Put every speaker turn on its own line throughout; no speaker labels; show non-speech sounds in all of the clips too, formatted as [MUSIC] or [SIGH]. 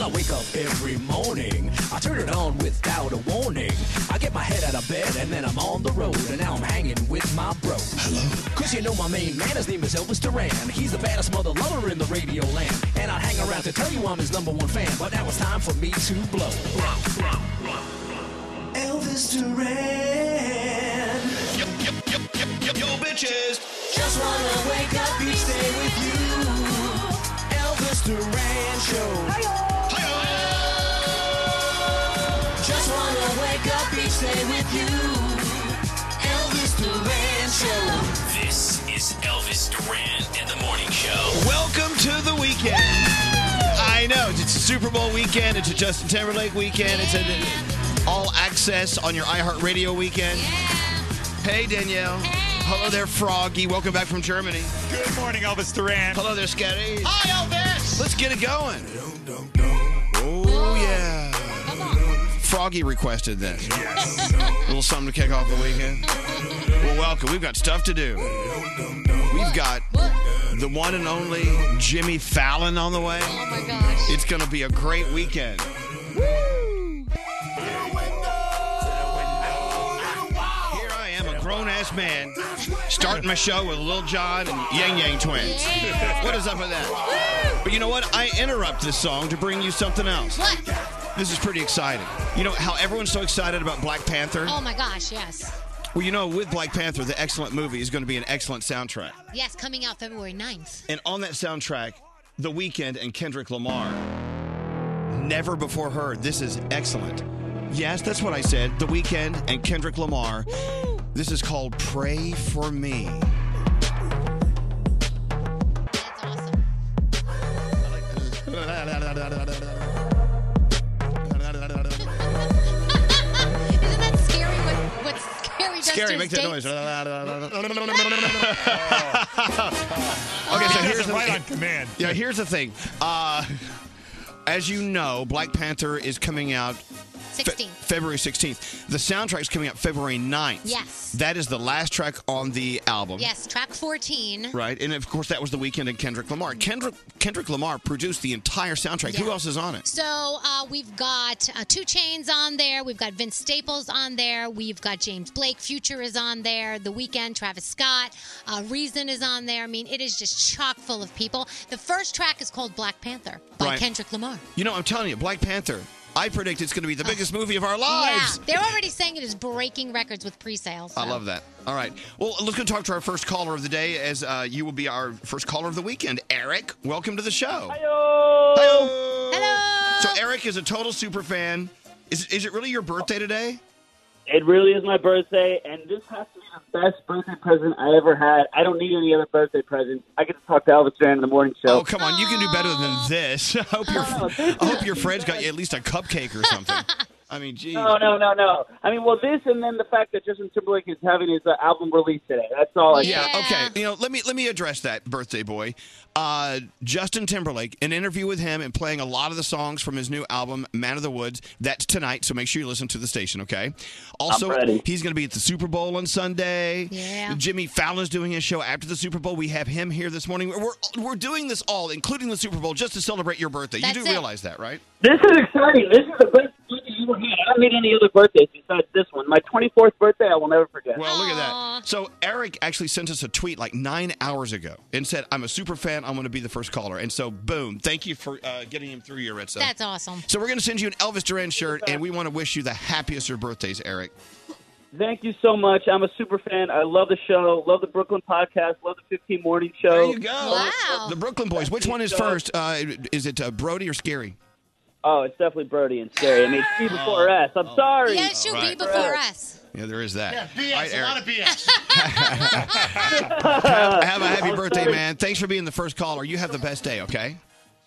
I wake up every morning. I turn it on without a warning. I get my head out of bed and then I'm on the road. And now I'm hanging with my bro. Hello. Chris, you know my main man. His name is Elvis Duran. He's the baddest mother lover in the radio land. And I hang around to tell you I'm his number one fan. But now it's time for me to blow. Elvis Duran.
Yo, bitches!
Just wanna wake up each day with you. Elvis Duran Show. Just wanna wake up each day with you. Elvis Duran Show.
This is Elvis Duran in the morning show.
Welcome to the weekend. I know it's a Super Bowl weekend. It's a Justin Timberlake weekend. It's a all access on your iHeartRadio weekend. Hey Danielle. Hello there, Froggy. Welcome back from Germany.
Good morning, Elvis Duran.
Hello there, Scotty.
Hi, Elvis.
Let's get it going. Oh yeah. Froggy requested this. A little something to kick off the weekend. Well, welcome. We've got stuff to do. We've got the one and only Jimmy Fallon on the way.
Oh my gosh.
It's going to be a great weekend. Here I am, a grown ass man, starting my show with Lil Jon and Yang Yang Twins. What is up with that? But you know what? I interrupt this song to bring you something else.
What?
This is pretty exciting. You know how everyone's so excited about Black Panther?
Oh my gosh, yes.
Well, you know, with Black Panther, the excellent movie is going to be an excellent soundtrack.
Yes, coming out February 9th.
And on that soundtrack, The Weeknd and Kendrick Lamar. Never before heard. This is excellent. Yes, that's what I said. The Weeknd and Kendrick Lamar. This is called Pray for Me.
That's
[LAUGHS]
awesome. Isn't that scary what, what scary does
Scary,
to
make
his
that
dates?
noise.
Okay,
so here's the-
right on command.
Yeah, here's the thing. Uh, as you know, Black Panther is coming out Fe-
16.
February 16th. The soundtrack's coming out February 9th.
Yes.
That is the last track on the album.
Yes, track 14.
Right, and of course that was the weekend and Kendrick Lamar. Kendrick Kendrick Lamar produced the entire soundtrack. Who
Yeah.
else is on it?
So uh, we've got uh, Two Chains on there. We've got Vince Staples on there. We've got James Blake. Future is on there. The Weekend, Travis Scott. Uh, Reason is on there. I mean, it is just chock full of people. The first track is called Black Panther by
Right.
Kendrick Lamar.
You know, I'm telling you, Black Panther. I predict it's going to be the biggest movie of our lives.
Yeah, they're already saying it is breaking records with pre-sales.
I love that. All right. Well, let's go talk to our first caller of the day, as uh, you will be our first caller of the weekend. Eric, welcome to the show. Hello.
Hello.
So Eric is a total super fan. Is is it really your birthday today?
It really is my birthday, and this has to be the best birthday present I ever had. I don't need any other birthday presents. I get to talk to Elvis Duran in the morning show.
Oh come on, you can do better than this. [LAUGHS] I hope your I hope your friends got you at least a cupcake or something. [LAUGHS] I mean, geez.
No, no, no, no. I mean, well, this and then the fact that Justin Timberlake is having his uh, album release today. That's all I
Yeah,
Yeah.
okay. You know, let me let me address that birthday boy. Uh, Justin Timberlake, an interview with him and playing a lot of the songs from his new album Man of the Woods. That's tonight, so make sure you listen to the station, okay? Also,
ready.
he's going to be at the Super Bowl on Sunday.
Yeah.
Jimmy Fallon's doing his show after the Super Bowl. We have him here this morning. We're we're doing this all including the Super Bowl just to celebrate your birthday.
That's
you do
it.
realize that, right?
This is exciting. This is the best birthday you ever had. I don't need any other birthdays besides this one. My 24th birthday, I will never forget.
Well, look at
Aw.
that. So Eric actually sent us a tweet like nine hours ago and said, "I'm a super fan. I'm going to be the first caller." And so, boom! Thank you for uh, getting him through your red zone.
That's awesome.
So we're going to send you an Elvis Duran shirt, and we want to wish you the happiest of your birthdays, Eric.
Thank you so much. I'm a super fan. I love the show. Love the Brooklyn podcast. Love the 15 Morning Show.
There you go.
Wow.
The Brooklyn Boys. Which one is first? Uh, is it uh, Brody or Scary?
Oh, it's definitely Brody and Scary. I mean, it's C before S. I'm sorry.
Yeah, it should
Oh. All
be
right.
before us.
Yeah, there is that.
Yeah,
All right,
BS. a
Eric.
lot of BS.
[LAUGHS]
[LAUGHS] Have a happy
I'm
birthday,
sorry.
man. Thanks for being the first caller. You have the best day, okay?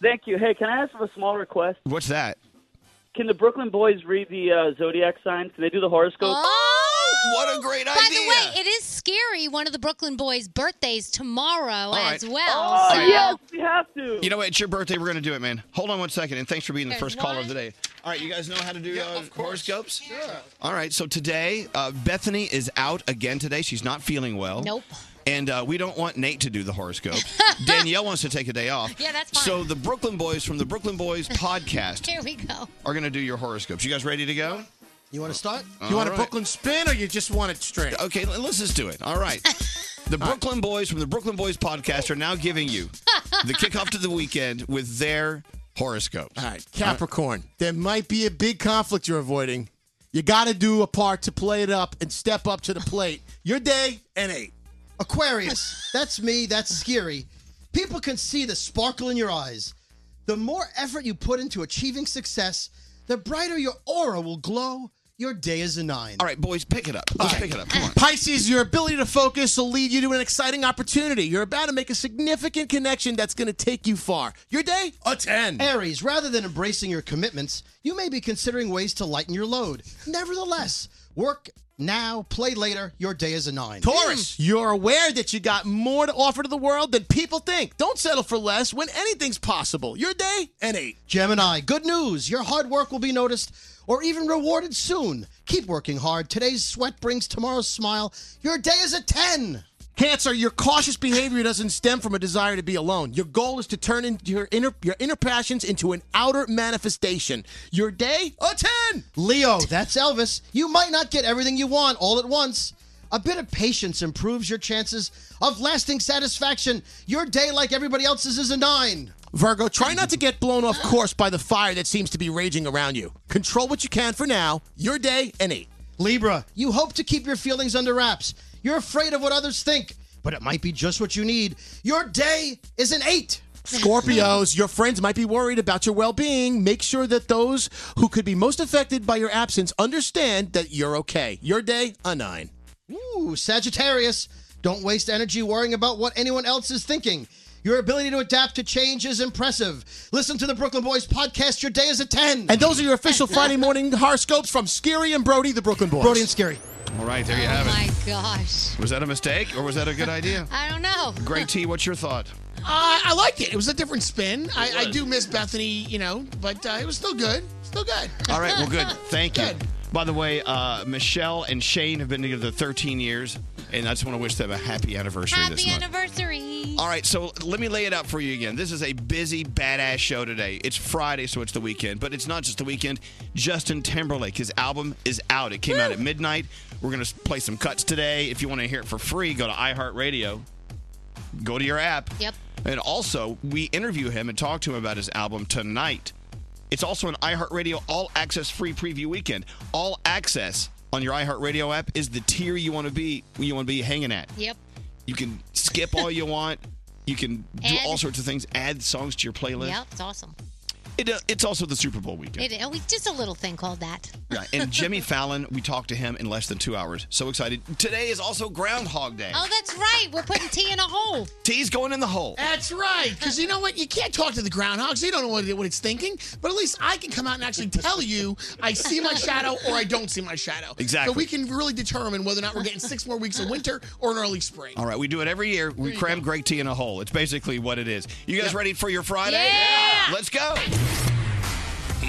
Thank you. Hey, can I ask for a small request?
What's that?
Can the Brooklyn boys read the uh, zodiac signs? Can they do the horoscope?
Oh,
What a great
By
idea.
the way, it is scary. One of the Brooklyn boys' birthdays tomorrow
right.
as well.
Oh,
so
yes, we have to.
You know what? It's your birthday. We're going to do it, man. Hold on one second, and thanks for being the
There's
first caller of
one.
the day. [LAUGHS] All right, you guys know how to do uh, horoscopes? Yeah. All right, so today, uh, Bethany is out again today. She's not feeling well.
Nope.
And uh, we don't want Nate to do
[LAUGHS]
the horoscope. Danielle wants to take a day off.
Yeah, that's fine.
So the Brooklyn Boys from the Brooklyn Boys podcast
Here we go.
are going to do your horoscopes. You guys ready to go? Uh,
You want to start?
All
you want
right.
a Brooklyn spin or you just want it straight?
Okay, l- let's just do it.
[LAUGHS]
All right. The Brooklyn Boys from the Brooklyn Boys podcast are now giving you the kickoff to the weekend with their horoscopes. All right,
Capricorn, there might be a big conflict you're avoiding. You got to do a part to play it up and step up to the plate. Your day and eight.
Aquarius, that's me, that's scary. People can see the sparkle in your eyes. The more effort you put into achieving success, the brighter your aura will glow. Your day is a nine. All
right, boys, pick it up. Let's pick it up. Come on.
Pisces, your ability to focus will lead you to an exciting opportunity. You're about to make a significant connection that's going to take you far. Your day, a 10.
Aries, rather than embracing your commitments, you may be considering ways to lighten your load. Nevertheless, work now, play later. Your day is a nine.
Mm.
Taurus, you're aware that you got more to offer to the world than people think. Don't settle for less when anything's possible. Your day, an 8.
Gemini, good news. Your hard work will be noticed or even rewarded soon. Keep working hard. Today's sweat brings tomorrow's smile. Your day is a 10.
Cancer, your cautious behavior doesn't stem from a desire to be alone. Your goal is to turn in your inner your inner passions into an outer manifestation. Your day, a 10.
Leo, that's Elvis. You might not get everything you want all at once. A bit of patience improves your chances of lasting satisfaction. Your day, like everybody else's, is a 9.
Virgo, try not to get blown off course by the fire that seems to be raging around you. Control what you can for now. Your day, an 8.
Libra, you hope to keep your feelings under wraps. You're afraid of what others think, but it might be just what you need. Your day is an 8.
Scorpios, your friends might be worried about your well being. Make sure that those who could be most affected by your absence understand that you're okay. Your day, a nine.
Ooh, Sagittarius, don't waste energy worrying about what anyone else is thinking. Your ability to adapt to change is impressive. Listen to the Brooklyn Boys podcast. Your day is a 10.
And those are your official Friday morning horoscopes from Scary and Brody, the Brooklyn Boys.
Brody and Scary.
All right, there you
Oh
have it.
my gosh.
Was that a mistake or was that a good idea?
I don't know.
Greg T, what's your thought?
Uh, I, I liked it. It was a different spin. I, I do miss Bethany, you know, but uh, it was still good. Still good.
All right, well, good. Thank you. By the way, uh, Michelle and Shane have been together 13 years, and I just want to wish them a happy anniversary this
Happy
month.
anniversary.
All right, so let me lay it out for you again. This is a busy, badass show today. It's Friday, so it's the weekend, but it's not just the weekend. Justin Timberlake, his album is out. It came out at midnight. We're going to play some cuts today. If you want to hear it for free, go to iHeartRadio, go to your app.
Yep.
And also, we interview him and talk to him about his album tonight. It's also an iHeartRadio all access free preview weekend. All access on your iHeartRadio app is the tier you want to be you want to be hanging at.
Yep.
You can skip all you want. You can do
Add-
all sorts of things. Add songs to your playlist.
Yep. It's awesome.
It, uh, it's also the Super Bowl weekend.
It, oh, we just a little thing called that.
Right. And
[LAUGHS]
Jimmy Fallon, we talked to him in less than two hours. So excited. Today is also Groundhog Day.
Oh, that's right. We're putting tea in a hole.
T's going in the hole.
That's right. Because you know what? You can't talk to the groundhogs. They don't know what, it- what it's thinking. But at least I can come out and actually tell you I see my shadow or I don't see my shadow.
Exactly.
So we can really determine whether or not we're getting six more weeks of winter or an early spring.
All right, we do it every year. We cram Greg T in a hole. It's basically what it is. You guys ready for your Friday?
Yeah.
Let's go.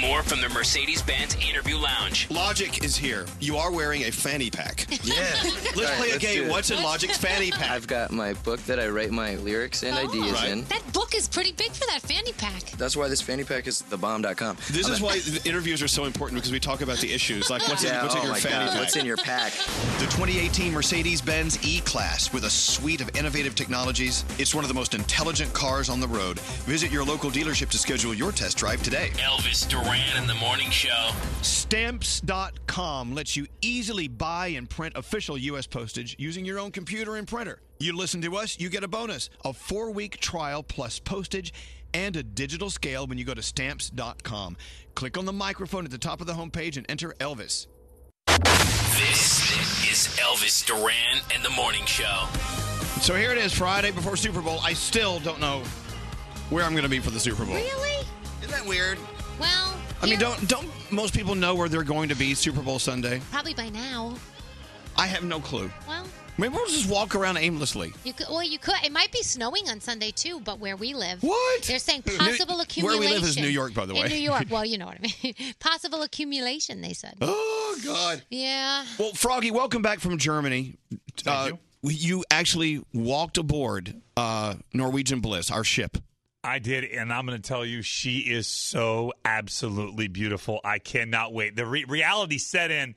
More from the Mercedes Benz Interview Lounge.
Logic is here. You are wearing a fanny
[LAUGHS]
pack. Yeah. Let's
All right,
play
let's
a
do
game.
it.
What's in Logic's fanny
[LAUGHS]
pack?
I've got my book that I write my lyrics
Oh.
and ideas
Right.
in.
That book is pretty big for that fanny pack.
That's why this fanny pack is thebomb.com.
This is why the interviews are so important because we talk about the issues. Like what's in,
Yeah,
what's in
oh
your
my
fanny
God.
pack?
What's in your pack?
The 2018 Mercedes Benz E Class with a suite of innovative technologies. It's one of the most intelligent cars on the road. Visit your local dealership to schedule your test drive today.
Elvis Duran in the Morning Show.
Stamps.com lets you easily buy and print official U.S. postage using your own computer and printer. You listen to us, you get a bonus a four week trial plus postage and a digital scale when you go to stamps.com. Click on the microphone at the top of the homepage and enter Elvis.
This is Elvis Duran and the Morning Show.
So here it is, Friday before Super Bowl. I still don't know where I'm going to be for the Super Bowl.
Really?
Isn't that weird?
Well,
I mean,
you're-
don't don't most people know where they're going to be Super Bowl Sunday?
probably by now.
I have no clue.
Well,
Maybe we'll just walk around aimlessly.
you could. Well, you could. It might be snowing on Sunday too, but where we live,
What?
they're saying
New-
possible
where
accumulation.
we live is New York, by the way.
In New York.
[LAUGHS]
Well, you know what I mean. [LAUGHS] possible
[GASPS]
accumulation. They said.
Oh God.
Yeah.
Well, Froggy, welcome back from Germany. Thank you. we- Uh, you actually walked aboard uh, Norwegian Bliss, our ship.
I did, and I'm going to tell you, she is so absolutely beautiful. I cannot wait. The re- reality set in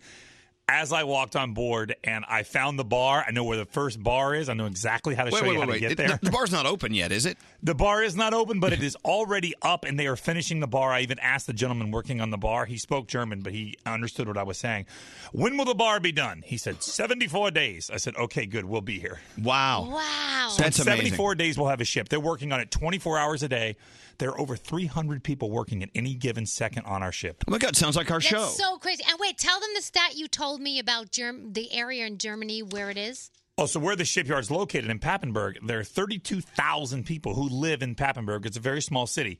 as I walked on board, and I found the bar. I know where the first bar is. I know exactly how to
Wait,
show
wait,
you how
wait,
to
wait.
get
It-
there.
the- the bar's not open
[LAUGHS]
yet, is it?
The bar is not open, but it is already up, and they are finishing the bar. I even asked the gentleman working on the bar. He spoke German, but he understood what I was saying. When will the bar be done? He said, 74 days. I said, okay, good. We'll be here.
Wow.
Wow.
So in 74 days, we'll have a ship. They're working on it 24 hours a day. There are over 300 people working at any given second on our ship.
Oh my God, sounds like our
That's so crazy. And wait, tell them the stat you told me about Germ- the area in Germany where it is.
Oh, so where the shipyard's located in Pappenburg, there are 32,000 people who live in Pappenburg. It's a very small city.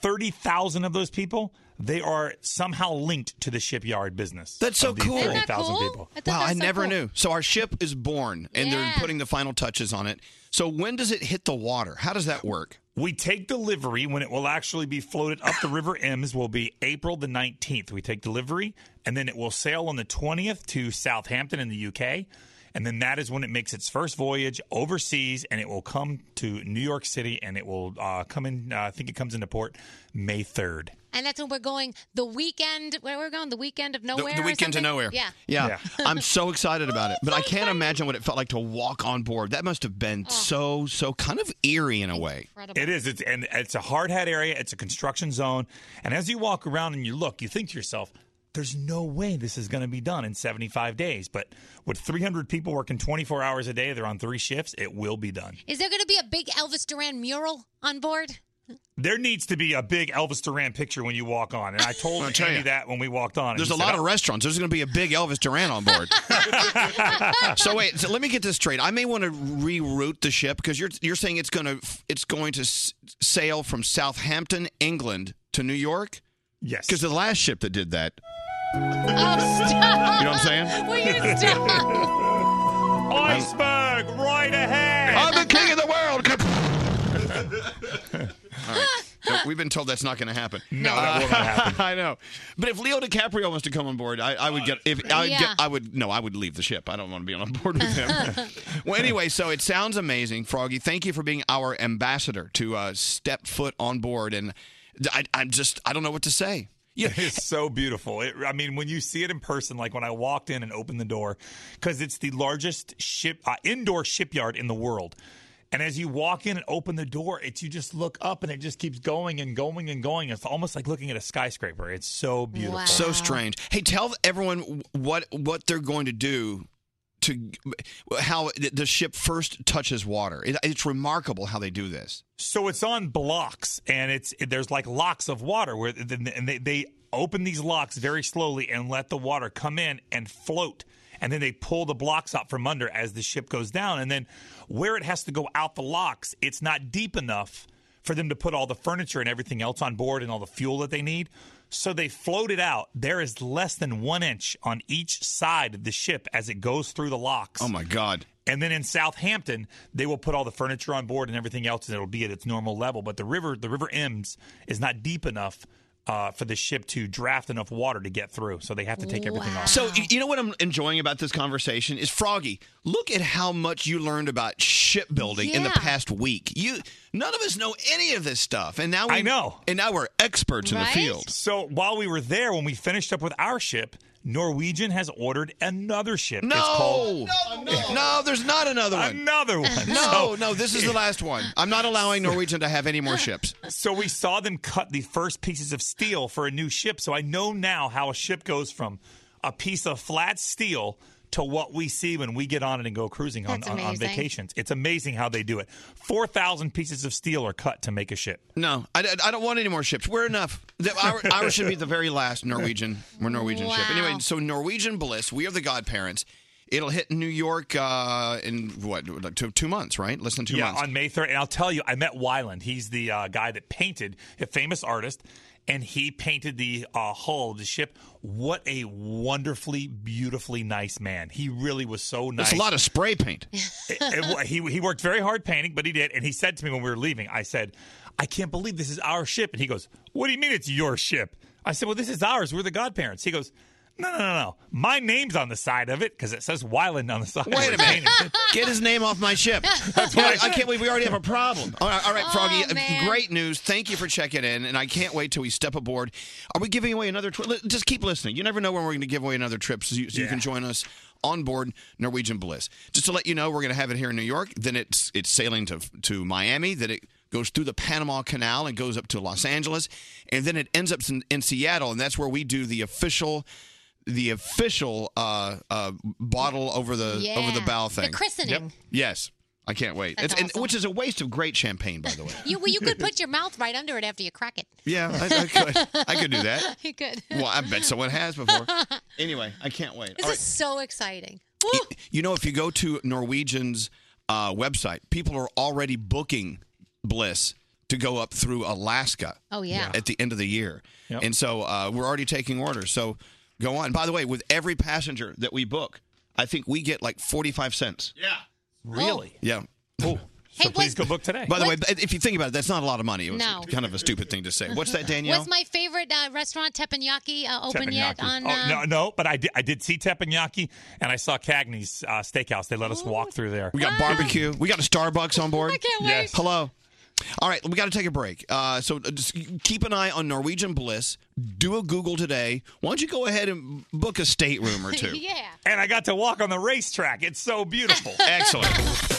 30,000 of those people, they are somehow linked to the shipyard business.
That's so
of these
cool.
30,000 people.
wow, I never knew. So our ship is born, and they're putting the final touches on it. So when does it hit the water? How does that work?
We take delivery when it will actually be floated up the River Ems will be April the 19th. We take delivery and then it will sail on the 20th to Southampton in the UK. And then that is when it makes its first voyage overseas and it will come to New York City and it will uh, come in, uh, I think it comes into port May 3rd.
And that's when we're going the weekend. Where we're going the weekend of
The,
nowhere.
the
or
weekend to
something?
nowhere.
Yeah.
Yeah. [LAUGHS] I'm [LAUGHS] so Oh. excited about it, but I can't imagine what it felt like to walk on board. That must have been so, so kind of eerie in a way.
It is. It's and it's a hard hat area. It's a construction zone. And as you walk around and you look, you think to yourself, "There's no way this is going to be done in 75 days." But with 300 people working 24 hours a day, they're on three shifts. It will be done.
Is there going to be a big Elvis Duran mural on board?
There needs to be a big Elvis Duran picture when you walk on. And I told
I'll tell
Andy
ya.
that when we walked on. and
There's
he
a
said,
lot of
"Oh,
restaurants. There's going to be a big Elvis Duran
[LAUGHS]
on board. so wait, so let me get this straight. I may want to reroute the ship because you're you're saying it's going to it's going to s- sail from Southampton, England, to New York.
Yes,
because the last ship that did that.
Oh, stop.
[LAUGHS] You know what I'm saying?
Will you stop?
[LAUGHS] Iceberg right ahead.
I'm the king of the world. All right. No, we've been told that's not going to happen. Uh,
No, that won't happen.
[LAUGHS] I know. But if Leo DiCaprio wants to come on board, I, I would get. If I would,
Yeah.
get, I would no, I would leave the ship. I don't want to be on board with
[LAUGHS]
him. well, anyway, so it sounds amazing, Froggy. Thank you for being our ambassador to uh, step foot on board, and I, I'm just I don't know what to say.
[LAUGHS] It's so beautiful. It, I mean, when you see it in person, like when I walked in and opened the door, because it's the largest ship uh, indoor shipyard in the world. And as you walk in and open the door, it's you just look up and it just keeps going and going and going. It's almost like looking at a skyscraper. It's so beautiful.
So strange. Hey, tell everyone what what they're going to do to how the ship first touches water. It, it's remarkable how they do this.
So it's on blocks, and it's there's like locks of water where and they, they open these locks very slowly and let the water come in and float, and then they pull the blocks out from under as the ship goes down, and then where it has to go out the locks, it's not deep enough for them to put all the furniture and everything else on board and all the fuel that they need. So they float it out. There is less than one inch on each side of the ship as it goes through the locks. Oh
my God.
And then in Southampton, they will put all the furniture on board and everything else, and it'll be at its normal level. But the river, the River Ems, is not deep enough uh, for the ship to draft enough water to get through. So they have to take everything off.
So y- you know what I'm enjoying about this conversation is Froggy. Look at how much you learned about shipbuilding in the
Yeah.
past week. You none of us know any of this stuff, and now we
I know.
and now we're experts in the field.
So while we were there, when we finished up with our ship, Norwegian has ordered another ship.
No!
It's called
No, there's not another one.
Another one.
No,
So-
no, this is the last one. I'm not allowing Norwegian to have
[LAUGHS]
any more ships.
So we saw them cut the first pieces of steel for a new ship. So I know now how a ship goes from a piece of flat steel to what we see when we get on it and go cruising on,
That's
on, on
amazing.
vacations. It's amazing how they do it. 4,000 pieces of steel are cut to make a ship.
No, I, I don't want any more ships. We're enough. The- Our, ours should be the very last Norwegian. We're Norwegian ship.
Wow.
Anyway, so Norwegian Bliss, we are the godparents. It'll hit New York uh, in what, like two, two months, right? Less than two
yeah,
months.
on May 3rd. And I'll tell you, I met Wyland. He's the uh, guy that painted, a famous artist, and he painted the uh, hull of the ship. What a wonderfully, beautifully nice man. He really was so nice.
It's a lot of spray paint.
It- it- he, he worked very hard painting, but he did. And he said to me when we were leaving, I said, I can't believe this is our ship. And he goes, What do you mean it's your ship? I said, Well, this is ours. We're the godparents. He goes, No, no, no, no. My name's on the side of it because it says Wyland on the side.
Wait a minute. [LAUGHS] Get his name off my ship. [LAUGHS]
That's
Yeah,
what
I can't believe we already have a problem. All right, all right,
Oh,
Froggy. uh,
man.
Great news. Thank you for checking in, and I can't wait till we step aboard. Are we giving away another trip? Just keep listening. You never know when we're going to give away another trip, so, you, so you can join us on board Norwegian Bliss. Just to let you know, we're going to have it here in New York. Then it's it's sailing to to Miami. Then it goes through the Panama Canal and goes up to Los Angeles, and then it ends up in, in Seattle, and that's where we do the official. The official uh, uh, bottle over the over the
Yeah.
bow
The
thing,
christening.
Yes. I can't wait.
That's
It's, and, which is a waste of great champagne, by the way.
You well, you could put your mouth right under it after you crack it.
Yeah, I, I could. I could do that.
[LAUGHS] You could.
Well, I bet someone
[LAUGHS]
has before. Anyway, I can't wait.
This
All
is
right.
so exciting.
You know, if you go to Norwegian's uh, website, people are already booking Bliss to go up through Alaska.
Oh, yeah.
At the end of the year, and so uh, we're already taking orders. So go on. By the way, with every passenger that we book, I think we get like forty-five cents.
Yeah.
Really?
Yeah. Oh.
So please
go book today.
By the way, if you think about it, that's not a lot of money. It was
No.
kind of a stupid thing to say.
[LAUGHS]
What's that, Danielle?
Was my favorite uh, restaurant teppanyaki uh, open yet?
Teppanyaki.
On
Oh,
uh,
no, no, but I did, I did see teppanyaki, and I saw Cagney's uh, steakhouse. They let us
Oh.
walk through there.
We
Ah,
got barbecue. We got a Starbucks on board. I
Ah. can't wait. Yes.
Hello. All right, we got to take a break. Uh, so just keep an eye on Norwegian Bliss. Do a Google today. Why don't you go ahead and book a stateroom
[LAUGHS]
or [LAUGHS] two?
And I got to walk on the racetrack. It's so beautiful. [LAUGHS]
Excellent.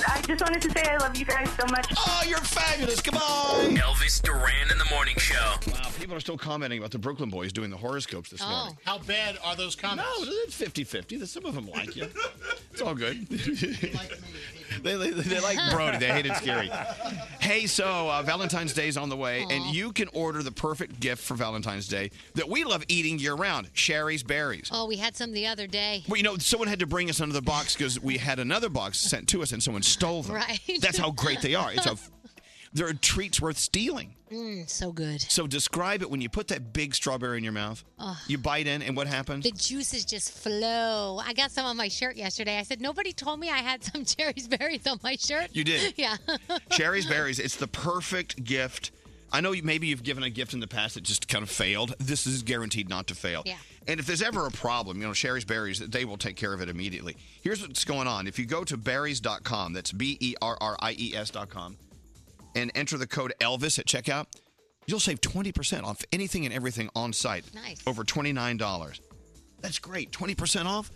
I just wanted to say I love you guys so much.
Oh, you're fabulous. Come on.
Elvis Duran in the morning show.
Wow, people are still commenting about the Brooklyn Boys doing the horoscopes
Oh.
this
Oh.
morning.
How bad are those comments?
No, it's 50-50. There's Some of them like you. It's all good. [LAUGHS] they, they, they like Brody. They hated Scary. Hey, so uh, Valentine's Day is on the way, and you can order the perfect gift for Valentine's Day that we love eating year round: Sherry's berries.
Oh, we had some the other day.
Well, you know, someone had to bring us another box because we had another box sent to us, and someone stole them.
Right.
That's how great they
[LAUGHS]
are. It's a, they're treats worth stealing.
Mm, so good.
So describe it when you put that big strawberry in your mouth.
Ugh.
You bite in, and what happens?
The juices just flow. I got some on my shirt yesterday. I said nobody told me I had some [LAUGHS] cherries berries on my shirt.
You did.
[LAUGHS]
[LAUGHS]
Yeah.
Sherry's Berries. It's the perfect gift. I know you, maybe you've given a gift in the past that just kind of failed. This is guaranteed not to fail.
Yeah.
And if there's ever a problem, you know, Sherry's Berries, they will take care of it immediately. Here's what's going on. If you go to berries.com, that's B E R R I E S.com, and enter the code Elvis at checkout, you'll save 20% off anything and everything on site.
Nice.
Over $29. That's great. 20% off?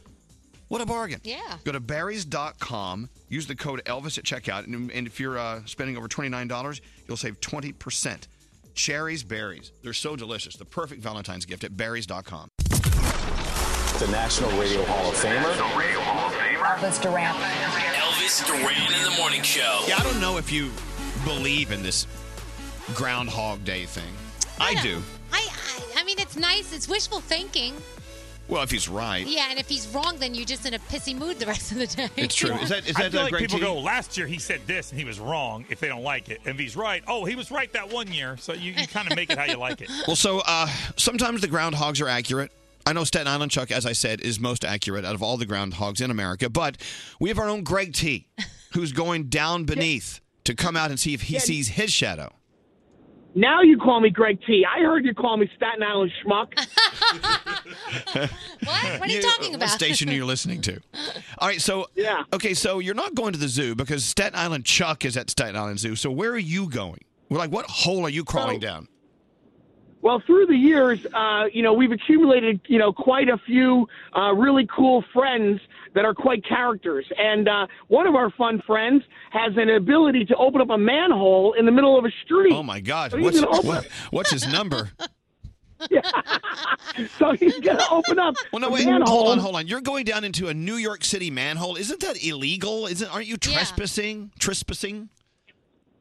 What a bargain.
Yeah.
Go to berries.com, use the code Elvis at checkout, and, and if you're uh, spending over $29, you'll save 20%. Cherries, berries. They're so delicious. The perfect Valentine's gift at berries.com. The National Radio Hall of Famer.
Elvis Duran.
Elvis Duran in the morning show.
Yeah, I don't know if you believe in this Groundhog Day thing. I do.
I, I I mean it's nice. It's wishful thinking.
Well, if he's right.
Yeah, and if he's wrong, then you're just in a pissy mood the rest of the day. [LAUGHS]
I
uh,
feel like people go last year he said this and he was wrong if they don't like it, and if he's right, oh he was right that one year. So you, you kind of make it how you like it.
[LAUGHS] Well, so uh, sometimes the groundhogs are accurate. I know Staten Island Chuck, as I said, is most accurate out of all the groundhogs in America, but we have our own Greg T, who's going
[LAUGHS]
down beneath to come out and see if he sees his shadow.
Now you call me Greg T. I heard you call me Staten Island schmuck.
What? What are you talking
What
about?
station are you
[LAUGHS]
listening to? All right, so
yeah,
okay, so you're not going to the zoo because Staten Island Chuck is at Staten Island Zoo. So where are you going? We're like, what hole are you crawling down?
Well, through the years, uh, you know, we've accumulated, you know, quite a few uh, really cool friends that are quite characters. And uh, one of our fun friends has an ability to open up a manhole in the middle of a street.
Oh my God,
So he's
what's
gonna open-
what, what's his number?
so he's gonna open up.
[LAUGHS] Well, no,
a
wait,
manhole.
hold on, hold on. You're going down into a New York City manhole. Isn't that illegal? Isn't? Aren't you trespassing? Trespassing?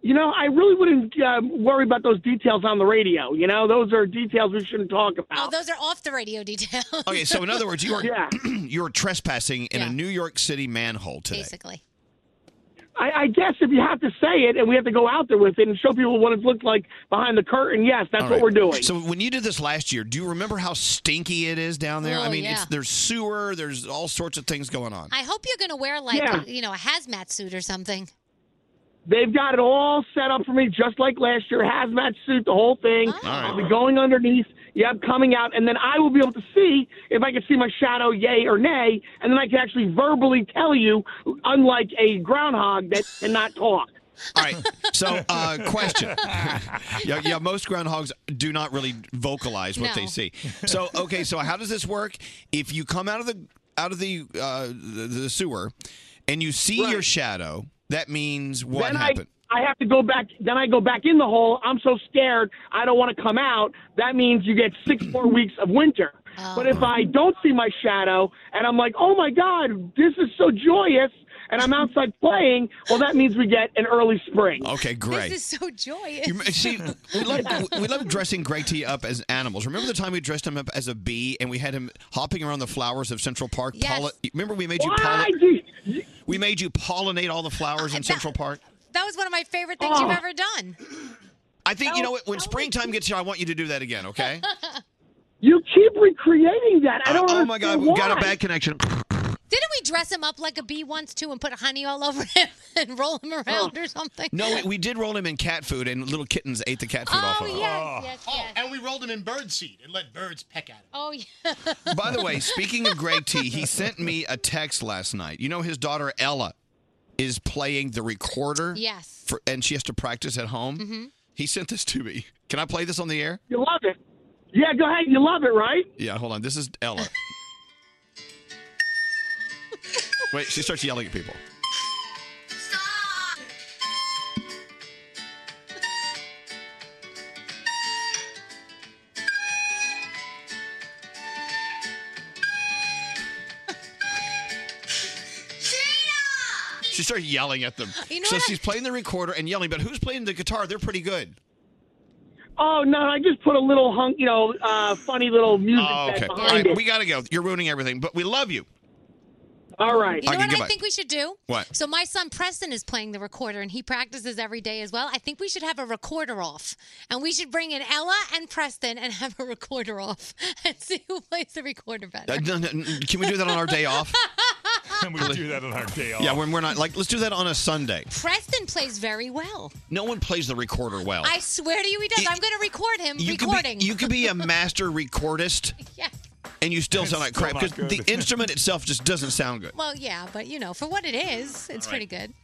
You know, I really wouldn't uh, worry about those details on the radio. You know, those are details we shouldn't talk about.
Oh, those are off the radio details.
Okay, so in other words, [LAUGHS] you are [CLEARS THROAT] you are trespassing in
Yeah.
a New York City manhole today.
basically.
I, I guess if you have to say it and we have to go out there with it and show people what it looked like behind the curtain, yes, that's
All
what
right.
we're doing.
So when you did this last year, do you remember how stinky it is down there?
Oh,
I mean,
yeah.
it's, there's sewer, there's all sorts of things going on.
I hope you're going to wear like
Yeah.
you know a hazmat suit or something.
They've got it all set up for me, just like last year. Hazmat suit, the whole thing. I'll be going underneath. Yep, coming out, and then I will be able to see if I can see my shadow, yay or nay, and then I can actually verbally tell you, unlike a groundhog that cannot talk.
All right. So, uh, question. [LAUGHS] yeah, yeah, most groundhogs do not really vocalize what
No.
they see. So, okay, so how does this work? If you come out of the out of the uh, the, the sewer and you see your shadow, that means what
then
happened?
I, I have to go back. Then I go back in the hole. I'm so scared. I don't want to come out. That means you get six
[CLEARS THROAT]
more weeks of winter. But if I don't see my shadow and I'm like, oh my God, this is so joyous, and I'm outside playing, well, that means we get an early spring.
Okay, great.
This is so joyous.
You,
[LAUGHS]
see, we love we love dressing Greg T up as animals. Remember the time we dressed him up as a bee and we had him hopping around the flowers of Central Park?
Yes.
remember we made you
Why
pollinate. We made you pollinate all the flowers in Central Park.
That was one of my favorite things
Oh.
you've ever done.
I think you know what. When springtime gets here, I want you to do that again. Okay.
[LAUGHS] You keep recreating that. I don't
oh my God,
understand
we got a
why.
bad connection.
[LAUGHS]
[LAUGHS]
Didn't we dress him up like a bee once too and put honey all over [LAUGHS] him and roll
Oh.
him around or something?
No, we, we did roll him in cat food, and little kittens ate the cat food
Oh,
off of him.
Oh,
Oh.
yes,
yes. and we rolled him in bird seed and let birds peck at him.
Oh, yeah.
[LAUGHS] By the
[LAUGHS]
way, speaking of Greg T, he sent me a text last night. You know, his daughter Ella is playing the recorder.
Yes.
For, and she has to practice at home.
Mm-hmm.
He sent this to me. Can I play this on the air?
You love it. Yeah, go ahead. You love it, right?
Yeah, hold on. This is
[LAUGHS]
Ella. Wait, she starts yelling at people. She starts yelling at them.
You know
so
what I-
she's playing the recorder and yelling, but who's playing the guitar? They're pretty good.
Oh no! I just put a little hunk, you know, uh, funny little music
Oh,
bed
okay. All
behind
right,
it.
we got to go. You're ruining everything, but we love you.
[LAUGHS] All right.
You know
Okay,
what
goodbye.
I think we should do?
What?
So my son Preston is playing the recorder and he practices every day as well. I think we should have a recorder off. And we should bring in Ella and Preston and have a recorder off [LAUGHS] and see who plays the recorder better.
Uh, no, no, n- Can we do that on our day off?
Can [LAUGHS] we do that on our day off?
Yeah, when we're not like, let's do that on a Sunday.
Preston plays very well.
No one plays the recorder well.
I swear to you he does. I'm going to record him
Oh. you
recording.
Could be, you could be a master recordist
[LAUGHS] yeah.
and you still sound like crap
not
because the
good.
instrument itself just doesn't sound good.
Well, yeah, but you know, for what it is, it's
All
pretty
right.
good.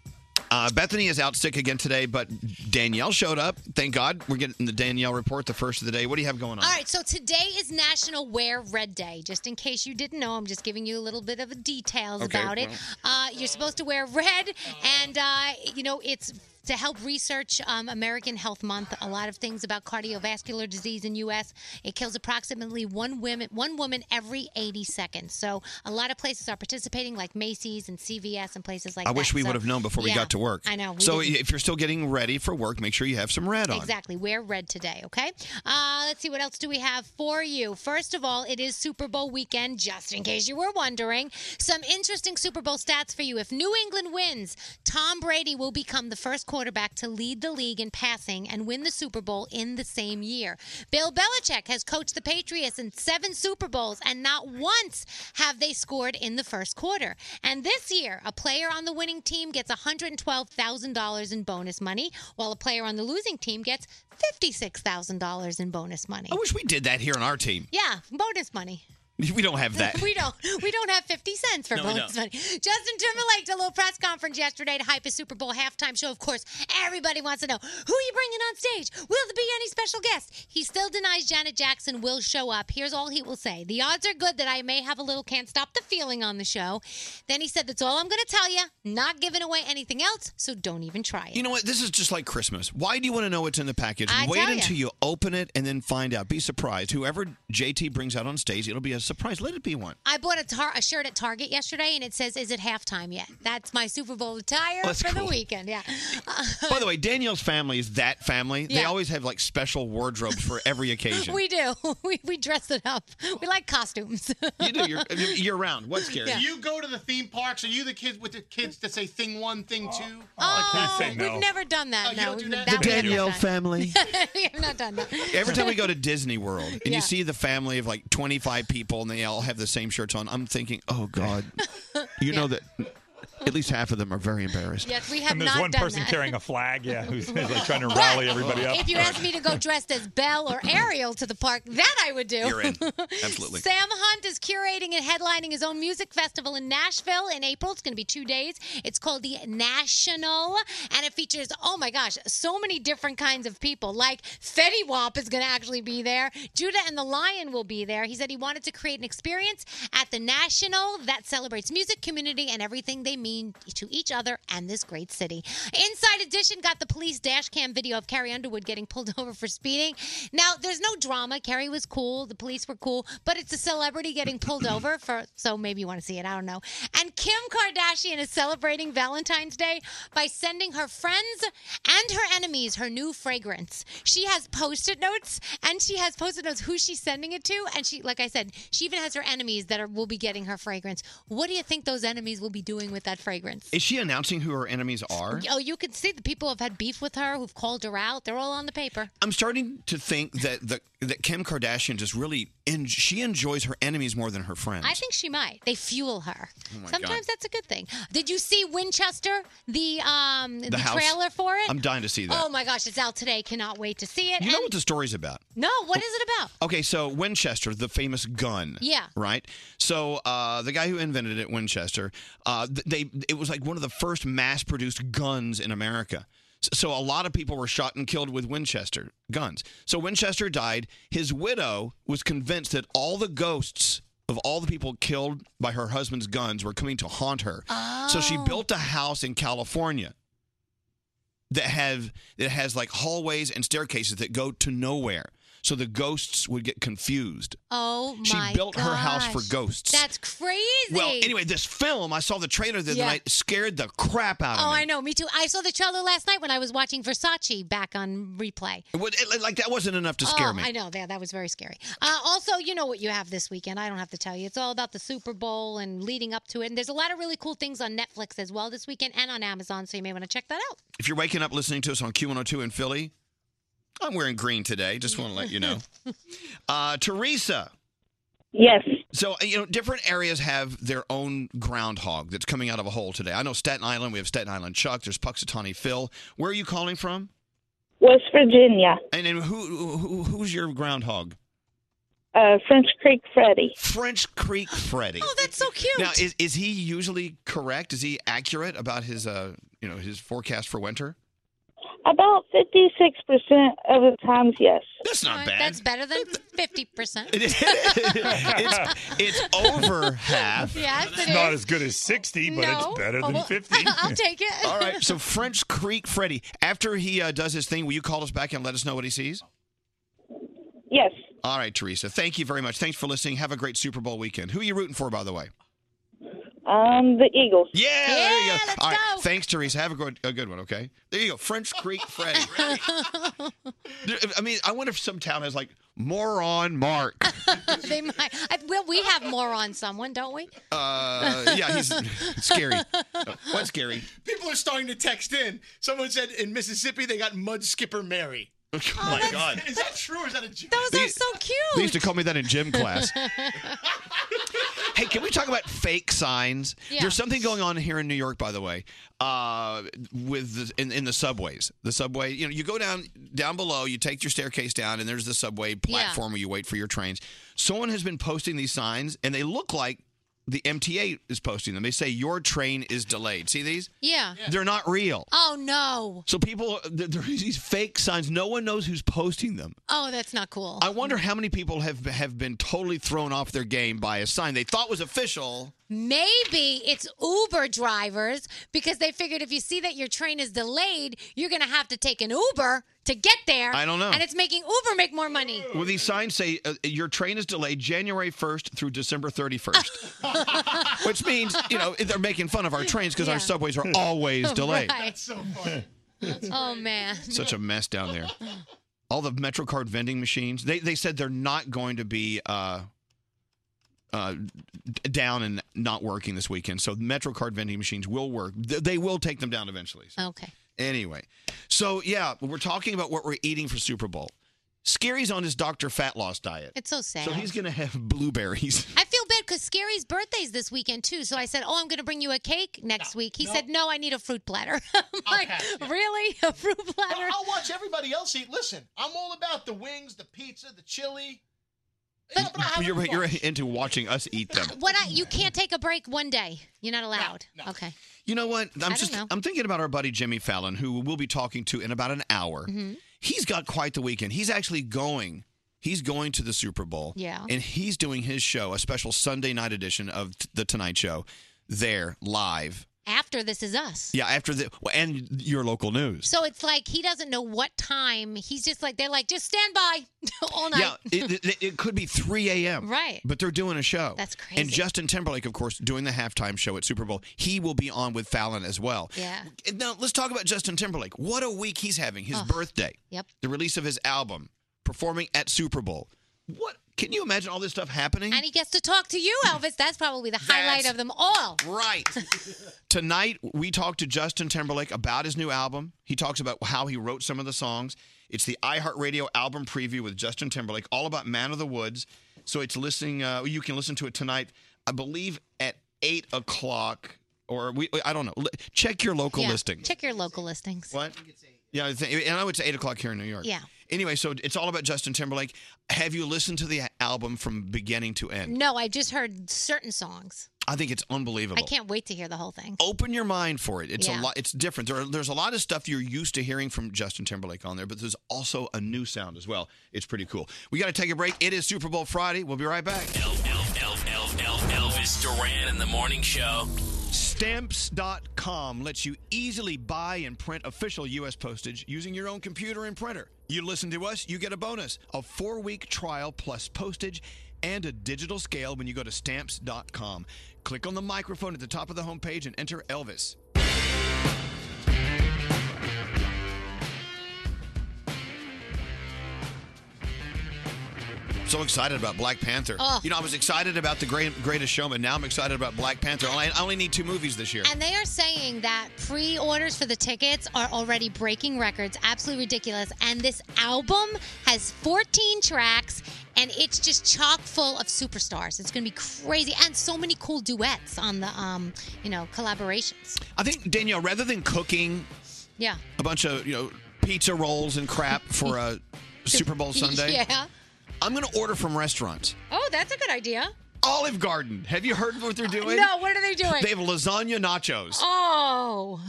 Uh, Bethany is out sick again today, but Danielle showed up. Thank God. We're getting the Danielle report the first of the day. What do you have going on?
All right, so today is National Wear Red Day. Just in case you didn't know, I'm just giving you a little bit of the details
Okay,
about it.
well.
Uh, you're supposed to wear red, and uh, you know it's to help research um, American Health Month. A lot of things about cardiovascular disease in U.S. It kills approximately one women one woman every 80 seconds. So a lot of places are participating, like Macy's and CVS and places like
I
that.
wish we
So,
would have known before we
yeah,
got to work.
I know. we
So
didn't.
if you're still getting ready for work, make sure you have some red on.
Exactly. Wear red today, okay? Uh, let's see what else do we have for you. First of all, it is Super Bowl weekend, just in case you were wondering. Some interesting Super Bowl stats for you. If New England wins, Tom Brady will become the first quarterback to lead the league in passing and win the Super Bowl in the same year. Bill Belichick has coached the Patriots in seven Super Bowls, and not once have they scored in the first quarter. And this year, a player on the winning team gets $112,000 in bonus money, while a player on the losing team gets $56,000 in bonus money.
I wish we did that here on our team.
Yeah, bonus money.
We don't have
[LAUGHS]
that.
We don't. We don't have fifty cents for
No, we
bonus
don't.
money. Justin Timberlake did a little press conference yesterday to hype his Super Bowl halftime show. Of course, everybody wants to know who are you bringing on stage. Will there be any special guests? He still denies Janet Jackson will show up. Here's all he will say: The odds are good that I may have a little can't stop the feeling on the show. Then he said, "That's all I'm going to tell you. Not giving away anything else, so don't even try it."
You know what? This is just like Christmas. Why do you want to know what's in the package?
I
Wait
tell ya.
until you open it and then find out. Be surprised. Whoever JT brings out on stage, it'll be a surprise. Let it
[LAUGHS]
be one.
I bought a, tar- a shirt at Target yesterday, and it says, "Is it halftime yet?" That's my Super Bowl attire
That's
for the
cool.
weekend. Yeah.
By the way, Danielle's family is that family. They
Yeah.
always have like special wardrobes for
[LAUGHS]
every occasion.
We do. We, we dress it up. We like costumes. [LAUGHS]
you do. You're, year round. What's scary?
Do you go to the theme parks? Are you the kids with the kids that say thing one, thing two?
Oh,
Oh,
we've never done that. no,
do
we've-
that?
the
we have
Danielle
not done.
family.
we have not done that.
[LAUGHS]
[LAUGHS]
Every time we go to Disney World and
Yeah.
you see the family
[LAUGHS]
of like 25 people and they all have the same shirts on, I'm thinking, oh God, you know that At least half of them are very embarrassed.
Yes, we have
and there's
not
one
done
person
that.
carrying a
[LAUGHS]
flag, yeah, who's, who's like trying to rally everybody up.
If you asked me to go dressed as Belle or Ariel to the park, that I would do. [LAUGHS]
You're in. Absolutely.
Sam Hunt is curating and headlining his own music festival in Nashville in April. It's going to be two days. It's called the National, and it features, oh my gosh, so many different kinds of people. Like Fetty Wap is going to actually be there. Judah and the Lion will be there. He said he wanted to create an experience at the National that celebrates music, community, and everything they mean to each other and this great city. Inside Edition got the police dash cam video of Carrie Underwood getting pulled [LAUGHS] over for speeding. Now, there's no drama. Carrie was cool. The police were cool. But it's a celebrity getting pulled over for, so maybe you want to see it. I don't know. And Kim Kardashian is celebrating Valentine's Day by sending her friends and her enemies her new fragrance. She has post it notes and she has post it notes who she's sending it to. And she, like I said, she even has her enemies that are, will be getting her fragrance. What do you think those enemies will be doing with that fragrance?
Is she announcing who her enemies are?
Oh, you can see the people who've had beef with her, who've called her out. They're all on the paper.
I'm starting to think that the that Kim Kardashian just really en- she enjoys her enemies more than her friends.
I think she might. They fuel her.
Oh my God.
Sometimes that's a good thing. Did you see Winchester? The um the,
house?
trailer for it.
I'm dying to see that.
Oh my gosh, it's out today. Cannot wait to see it.
you know
And-
what the story's about?
no, what is it about?
Okay, so Winchester, the famous gun.
Yeah.
Right. So uh, the guy who invented it, Winchester, uh, th- they it was like one of the first mass-produced guns in America. S- So a lot of people were shot and killed with Winchester guns. So Winchester died. His widow was convinced that all the ghosts of all the people killed by her husband's guns were coming to haunt her. So she built a house in California that have that has like hallways and staircases that go to nowhere. So the ghosts would get confused.
Oh
She
my
built her house for
gosh.
ghosts.
That's crazy.
Well, anyway, this film I saw the trailer the
Yeah.
other night scared the crap out of
Oh,
me.
I know. Me too. I saw the trailer last night when I was watching Versace back on replay.
It was- it- like that wasn't enough to scare
oh,
me.
I know. Yeah, that was very scary. Uh, also, you know what you have this weekend. I don't have to tell you. It's all about the Super Bowl and leading up to it. And there's a lot of really cool things on Netflix as well this weekend and on Amazon. So you may want to check that out.
If you're waking up listening to us on Q102 in Philly, I'm wearing green today. Just want to let
[LAUGHS]
you know. Uh, Teresa.
Yes.
So, uh, you know, different areas have their own groundhog that's coming out of a hole today. I know Staten Island, we have Staten Island Chuck, there's Puxatawny Phil. Where are you calling from?
West Virginia.
And then who, who who's your groundhog?
Uh, French Creek Freddy.
French Creek Freddy.
Oh, that's so cute.
Now, is, is he usually correct? Is he accurate about his uh, you know, his forecast for winter?
[LAUGHS] About 56% of the times, yes.
That's not bad.
That's better than
[LAUGHS]
50%.
it's, it's over half.
Yes, it
It's not
is.
as good as 60, but
No.
it's better
Oh,
than
well, [LAUGHS]
50.
I'll take it.
All right, so French Creek Freddy. After he uh, does his thing, will you call us back and let us know what he sees?
Yes.
All right, Teresa. Thank you very much. Thanks for listening. Have a great Super Bowl weekend. Who are you rooting for, by the way?
Um, the Eagles.
Yeah, there you go. All right, thanks, Teresa. Have a good, a good one. Okay, there you go. French Creek Freddy.
[LAUGHS]
I mean, I wonder if some town has like moron Mark.
[LAUGHS] they might. I, well, we have more on someone, don't we?
Uh, yeah, he's [LAUGHS] scary. Oh, What's scary?
People are starting to text in. Someone said in Mississippi they got Mud Skipper Mary.
Oh my God.
Is that true or is that a joke?
Those
are so
cute.
They used to call me that in
[LAUGHS]
gym class. hey, can we talk about fake signs?
Yeah.
There's something going on here in New York, by the way, uh, with the, in, in the subways. The subway, you know, you go down down below, you take your staircase down, and there's the subway platform where you wait for your trains. Someone has been posting these signs, and they look like the MTA is posting them. They say your train is delayed. See these?
Yeah.
They're not real.
Oh, no.
So people, there there are these fake signs. No one knows who's posting them.
Oh, that's not cool.
I wonder how many people have have been totally thrown off their game by a sign they thought was official.
Maybe it's Uber drivers because they figured if you see that your train is delayed, you're going to have to take an Uber to get there.
I don't know.
And it's making Uber make more
[LAUGHS]
money.
Well, these signs say uh, your train is delayed January 1st through December
[LAUGHS]
31st,
[LAUGHS]
which means, you know, they're making fun of our trains because
Yeah.
our subways
[LAUGHS]
are always delayed.
Right. [LAUGHS] oh, man.
Such a mess down there. All the MetroCard vending machines, they, they said they're not going to be uh, uh, d- down and not working this weekend. So MetroCard vending machines will work. Th- They will take them down eventually.
Okay.
Anyway, so yeah, we're talking about what we're eating for Super Bowl. Scary's on his Dr. Fat Loss diet.
It's so sad.
So he's going to have blueberries.
I feel bad because Scary's birthday's this weekend too. So I said, "Oh, I'm going to bring you a cake next week." He said, "No, I need a fruit platter." [LAUGHS] I'm like, "Really? A fruit platter?"
I'll, I'll watch everybody else eat. Listen, I'm all about the wings, the pizza, the chili.
[LAUGHS] You're, you're into watching us eat
[LAUGHS]
them.
What I you can't take a break one day. You're not allowed. Okay.
You know what?
I
I'm
don't
just
know.
I'm thinking about our buddy Jimmy Fallon, who we'll be talking to in about an hour.
Mhm.
He's got quite the weekend. He's actually going. He's going to the Super Bowl.
Yeah.
And he's doing his show, a special Sunday night edition of t- the Tonight Show, there live.
After this is us.
Yeah, after the well, and your local news.
So it's like he doesn't know what time. He's just like they're like just stand by [LAUGHS] all night.
Yeah, it, it, it could be 3 a.m.
Right.
But they're doing a show.
That's
And
crazy.
Justin Timberlake, of course, doing the halftime show at Super Bowl. He will be on with Fallon as well.
Yeah.
Now, let's talk about Justin Timberlake. What a week he's having. His birthday.
Yep.
The release of his album, performing at Super Bowl. What? Can you imagine all this stuff happening?
And he gets to talk to you, Elvis. That's probably the highlight of them all. [LAUGHS]
Right. Tonight, we talked to Justin Timberlake about his new album. He talks about how he wrote some of the songs. It's the iHeartRadio album preview with Justin Timberlake, all about Man of the Woods. So it's listening. Uh, you can listen to it tonight, I believe, at eight o'clock, or we. I don't know. Li- Check your local
Yeah.
listing.
Check your local listings.
What? Yeah, I think- and I would say eight o'clock here in New York.
Yeah.
Anyway, so it's all about Justin Timberlake. Have you listened to the album from beginning to end?
No, I just heard certain songs.
I think it's unbelievable.
I can't wait to hear the whole thing.
open your mind for it. It's
Yeah.
a lot. It's different. There are, there's a lot of stuff you're used to hearing from Justin Timberlake on there, but there's also a new sound as well. It's pretty cool. We got to take a break. It is Super Bowl Friday. We'll be right back.
Elf, Elf, Elf, Elvis Duran in the morning show.
Stamps.com lets you easily buy and print official U.S. postage using your own computer and printer. You listen to us, you get a bonus a four week trial plus postage and a digital scale when you go to stamps.com. Click on the microphone at the top of the homepage and enter Elvis. So excited about Black Panther.
Oh.
You know, I was excited about the great, greatest showman. Now I'm excited about Black Panther. I I only need two movies this year.
And they are saying that pre orders for the tickets are already breaking records. Absolutely ridiculous. And this album has 14 tracks and it's just chock full of superstars. It's going to be crazy. And so many cool duets on the, um, you know, collaborations.
I think Danielle, rather than cooking
Yeah.
a bunch of you know pizza rolls and crap
[LAUGHS]
for a Super Bowl Sunday,
Yeah.
I'm going to order from restaurants.
Oh, that's a good idea.
Olive Garden. Have you heard what they're doing?
No, what are they doing?
[LAUGHS] They have lasagna nachos.
Oh.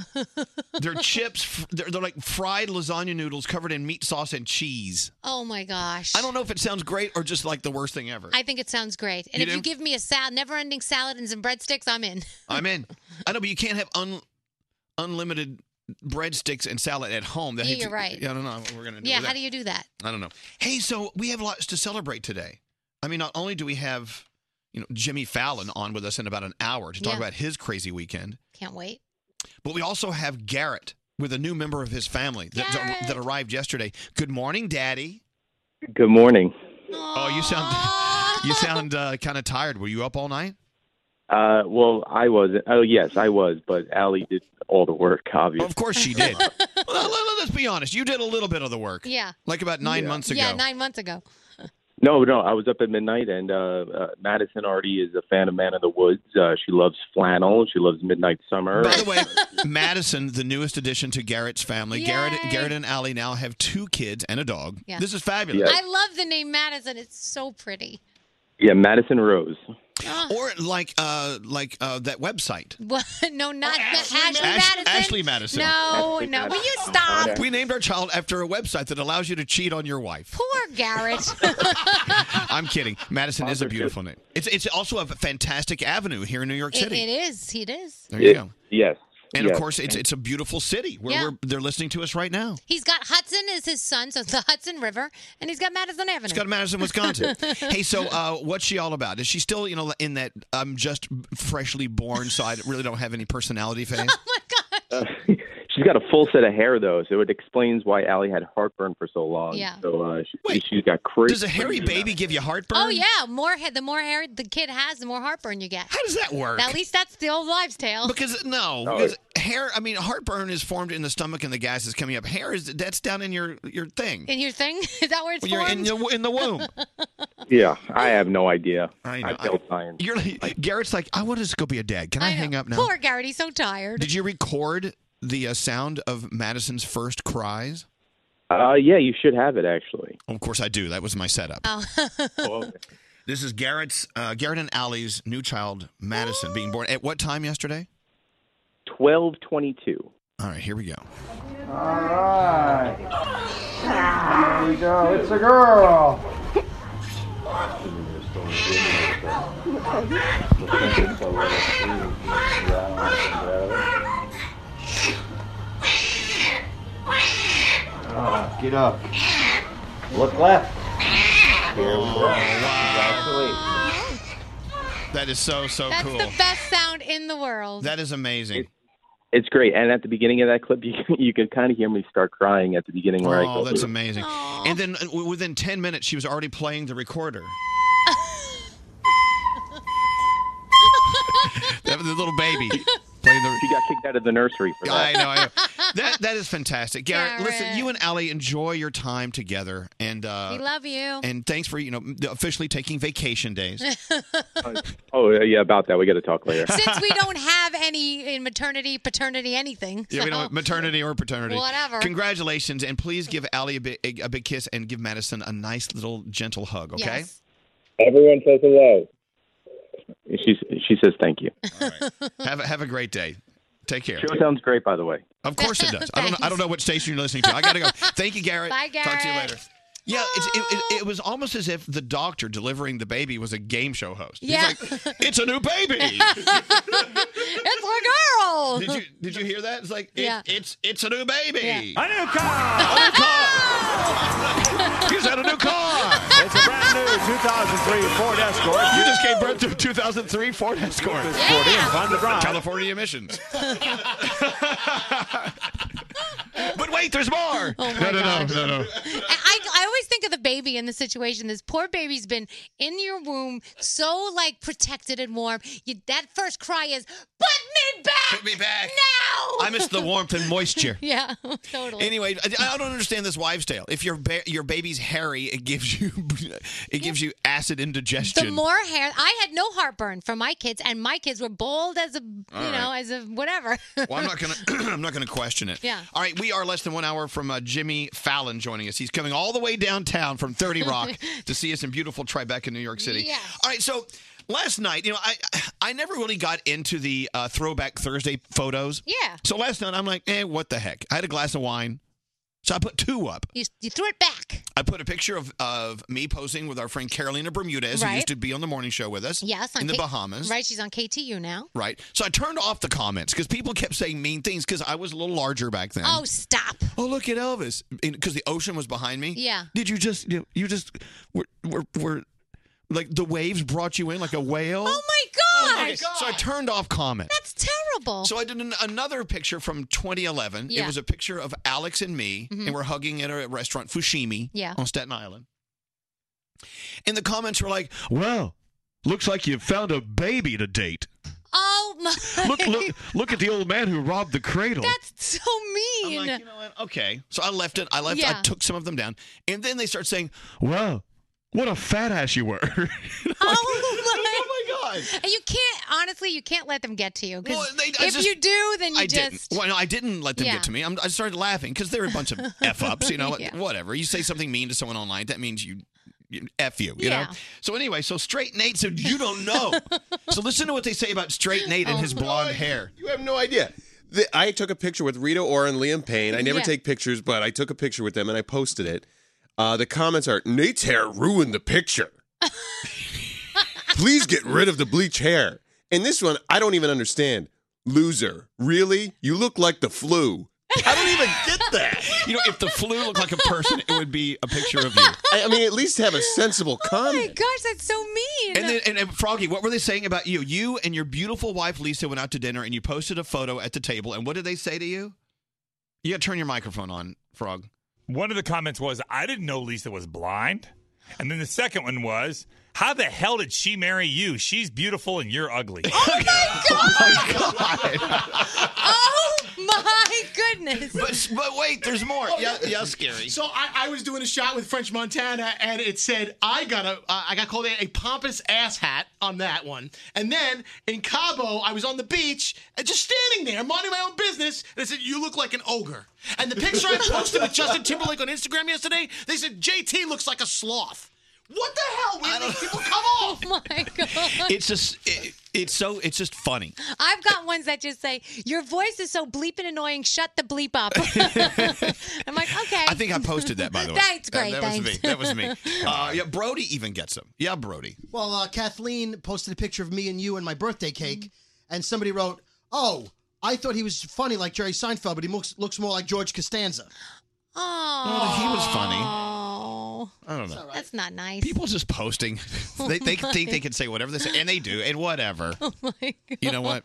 They're chips. f- They're, they're like fried lasagna noodles covered in meat sauce and cheese.
Oh my gosh.
I don't know if it sounds great or just like the worst thing ever.
I think it sounds great. And
You
if you
do?
give me a sal- never ending salad and some breadsticks, I'm in.
I'm in. I know, but you can't have un, unlimited breadsticks and salad at home.
Yeah, you're right.
I don't know what we're gonna do.
yeah,
with
how
that.
do you do that?
I don't know. Hey, so we have lots to celebrate today. I mean, not only do we have you know Jimmy Fallon on with us in about an hour to talk
Yeah.
about his crazy weekend,
Can't wait.
but we also have Garrett with a new member of his family that, that, that arrived yesterday. Good morning, Daddy.
Good morning.
Oh, you sound you sound uh, kind of tired. Were you up all night?
Uh, well, I wasn't. Oh, yes, I was, but Allie did all the work, obviously.
[LAUGHS]
Of course she did. Well, let- let- let's be honest. You did a little bit of the work,
Yeah.
like about nine
Yeah.
months ago.
Yeah, nine months ago.
No, no, I was up at midnight, and uh, uh, Madison already is a fan of Man in the Woods. Uh, she loves flannel. She loves Midnight Summer.
By the way, Madison, the newest addition to Garrett's family, Garrett, Garrett and Allie now have two kids and a dog.
Yeah.
This is fabulous.
I love the name Madison. It's so pretty.
yeah, Madison Rose.
[GASPS] Or like uh like uh that website.
[GASPS] What? No, not Ashley, Ashley
Ash-
Madison.
Oh, Ashley Madison.
No,
Ashley
no. Will you
Madison.
stop?
We named our child after a website that allows you to cheat on
[GASPS]
your wife.
Poor Garrett.
[LAUGHS] I'm kidding. Madison is a beautiful name. It's it's also a fantastic avenue here in New York
it,
City.
it is. It is.
There you go.
Yes.
And
yes.
of course, it's it's a beautiful city where
Yeah.
we're, they're listening to us right now.
He's got Hudson as his son, so it's the Hudson River, and he's got Madison Avenue. Oh,
It's got
[LAUGHS]
Madison, Wisconsin. hey, so uh, what's she all about? Is she still, you know, in that I'm just freshly born, so I really don't have any personality phase?
She's got a full set of hair, though, so it explains why Allie had heartburn for so long.
Yeah.
So uh, she, she's got crazy.
Does a hairy baby give you heartburn?
Oh yeah, more ha- the more hair the kid has, the more heartburn you get. How
does that work?
At least that's the old wives' tale.
Because
Uh,
no,
No.
because hair. I mean, heartburn is formed in the stomach and the gas is coming up. Hair is that's down in your your thing.
in your thing [LAUGHS] is that where it's
When you're in
formed?
the in the womb.
Yeah, I have no idea.
I
I failed science.
You're like, Garrett's like, I want to just go be a dad. Can I, hang up now?
Poor Garrett, he's so tired.
Did you record the uh, sound of Madison's first cries?
Uh, yeah, you should have it actually.
Of course, I do. That was my setup. This is Garrett's uh, Garrett and Allie's new child, Madison, being born at what time yesterday?
Twelve twenty-two.
All right, here we go.
All right. Here we go. It's a girl.
Uh,
Ah, get up. Look left.
Oh,
Here we go.
That is so so
That's
cool.
the [LAUGHS] best sound in the world.
That is amazing.
It's great, and at the beginning of that clip, [LAUGHS] you can, you could kind of hear me start crying at the beginning where I
oh,
go.
that's amazing. And then uh, w- within 10 minutes, she was already playing the recorder. that was the little
[LAUGHS]
baby playing the.
She got kicked out of the nursery for
I
that.
know. I know. [LAUGHS] That that is fantastic, Garrett. Listen,
Garrett.
you and Allie enjoy your time together, and uh,
we love you.
And thanks for you know officially taking vacation days.
Oh yeah, about that we got to talk
[LAUGHS]
later.
[LAUGHS] Since we don't have any in maternity, paternity, anything.
Yeah, we
so-
don't maternity or paternity.
Whatever.
Congratulations, and please give Allie a big, a, a big kiss and give Madison a nice little gentle hug. Okay.
Yes. [LAUGHS]
Everyone says hello. She she says thank you.
Have a, have a great day. Take care.
Show sounds great, by the way.
Of course it
[LAUGHS]
does. I don't. know- I don't know what station you're listening to. I gotta go. Thank you, Garrett.
Bye,
Talk to you
Garrett.
later. Yeah, it's, it, it,
[LAUGHS]
it was almost as if the doctor delivering the baby was a game show host. He's
[LAUGHS] Yeah.
like, [LAUGHS] it's a
[LAUGHS]
new baby.
it's a girl.
did you did you hear that? It's like it,
Yeah.
it's it's a new baby.
Yeah.
A new
[LAUGHS]
[LAUGHS]
He's
had a new car.
It's a brand new 2003 Ford Escort.
You just gave birth to a 2003 Ford Escort.
Ford in, find the bride.
California emissions. [LAUGHS] but wait, there's more.
Oh,
no, no, no, no, no.
I, I always think of the baby in this situation. This poor baby's been in your womb, so like protected and warm. You, that first cry is, "Put me back! Put
me back
now!" [LAUGHS]
I miss the warmth and moisture.
yeah, [LAUGHS] totally.
Anyway, I, I don't understand this wives' tale. If your ba- your baby's hairy, it gives you [LAUGHS] it gives you acid indigestion.
the more hair, I had no heartburn for my kids, and my kids were bold as a, you
All
know,
right.
as a whatever.
well, I'm not gonna. [CLEARS THROAT] I'm not gonna question it.
Yeah.
All right, we are less than one hour from uh, Jimmy Fallon joining us. He's coming all the way downtown from
[LAUGHS]
30 Rock to see us in beautiful Tribeca, New York City.
Yes.
All right, so last night, you know, I I never really got into the uh, Throwback Thursday photos.
Yeah.
So last night, I'm like, eh, what the heck? I had a glass of wine, so I put two up.
[LAUGHS] You, you threw it back.
I put a picture of, of me posing with our friend Carolina Bermudez, who
Right.
used to be on the morning show with us.
Yes, on
in the
K-
Bahamas.
Right, she's on KTU now.
Right. So I turned off the comments because people kept saying mean things because I was a little larger back then.
Oh, stop.
Oh, look at Elvis because the ocean was behind me.
Yeah.
Did you just you, you just were, were were like the waves brought you in like a whale?
Oh my
Okay,
gosh.
So I turned off comments.
That's terrible.
So I did an, another picture from 2011. It
Yeah.
was a picture of Alex and me,
Mhm.
and we're hugging at a restaurant, Fushimi,
Yeah.
on Staten Island. And the comments were like, "Wow, looks like you found a baby
[LAUGHS]
to date.
oh my.
[LAUGHS] look at the old man who robbed the
[LAUGHS]
cradle."
That's so mean.
okay, so I left it. I left. I
Yeah.
took some of them down, and then they start saying, "Wow, what a fat ass you were." [LAUGHS]
Oh
my,
[LAUGHS]
god!
And you can't honestly, you can't let them get to you. 'cause
Well, they- I
if
just-
you do,
[LAUGHS]
then you
I
just
didn't. Well, no, I didn't let them
Yeah.
get to me. I'm, I started laughing because they're a
[LAUGHS]
bunch of f ups. You know,
Yeah.
whatever. You say something mean to someone online, that means you, you f you. You know.
Yeah.
So anyway, so straight Nate said you don't know.
[LAUGHS]
so listen to what they say about straight Nate
Oh
and his
[LAUGHS]
blonde hair.
You have no idea. The, I took a picture with Rita Ora and Liam Payne. I never
Yeah.
take pictures, but I took a picture with them and I posted it. Uh, the comments are Nate's hair ruined the picture. Please get rid of the bleach hair. And this one, I don't even understand. Loser, really? You look like the flu.
I don't even get that. You know, if the flu looked like a person, it would be a picture of you.
I, I mean, at least have a sensible comment.
my gosh, that's so [LAUGHS] mean.
And then, and, and Froggy, what were they saying about you? You and your beautiful wife Lisa went out to dinner, and you posted a photo at the table. And what did they say to you? You got to [LAUGHS] turn your microphone on, Frog.
One of the comments was, I didn't know Lisa was blind. And then the second one was, How the hell did she marry you? She's beautiful
[LAUGHS]
and you're ugly.
oh my goodness. Oh,
But but wait, there's more. yeah, yeah, scary.
So I, I was doing a shot with French Montana, and it said I got a uh, I got called a, a pompous ass hat on that one. And then in Cabo, I was on the beach and just standing there, minding my own business, and it said, "You look like an ogre." And the picture I posted with Justin Timberlake on Instagram yesterday, they said JT looks like a sloth. What the hell? Where do these people come off?
Oh
[LAUGHS]
my god.
It's just it, it's so it's just funny.
I've got ones that just say, Your voice is so bleeping annoying, shut the bleep
[LAUGHS]
up. [LAUGHS] I'm like, okay.
I think I posted that by the way.
That's great,
That, that was me.
thanks.
That
[LAUGHS]
was me. Uh, yeah, Brody even gets them. Yeah, Brody.
Well, uh, Kathleen posted a picture of me and you and my birthday cake, and somebody wrote, "Oh, I thought he was funny like Jerry Seinfeld, but he looks looks more like George Costanza."
Oh,
he was funny.
Oh.
I don't know.
That's not nice.
People just posting. [LAUGHS] they they
Oh my.
think they can say whatever they say, and they do,
[LAUGHS]
and whatever.
[LAUGHS] Oh my god.
You
[LAUGHS]
know what?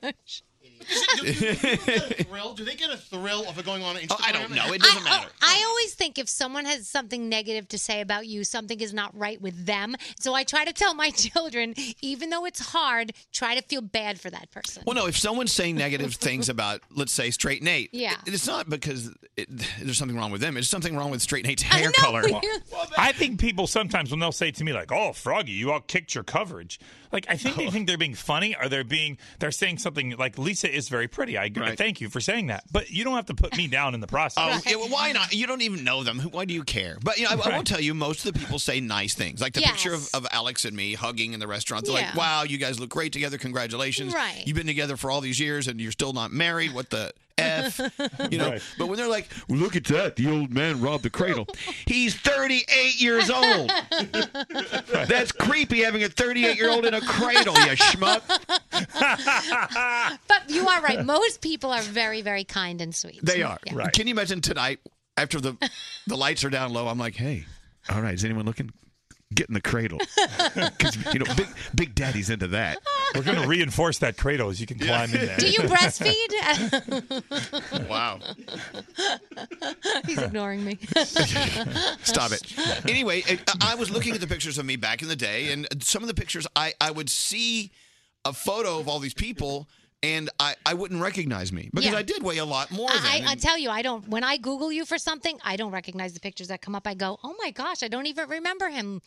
[LAUGHS]
thrill? Do they get a thrill of it going on Instagram?
Oh, I don't know. It doesn't matter.
I always think if someone has something negative to say about you, something is not right with them. So I try to tell my [LAUGHS] children, even though it's hard, try to feel bad for that person.
Well, no. If someone's saying negative things about, let's say, Straight Nate,
Yeah.
it- it's not because it, there's something wrong with them. It's something wrong with Straight Nate's hair color.
I think people sometimes when they'll say to me like, "Oh, Froggy, you all kicked your coverage," like I think
[LAUGHS]
they think they're being funny or they're being they're saying something like, "Lisa is very pretty." I agree. thank you for saying that, but you don't have to put me down in the process.
Oh, yeah, well, why not? You don't even know them. Who- Why do you care? But you know, I, I will
[LAUGHS] Right.
tell you, most of the people say nice things, like the picture of,
Yes.
of Alex and me hugging in the restaurant. They're
Yeah.
like, "Wow, you guys look great together. Congratulations!
Right.
You've been together for all these years, and you're still not married. What the
[LAUGHS]
f?" You know.
Right.
But when they're like,
Look at that. The old man robbed the cradle.
[LAUGHS] "He's 38
[LAUGHS]
years old," that's creepy. Having a 38 year old in a cradle, you
[LAUGHS]
schmuck.
[LAUGHS] but you are right. Most people are very, very kind and sweet.
They are.
Yeah. [LAUGHS]
Can you imagine tonight after the the lights are down low? I'm like, hey,
All right, is anyone looking? Get in the cradle. 'Cause, you know, big, big Daddy's into that.
[LAUGHS] We're going to reinforce that cradle as you can climb in there.
Do you breastfeed? [LAUGHS]
Wow.
He's ignoring me.
[LAUGHS]
[LAUGHS]
Stop it. Anyway, I- I was looking at the pictures of me back in the day, and some of the pictures I, I would see a photo of all these people, and I, I wouldn't recognize me because
Yeah.
I did weigh a lot more than.
I, I, I tell you, I don't. When I Google you for something, I don't recognize the pictures that come up. I go, oh my gosh, I don't even remember him.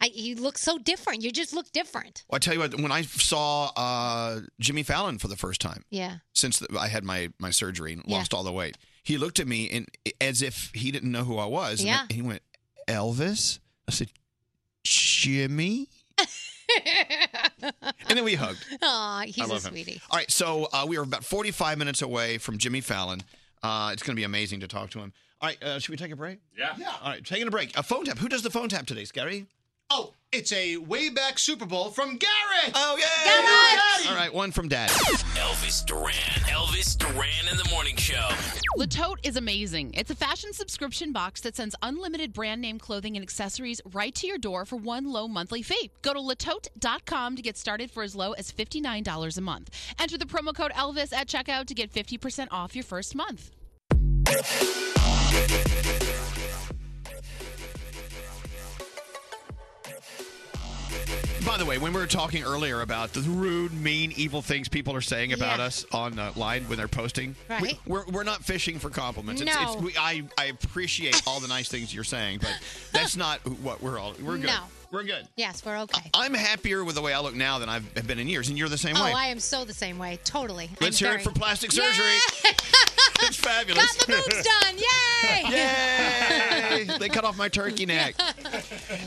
I, he looks so different. You just look different.
I tell you what, when I saw uh, Jimmy Fallon for the first time,
[LAUGHS] Yeah.
since the, I had my, my surgery and
Yeah.
lost all the weight, he looked at me and as if he didn't know who I was.
Yeah.
And he went, Elvis? I said, Jimmy? and then we hugged.
Aw, [LAUGHS]
I
he's a
love him.
sweetie.
All right, so uh, we are about 45 minutes away from Jimmy Fallon. Uh, it's going to be amazing to talk to him. All right, uh, should we take a break?
Yeah.
All right, taking a break. A phone tap. Who does the phone tap today, Scary?
Oh, it's a way back Super Bowl from Garrett.
Oh
yeah,
All right, one from Dad.
Elvis Duran. Elvis Duran in the morning show.
Latote is amazing. It's a fashion subscription box that sends unlimited brand name clothing and accessories right to your door for one low monthly fee. Go to latote.com to get started for as low as $59 a month. Enter the promo code Elvis at checkout to get 50% off your first month.
By the way, when we were talking earlier about the rude, mean, evil things people are saying about
Yeah.
us online when they're posting,
Right.
we, are we're not fishing for compliments. It's, it's,
No.
we, I, I appreciate all the nice things you're saying,
[LAUGHS]
but that's not what we're all. We're good.
No.
We're good.
Yes, we're okay.
I'm happier with the way I look now than I've been in years, and you're the same
oh,
way.
I am so the same way. Totally.
Let's
I'm
hear
very-
it for plastic surgery.
[LAUGHS]
it's fabulous.
Got the
[LAUGHS]
boobs done. Yay! [LAUGHS]
Yay! they cut off my turkey neck.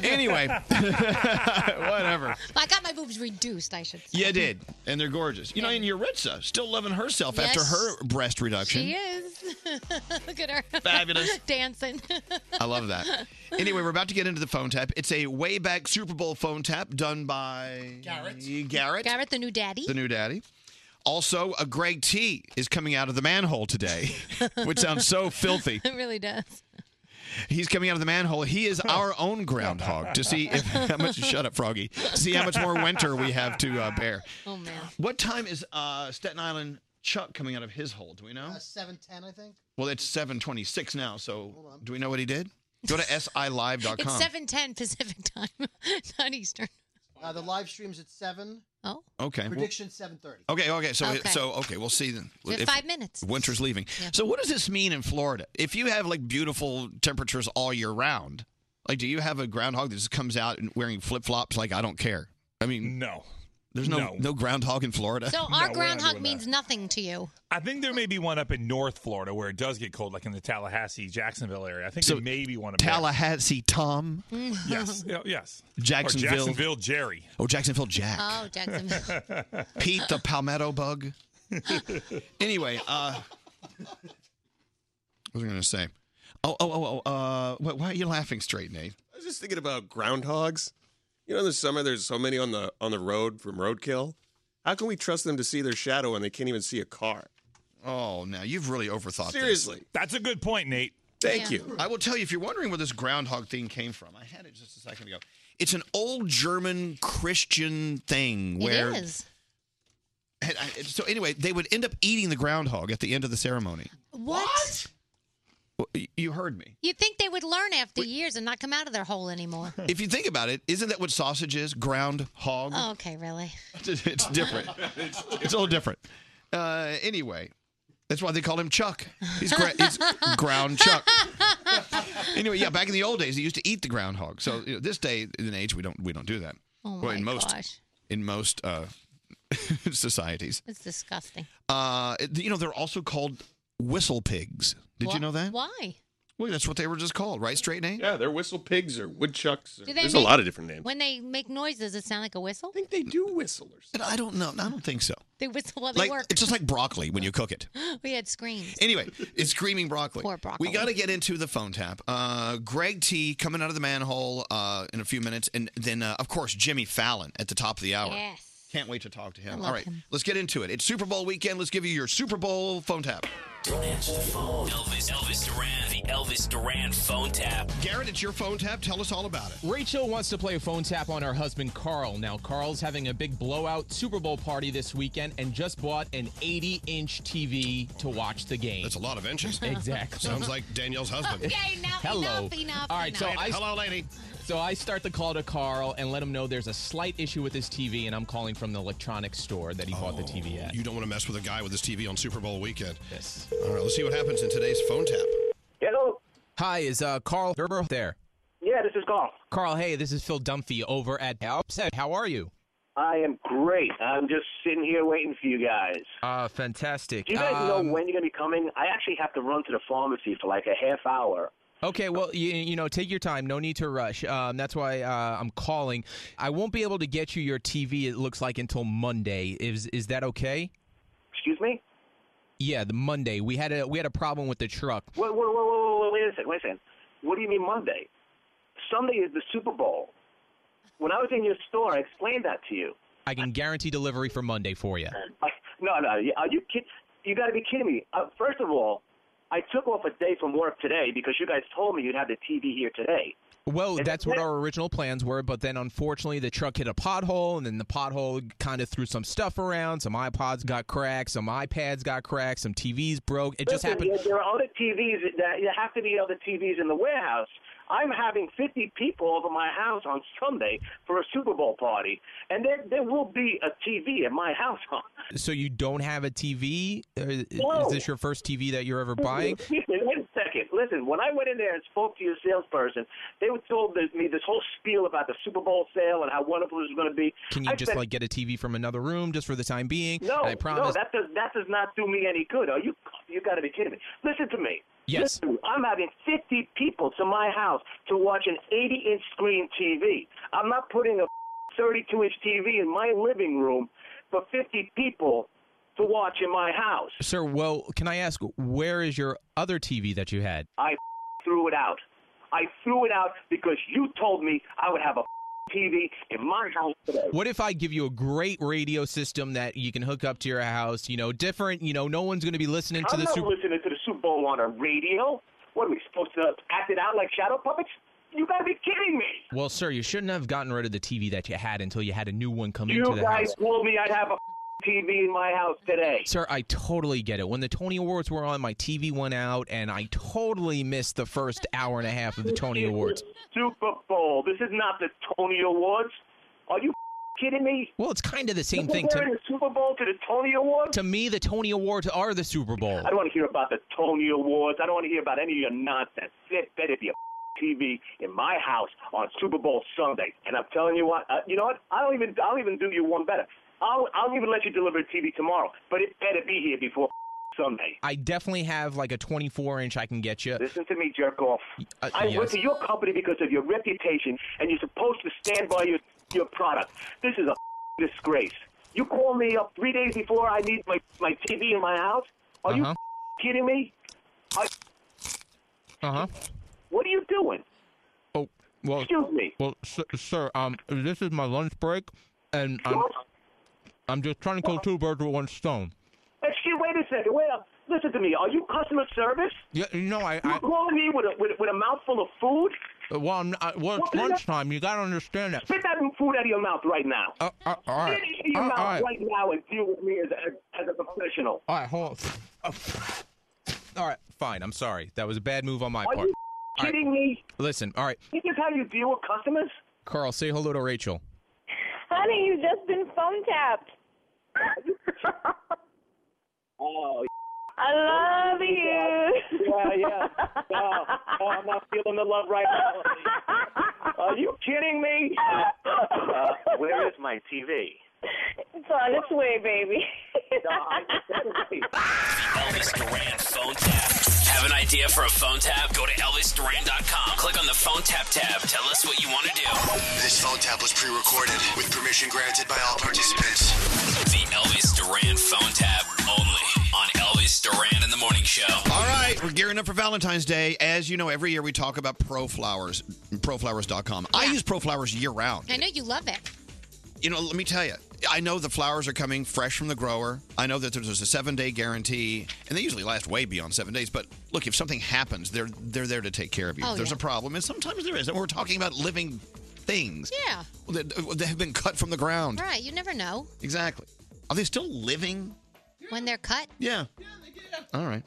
Anyway, [LAUGHS] whatever.
I got my boobs reduced, I should say.
Yeah, did. Mm-hmm. And they're gorgeous. You know, and Yuritsa, still loving herself
Yes.
after her breast reduction.
She is. [LAUGHS] Look at her.
Fabulous.
[LAUGHS] Dancing.
I love that.
[LAUGHS]
Anyway, we're about to get into the phone tap. It's a way back Super Bowl phone tap done by Garrett. Garrett,
Garrett, the new daddy.
the new daddy. Also, a Greg T is coming out of the manhole today, [LAUGHS] which sounds
[LAUGHS]
so filthy.
It really does.
[LAUGHS] He's coming out of the manhole. He is our own groundhog to see if [LAUGHS] how much. Shut up, Froggy. To see how much more winter we have to uh, bear.
Oh man.
What time is uh, Staten Island Chuck coming out of his hole? Do we know?
Seven ten, I think.
Well, it's seven twenty-six now. So, do
[LAUGHS]
we know what he did? Go to silive.com.
It's seven ten Pacific time, not Eastern.
Uh, the live stream's at seven.
Oh.
Okay. well-
Prediction seven thirty.
Okay, okay. So,
Okay.
so okay, we'll see then.
We have
If-
five minutes.
Winter's leaving.
Yeah.
So, what does this mean in Florida? If you have like beautiful temperatures all year round, like, do you have a groundhog that just comes out and wearing flip flops? Like, I don't care. I mean,
no.
There's no
No.
no, groundhog in Florida.
[LAUGHS]
So
No, we're
our
not
groundhog
doing
means nothing to you.
I think there may be one up in North Florida where it does get cold, like in the Tallahassee, Jacksonville area. I think
So,
there may be one up there.
Tallahassee Tom.
[LAUGHS]
Mm.
Yes. Yeah, yes.
Jacksonville.
Or Jacksonville Jerry.
Oh, Jacksonville Jack.
Oh, Jacksonville.
[LAUGHS]
Pete the
[LAUGHS]
palmetto bug. anyway, uh, what was I going to say? Oh, oh, oh, oh. Uh, wh- why are you laughing straight, Nate?
I was just thinking about groundhogs. You know, this summer there's so many on the on the road from roadkill. How can we trust them to see their shadow when they can't even see a car?
Oh, now you've really overthought. this.
Seriously.
That's a good point, Nate.
Thank you.
I will tell you if you're wondering where this groundhog thing came from. I [LAUGHS] had it just a second ago. It's an old German Christian thing where.
It is.
And I- So anyway, they would end up eating the groundhog at the end of the ceremony.
What?
Well, y- You heard me.
You'd think they would learn after years and not come out of their hole
[LAUGHS]
anymore.
If you think about it, isn't that what sausage is? Groundhog.
Oh, okay, really?
[LAUGHS]
[LAUGHS]
It's different. It's a little different. Uh, anyway, that's why they called him Chuck. He's, gra- he's ground Chuck. Anyway, yeah, back in the old days, they used to eat the groundhog. So you know, this day in age, we don't we don't do that.
Oh
well, in
my
most
gosh.
in most uh, [LAUGHS] societies,
It's disgusting.
uh, you know, they're also called whistle pigs. Did you
Wha-
know that?
Why?
Well, that's what they were just called, right? Straight name.
Yeah, they're whistle pigs or woodchucks. Or,
Do they
there's
make-
a lot of different names.
When they make noises, it sound like a whistle. I
think they do whistle or something.
I don't know. I don't think so.
They whistle while they
Like
work.
it's just like broccoli when you cook it.
[GASPS] we had screams.
Anyway, it's screaming broccoli.
Poor broccoli.
We got to get into the phone tap. Uh, Greg T coming out of the manhole uh, in a few minutes, and then uh, of course Jimmy Fallon at the top of the hour.
Yes.
Can't wait to talk to him.
I love
All right,
him.
let's get into it. It's Super Bowl weekend. Let's give you your Super Bowl phone tap.
Don't answer the phone. Elvis, Elvis Duran, the Elvis Duran phone tap.
Garrett, it's your phone tap. Tell us all about it.
Rachel wants to play a phone tap on her husband Carl. Now Carl's having a big blowout Super Bowl party this weekend and just bought an 80-inch TV to watch the game. That's
a lot of inches.
[LAUGHS] Exactly.
Sounds like Danielle's husband.
Okay,
now
Hello.
enough, enough,
All right, so
enough.
I
Hello,
lady.
So I start the call to Carl and let him know there's a slight issue with his TV, and I'm calling from the electronics store that he bought the TV at.
Oh, You don't want to mess with a guy with his TV on Super Bowl weekend.
Yes.
All right, let's see what happens in today's phone tap.
Hello. Hi, is uh, Carl Gerber there?
Yeah, this is Carl.
Carl, hey, this is Phil Dumphy over at Upset. How are you?
I am great. I'm just sitting here waiting for you guys.
Uh, fantastic. Um,
Do you guys know when you're gonna be coming? I actually have to run to the pharmacy for like a half hour.
Okay, well, you, you know, take your time. No need to rush. Um, that's why uh, I'm calling. I won't be able to get you your TV. It looks like until Monday. Is is that okay?
Excuse me?
Yeah, the Monday. We had a we had a problem with the truck.
Wait, wait, wait, wait, wait, wait a second, wait a second. What do you mean Monday? Sunday is the Super Bowl. When I was in your store, I explained that to you.
I can guarantee delivery for Monday for you.
I, no, no, you- are you kid? You got to be kidding me. Uh, first of all, I took off a day from work today because you guys told me you'd have the TV here today.
Well, that's what our original plans were, but then unfortunately the truck hit a pothole, and then the pothole kind of threw some stuff around. Some iPods got cracked, some iPads got cracked, some TVs broke. It just
Listen,
happened.
There, there are other TVs that there have to be other TVs in the warehouse. I'm having 50 people over my house on Sunday for a Super Bowl party, and there there will be a TV at my house. On.
So you don't have a TV? Or Is
No.
is this your first TV that you're ever buying?
[LAUGHS] Wait a second. Listen, when I went in there and spoke to your salesperson, they were told this- me this whole spiel about the Super Bowl sale and how wonderful it was going to be.
Can you
I
just
said,
like get a TV from another room just for the time being?
No,
I
no,
promise.
that does that does not do me any good. Are you you got to be kidding me? Listen to me.
Yes.
Listen, I'm having 50 people to my house to watch an 80-inch screen TV. I'm not putting a 32-inch TV in my living room for 50 people to watch in my house.
Sir, well, can I ask where is your other TV that you had?
I threw it out. I threw it out because you told me I would have a TV in my house today.
What if I give you a great radio system that you can hook up to your house? You know, different. You know, no one's going to be listening to
I'm
the
not
Super.
listening to the Super Bowl on a radio. What are we supposed to act it out like shadow puppets? You gotta be kidding me!
Well, sir, you shouldn't have gotten rid of the TV that you had until you had a new one come
You
into the
guys
house.
told me I'd have a [LAUGHS] TV in my house today.
Sir, I totally get it. When the Tony Awards were on, my TV went out, and I totally missed the first hour and a half of the Tony Awards.
Super Bowl. This is not the Tony Awards. Are you [LAUGHS] kidding me?
Well, it's kind of the same thing
Comparing
to
the Super Bowl to the Tony Awards.
to me. The Tony Awards are the Super Bowl.
I don't want to hear about the Tony Awards. I don't want to hear about any of your nonsense. Sit better be a TV in my house on Super Bowl Sunday. And I'm telling you what, uh, you know what? I'll even I'll even do you one better. I'll I'll even let you deliver a TV tomorrow, but it better be here before Sunday.
I definitely have like a 24 inch I can get you.
Listen to me, jerk off. I
yes.
went to your company because of your reputation, and you're supposed to stand by your your product. This is a disgrace. You call me up three days before I need my my TV in my house. Are
Uh-huh.
you kidding me? Are,
Uh huh.
what are you doing?
Oh, well.
Excuse me.
Well, sir, sir, um, this is my lunch break, and I'm, I'm just trying to kill two birds with one stone.
Excuse. Wait a second. Wait up. Listen to me. Are you customer service?
Yeah, you know, I. I Uh,
You're calling me with a with, a- with a mouthful of food.
well, I'm, I, well, it's
What is that?
lunchtime. You gotta understand that.
Spit that food out of your mouth right now.
Uh, uh, all
Spit
right.
it in your
all
mouth
right.
right now and deal with me as a, as a professional.
All right, hold on. All right, fine. I'm sorry. That was a bad move on my
Are
part.
you
All right,
kidding me?
Listen, all right,
This is how you deal with customers?
Carl, say hello to Rachel.
Honey, you've just been phone tapped.
[LAUGHS] Oh,
I love you.
Yeah, yeah. Oh, oh, I'm not feeling the love right
[LAUGHS]
now. Are you kidding me? Uh, where is my TV?
It's on its way, baby.
Elvis Duran phone tap. Have an idea for a phone tap? Go to ElvisDuran.com. Click on the phone tap tab. Tell us what you want to do.
This phone tap was pre-recorded with permission granted by all participants.
The Elvis Duran phone tap only on Elvis Duran in the Morning Show.
All right, we're gearing up for Valentine's Day. As you know, every year we talk about Pro Flowers, proflowers.com. I use Pro Flowers year round.
I know you love it.
You know, let me tell you, I know the flowers are coming fresh from the grower. I know that there's a seven day guarantee, and they usually last way beyond seven days. But look, if something happens, they're they're there to take care of you.
Oh,
if there's
yeah.
a problem, and sometimes there is, and we're talking about living things.
Yeah.
That, that have been cut from the ground.
Right. You never know
Exactly. Are they still living?
when they're cut.
Yeah. All right.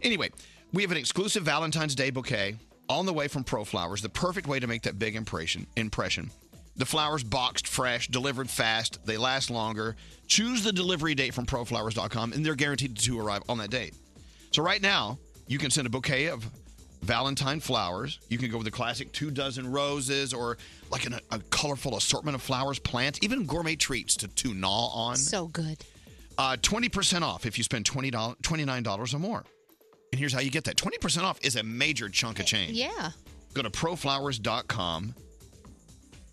Anyway, we have an exclusive Valentine's Day bouquet on the way from Pro Flowers, the perfect way to make that big impression. Impression. The flowers boxed fresh, delivered fast, they last longer. Choose the delivery date from proflowers.com and they're guaranteed to arrive on that date. So right now, you can send a bouquet of Valentine flowers. You can go with a classic two dozen roses or like an, a colorful assortment of flowers, plants, even gourmet treats to, to gnaw on.
So good.
Uh, 20% off if you spend $20, $29 or more. And here's how you get that 20% off is a major chunk of change.
Yeah.
Go to proflowers.com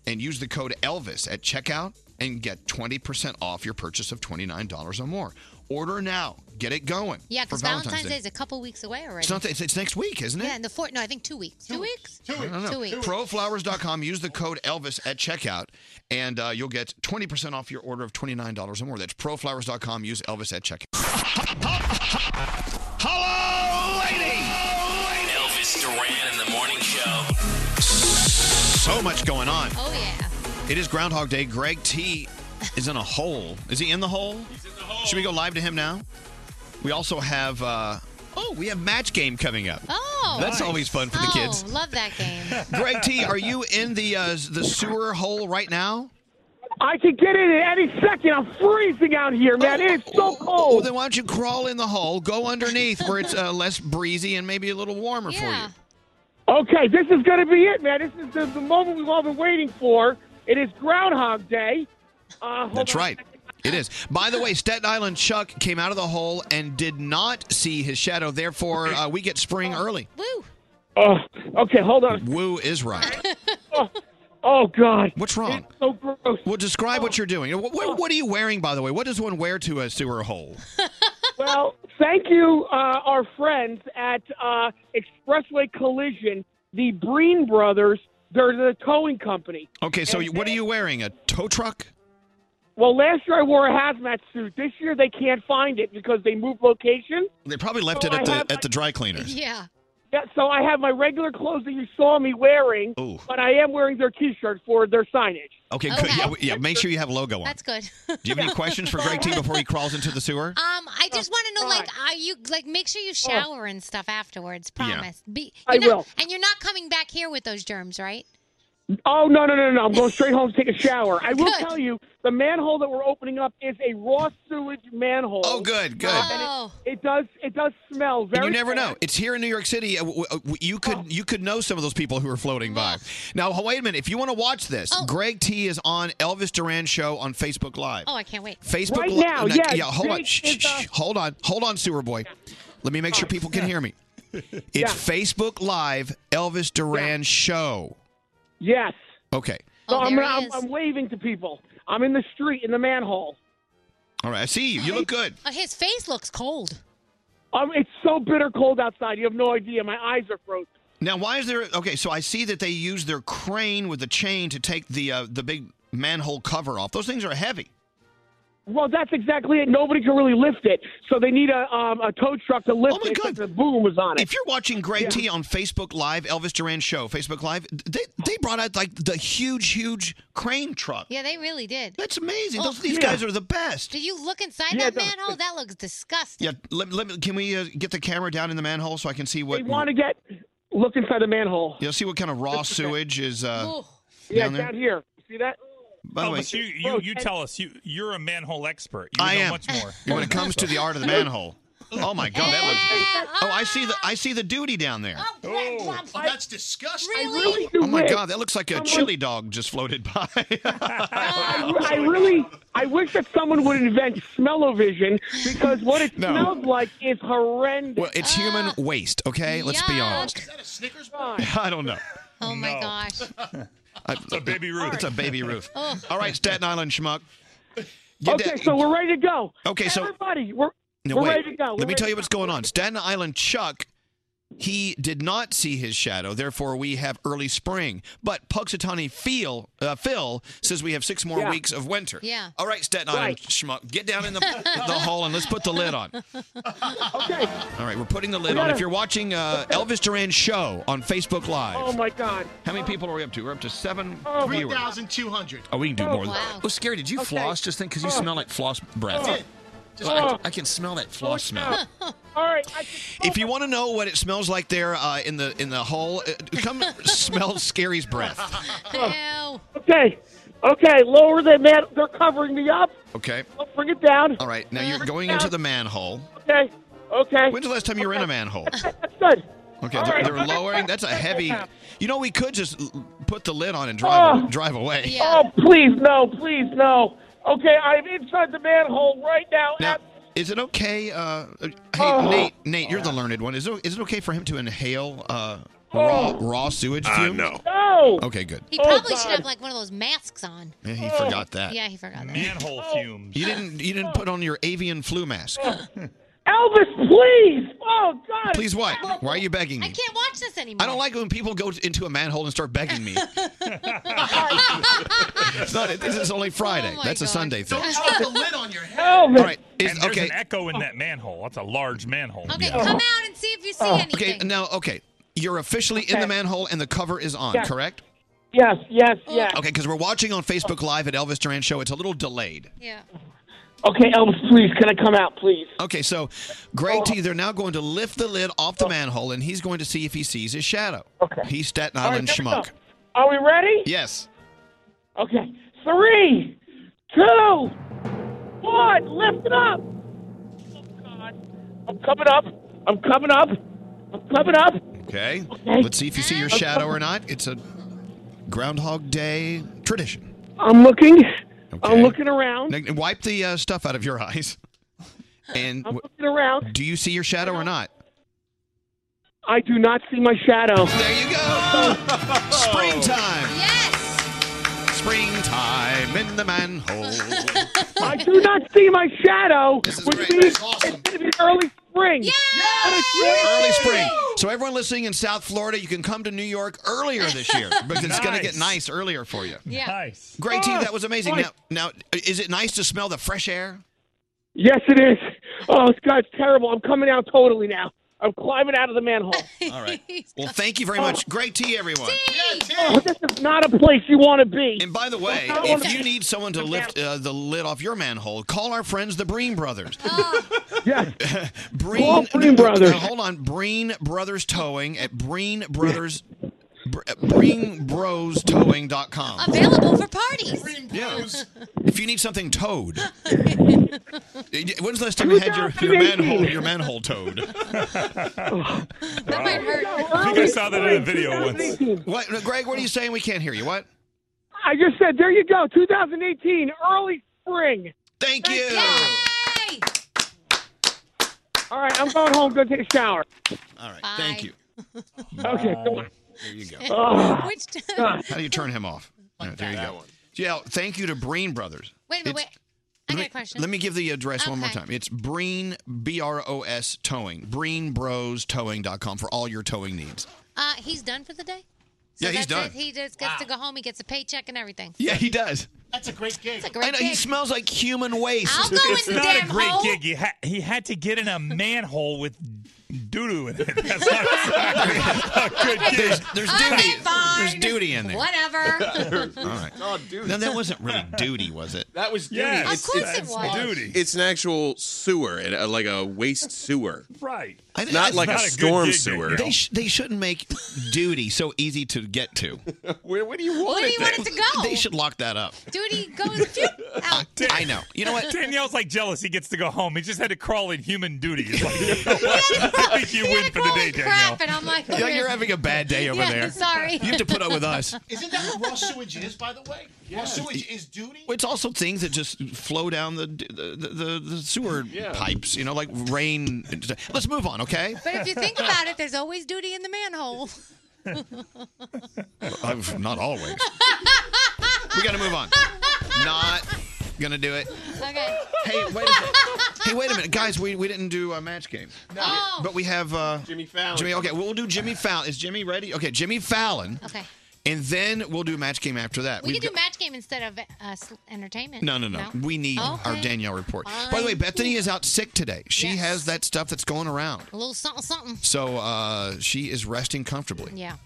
and use the code Elvis at checkout and get 20% off your purchase of $29 or more. Order now. Get it going.
Yeah,
for
because Valentine's, Day is a couple weeks away already.
It's, not that- it's, it's next week, isn't it?
Yeah, in the fort. No, I think two weeks. Two, weeks?
I don't know.
Two weeks.
Proflowers.com. Use the code Elvis at checkout, and uh, you'll get 20% off your order of $29 or more. That's proflowers.com. Use Elvis at checkout. Hello, lady.
Elvis Duran in the Morning Show.
So much going on.
Oh yeah.
It is Groundhog Day. Greg T is in a hole. Is he in the hole? He's in the hole. Should we go live to him now? We also have, uh, oh, we have match game coming up.
Oh.
That's always fun for the
oh,
kids.
Love that game.
[LAUGHS] Greg
[LAUGHS]
T, are you in the uh, the sewer hole right now?
I could get in at any second. I'm freezing out here, man. it is so cold.
Well, Oh, then why don't you crawl in the hole, go underneath where it's uh, less breezy and maybe a little warmer for you.
Okay, this is going to be it, man. This is the, the moment we've all been waiting for. It is Groundhog Day. Uh, hold
That's
on.
right. It is. By the way, Staten Island Chuck came out of the hole and did not see his shadow. Therefore, uh, we get spring early.
Woo.
Oh, okay, hold on.
Woo is right.
oh, oh, God.
What's wrong?
It's so gross. Oh.
Well, describe what you're doing. What, what, what are you wearing, by the way? What does one wear to a sewer hole?
well, thank you, uh, our friends at uh, Expressway Collision, the Breen Brothers. They're the towing company.
Okay, so you- what are you wearing? A tow truck?
Well, last year I wore a hazmat suit. This year they can't find it because they moved location.
They probably left
So
it at
Oh, I
the
have
at the dry cleaners.
Yeah.
Yeah, so I have my regular clothes that you saw me wearing,
Ooh.
but I am wearing their T-shirt for their signage.
Okay, good. Yeah, yeah, make sure you have a logo on.
That's good.
Do you have any questions for
[LAUGHS]
Greg
[LAUGHS]
T before he crawls into the sewer?
Um, I just want to know, like, are you like make sure you shower and stuff afterwards?
Yeah.
Promise. Be,
I
you're not-
will.
And you're not coming back here with those germs, right?
Oh no no no no! I'm going straight home to take a shower. I will tell you, the manhole that we're opening up is a raw sewage manhole.
Oh, good, good.
And it, it does it does smell
And
very.
you never
bad.
know. It's here in New York City. Uh, w- w- You could you could know some of those people who are floating by. Now, wait a minute. If you want to watch this,
Oh.
Greg T is on Elvis Duran show on Facebook Live.
Oh, I can't wait.
Facebook Li- no, yeah. Hold on, shh, shh,
uh,
shh. hold on, hold on, sewer boy. Let me
Oh,
make sure people can hear me. It's
Yeah.
Facebook Live Elvis Duran show.
Yes.
Okay.
Oh,
So I'm, I'm, I'm waving to people. I'm in the street in the manhole.
All right. I see you. You look good.
Uh, his face looks cold.
Um, it's so bitter cold outside. You have no idea. My eyes are frozen.
Now, why is there? Okay, so I see that they use their crane with the chain to take the uh, the big manhole cover off. Those things are heavy.
Well, that's exactly it. Nobody can really lift it, so they need a um, a tow truck to lift it. It's like The boom was on it.
Oh If you're watching Greg
Yeah.
T on Facebook Live, Elvis Duran Show, Facebook Live, they they brought out like the huge, huge crane truck.
Yeah, they really did. Oh,
That's amazing. Those- these guys are the best.
Did you look inside
Yeah,
that
no.
manhole? That looks disgusting.
Yeah, let, let me, can we uh, get the camera down in the manhole so I can see what?
You want to get look inside the manhole.
You'll see what kind of raw sewage is. Uh,
yeah,
down there.
down here. See that?
By the way,
Elvis, Oh, you, you, you tell us. You, you're a manhole expert. You
I
know
am.
much more.
[LAUGHS] When it comes to the art of the manhole. Oh my God, that looks. Oh, I see the I see the duty down there.
Oh, that's disgusting.
Oh my God, that looks like a chili dog just floated by.
I, I really, I wish that someone would invent smell-o-vision because what it
No.
smells like is horrendous.
Well, it's human waste. Okay, let's be honest.
Is
that a Snickers
bar?
[LAUGHS] I don't know.
[LAUGHS] Oh my
[LAUGHS]
gosh.
It's a baby Ruth. uh, It's a baby Ruth.
Oh.
All right, Staten Island schmuck.
Okay, so we're ready to go.
Okay, so
everybody, we're,
No,
we're
wait.
ready to go.
Let me tell you what's going on. Staten Island Chuck, he did not see his shadow. Therefore, we have early spring. But Puxatani Phil, uh, Phil says we have six more
Yeah.
weeks of winter.
Yeah.
All right, Staten Island schmuck, get down
[LAUGHS]
in the, the hole and let's put the lid on.
[LAUGHS]
okay.
All right, we're putting the lid
We
on.
gotta-
If you're watching uh, Elvis Duran show on Facebook Live,
Oh my God.
how many people are we up to? We're up to seven
Oh,
viewers.
1,200.
Oh, we can do
Oh,
more.
wow.
Oh, Scary, did you
Okay.
floss just think? Because you
Oh.
smell like floss breath.
I did. Just-
I, I can smell that floss smell.
All right. I,
If you want to know what it smells like there uh, in the in the hole, uh, come [LAUGHS] smell Scary's breath.
oh. okay. Okay. Lower the man. They're covering me up.
Okay.
Bring it down.
All right. Now you're going into the manhole.
Okay. Okay.
When's the last time you were in a manhole?
That's good.
Okay.
All
They're,
right.
they're lowering. That's a heavy. You know, we could just l- put the lid on and drive
Oh.
drive away.
Oh, please no, please no. Okay, I'm inside the manhole right now.
Now, is it okay? Uh, uh, hey,
Oh.
Nate. Nate, you're the learned one. Is it is it okay for him to inhale uh,
Oh.
raw raw sewage
Uh,
fumes?
no.
No.
Okay. Good.
He probably should have like one of those masks on.
Oh, Yeah, he forgot that.
Yeah, he forgot that.
Manhole
Oh.
fumes.
You didn't. You didn't put on your avian flu mask.
[LAUGHS] Elvis, please. Oh God.
Please, what? Why are you begging
I
me?
can't watch this anymore.
I don't like when people go into a manhole and start begging
[LAUGHS]
me. it's not. This is only
Oh
Friday. That's a Sunday thing.
[LAUGHS]
Don't drop the lid on your head.
All
right. Is,
and there's
okay.
an echo in that manhole. That's a large manhole.
Okay, come out and see if you see anything.
Oh, Okay. Now, okay. You're officially in the manhole and the cover is on,
Yeah.
correct?
Yes. Yes. Yes.
Okay, because we're watching on Facebook Live at Elvis Duran Show. It's a little delayed.
Yeah.
Okay, Elvis, please, can I come out, please? Oh.
Okay, so Greg T, they're now going to lift the lid off the manhole, and he's going to see if he sees his shadow. Okay. He's Staten
All right,
Island
here we
schmuck.
go. Are we ready?
Yes.
Okay. Three, two, one. Lift it up. Oh God. I'm coming up. I'm coming up. I'm coming up.
Okay.
Okay.
Let's see if you see your shadow or not. It's a Groundhog Day tradition.
I'm looking. I'm looking around.
Now, wipe the uh, stuff out of your [LAUGHS] eyes. And w-
Looking around.
do you see your shadow or not?
I do not see my shadow.
There
[LAUGHS]
you go. Springtime. Yes. Springtime in the [LAUGHS] manhole.
I do not see my shadow, which means it's going to be early spring.
Early spring. So everyone listening in South Florida, you can come to New York earlier this [LAUGHS] year because it's going to get
Nice.
nice earlier for you.
Yeah.
Nice.
Great team, that was amazing.
Oh.
Now, now, is it nice to smell the fresh [LAUGHS] air?
Yes, it is. Oh, it's- God, it's terrible. I'm coming out totally now. I'm climbing out of the manhole.
All right. Well, thank you very much. Great tea, everyone.
Oh, this is not a place you want to be.
And by the way,
That's not one of
if you need someone to lift uh, the lid off your manhole, call our friends the Breen
[LAUGHS]
Brothers.
Oh.
yes. [LAUGHS] Breen, [LAUGHS]
Call Breen Brothers.
Now, hold on. Breen Brothers Towing at Breen Brothers Br- bringbros.towing.com.
Available for parties.
Yeah. If you need
[LAUGHS]
something towed. Eh, When's the last time you had your, your manhole your manhole [LAUGHS] towed?
That might hurt.
I think I saw that in a video once.
What, no, Greg? What are you saying? We can't hear you. What?
I just said, there you go, 2018, early spring.
Thank, you.
All right, I'm going home. Go take a shower.
All right. Thank you.
Okay, come on.
Uh, There you go.
Ugh.
[LAUGHS] Which-
[LAUGHS]
How do you turn him off? All right, there you go. Yeah. Thank you to Breen Brothers.
Wait a minute,
It's-
wait. I
let
got
me-
a question.
Let me give the address one more
Okay.
time. It's Breen, B R O S Towing, BreenBrosTowing.com for all your towing needs.
Uh, he's done for the day. So
Yeah,
that's
he's done.
It. He just gets to go home. He gets a paycheck and everything.
Yeah, he does.
That's a great gig. That's a
I
great
know,
gig.
he smells like human waste.
I'll go
it's
in the
not
damn
a great
hole.
gig. He, ha- he had to get in a manhole with doo doo in it. [LAUGHS] That's not a good gig.
There's, there's duty. There's duty in there.
Whatever.
[LAUGHS] All right.
Oh, dude.
No, that wasn't really duty, was it?
That was
duty.
Yeah,
Of course it
was.
duty.
It's an actual sewer, and, uh, like a waste sewer.
Right.
I-
Not
I-
like a storm sewer.
They, sh- they shouldn't make duty so easy to get to.
[LAUGHS] Where, where do you
Where do you want it to go?
They should lock that up.
Duty goes.
[LAUGHS]
phew, out.
I know. You know what?
Danielle's like jealous. He gets to go home. He just had to crawl in human duty. It's like, [LAUGHS] you
[LAUGHS]
know what? I think you win for the day, Danielle.
Crap, and I'm like,
You're, you're having a bad day [LAUGHS] over
Yeah, [LAUGHS]
there.
sorry.
You have to put up
[LAUGHS]
with us.
Isn't that what raw sewage is, by the way? Raw sewage is duty.
Well, It's also things that just flow down the the, the, the
[LAUGHS]
sewer pipes, you know, like rain. and stuff. Let's move on, okay?
But if you think about it, there's always duty in the
[LAUGHS]
manhole. [LAUGHS]
I've- Uh,
[LAUGHS]
not always. we got to move on. Not gonna do it.
Okay.
Hey, wait a second. Hey, wait a minute, guys. We, we didn't do a match game,
Oh.
but we have uh,
Jimmy Fallon.
Jimmy. Okay, we'll do Jimmy Fallon. Is Jimmy ready? Okay, Jimmy Fallon,
Okay.
and then we'll do match game after that.
We
Uh, We've
could do
got-
match game instead of uh, s- entertainment.
No, no, no. We need our
Okay.
Danielle report. By the way,
Fine.
Bethany is out sick today. She
Yes.
has that stuff that's going around.
A little something, something.
So uh, she is resting comfortably.
Yeah.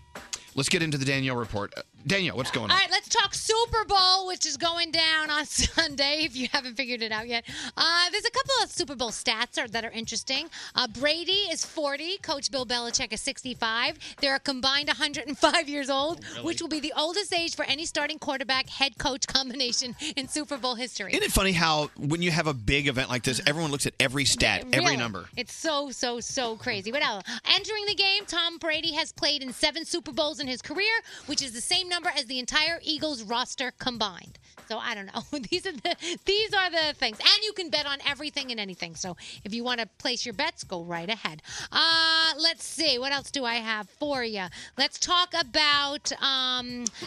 Let's get into the Danielle report. Uh, Danielle, what's going
All
on?
right, let's talk Super Bowl, which is going down on [LAUGHS] Sunday. If you haven't figured it out yet, uh, there's a couple of Super Bowl stats are, that are interesting. Uh, Brady is 40. Coach Bill Belichick is 65. They're a combined 105 years old,
Oh,
which will be the oldest age for any starting quarterback head coach combination in Super Bowl history.
Isn't it funny how when you have a big event like this, everyone looks at every stat, every
Really.
number?
It's so, so, so crazy. What else? Entering the game, Tom Brady has played in seven Super Bowls in his career, which is the same number as the entire Eagles roster combined. So I don't know. [LAUGHS] these are the these are the things, and you can bet on everything and anything. So if you want to place your bets, go right ahead. Uh, let's see. What else do I have for you? Let's talk about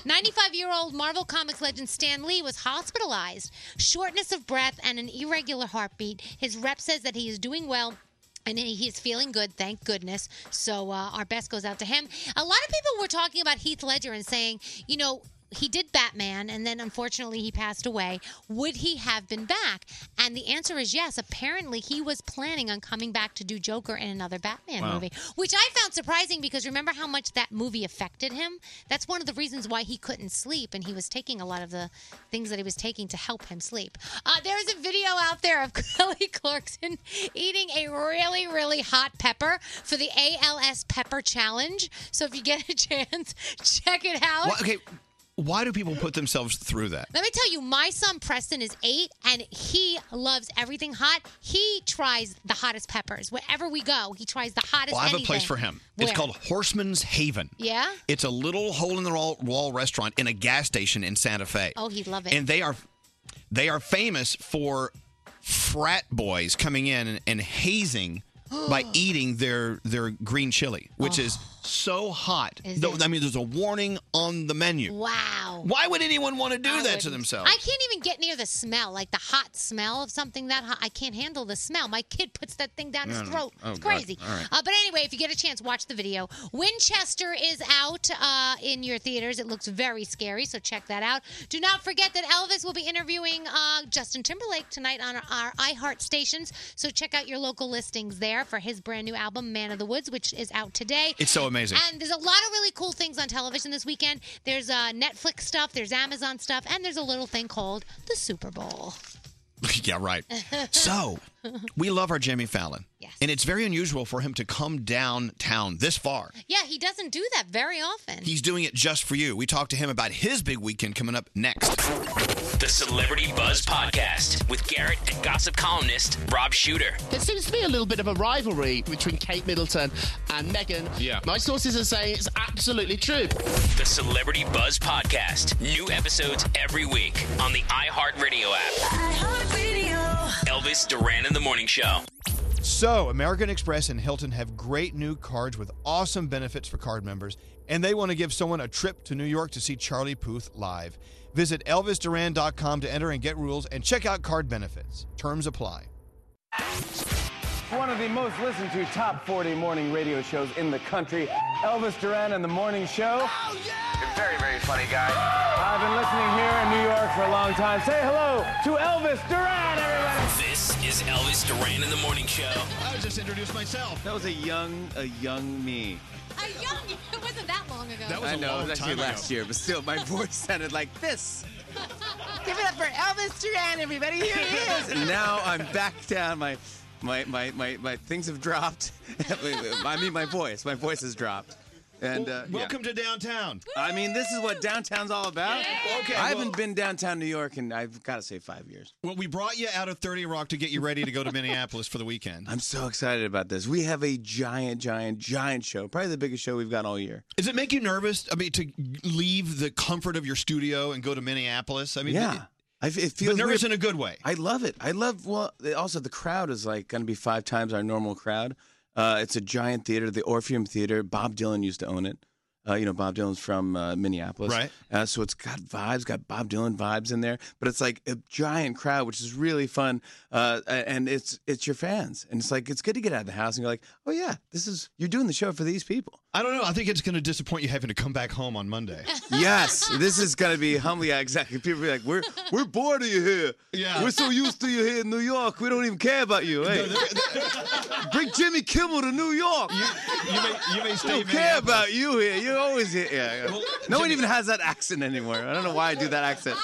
95-year-old Marvel Comics legend Stan Lee was hospitalized, shortness of breath, and an irregular heartbeat. His rep says that he is doing well. And he- he's feeling good, thank goodness. So uh, our best goes out to him. A lot of people were talking about Heath Ledger and saying, you know, he did Batman, and then unfortunately he passed away. Would he have been back? And the answer is yes. Apparently, he was planning on coming back to do Joker in another Batman
Wow.
movie, which I found surprising because remember how much that movie affected him? That's one of the reasons why he couldn't sleep, and he was taking a lot of the things that he was taking to help him sleep. Uh, there's a video out there of [LAUGHS] Kelly Clarkson eating a really, really hot pepper for the ALS Pepper Challenge. So if you get a [LAUGHS] chance, check it out.
Why, okay, why do people put themselves through that?
Let me tell you, my son Preston is eight and he loves everything hot. He tries the hottest peppers. Wherever we go, he tries the hottest
Well, I have a place
anything.
for him.
Where?
It's called Horseman's Haven.
Yeah?
It's a little hole in the wall- wall restaurant in a gas station in Santa Fe.
Oh, he'd love it.
and they are they are famous for frat boys coming in and, and [GASPS] hazing by eating their their green chili, which is so hot. Though- I mean, there's a warning on the menu.
Wow.
Why would anyone want to do that to themselves?
I can't even get near the smell, like the hot smell of something that hot. I can't handle the smell. My kid puts that thing down his
Mm.
throat.
Oh,
it's
God.
crazy.
All right.
uh, but anyway, if you get a chance, watch the video. Winchester is out uh, in your theaters. It looks very scary, so check that out. Do not forget that Elvis will be interviewing uh, Justin Timberlake tonight on our, our iHeart stations. So check out your local listings there for his brand new album, Man of the Woods, which is out today.
It's so amazing.
And there's a lot of really cool things on television this weekend. There's uh, Netflix stuff, there's
[LAUGHS]
Amazon stuff, and there's a little thing called the Super Bowl.
yeah, right. so We love our Jimmy Fallon. Yes. And it's very unusual for him to come downtown this far.
Yeah, he doesn't do that very often.
He's doing it just for you. We talk to him about his big weekend coming up next.
The Celebrity Buzz Podcast with Garrett and gossip columnist Rob Shooter.
There seems to be a little bit of a rivalry between Kate Middleton and Meghan.
Yeah.
My sources are saying it's absolutely true.
The Celebrity Buzz Podcast. New episodes every week on the iHeartRadio app. Elvis Duran in the Morning Show.
So, American Express and Hilton have great new cards with awesome benefits for card members, and they want to give someone a trip to New York to see Charlie Puth live. Visit ElvisDuran.com to enter and get rules and check out card benefits. Terms apply.
One of the most listened to top 40 morning radio shows in the country, Elvis Duran and the Morning Show. Very, very funny guy. I've been listening here in New York for a long time. Say hello to Elvis Duran, everybody.
This is Elvis Duran in the Morning Show.
I was just introduced myself.
That was a young, a young me.
A young, it wasn't that long ago.
I know, it was actually last year, but still, my [LAUGHS] voice sounded like this.
Give it up for Elvis Duran, everybody. Here he is.
And now I'm back down. My, my, my, my, my things have dropped. [LAUGHS] I mean, my voice. My voice has dropped. And uh, yeah.
Welcome to downtown.
I mean, this is what downtown's all about.
Okay,
I
well-
haven't been downtown New York in I've got to say five years.
Well, we brought you out of 30 Rock to get you ready to go [LAUGHS] to Minneapolis for the weekend.
I'm so excited about this. We have a giant, giant, giant show. Probably the biggest show we've got all year.
Does it make you nervous? I mean, to leave the comfort of your studio and go to Minneapolis? I mean,
yeah. I f- it
but
feels
nervous
weird.
in a good way.
I love it. I love. Well, the- also the crowd is like going to be five times our normal crowd. Uh, it's a giant theater, the Orpheum Theater. Bob Dylan used to own it. Uh, you know, Bob Dylan's from uh, Minneapolis,
Right.
Uh, so it's got vibes, got Bob Dylan vibes in there. But it's like a giant crowd, which is really fun. Uh, a- and it's it's your fans, and it's like it's good to get out of the house and you're like, oh yeah, this is you're doing the show for these people.
I don't know. I think it's going to disappoint you having to come back home on Monday.
yes, this is gonna be humble. Yeah, exactly. People be like, we're we're bored of you here.
Yeah.
we're so used to you here in New York. We don't even care about you. Hey. Bring Jimmy Kimmel to New York. You,
may, you may uh,
don't care about you here. You're always here. Yeah, yeah. no one even has that accent anymore. I don't know why I do that accent.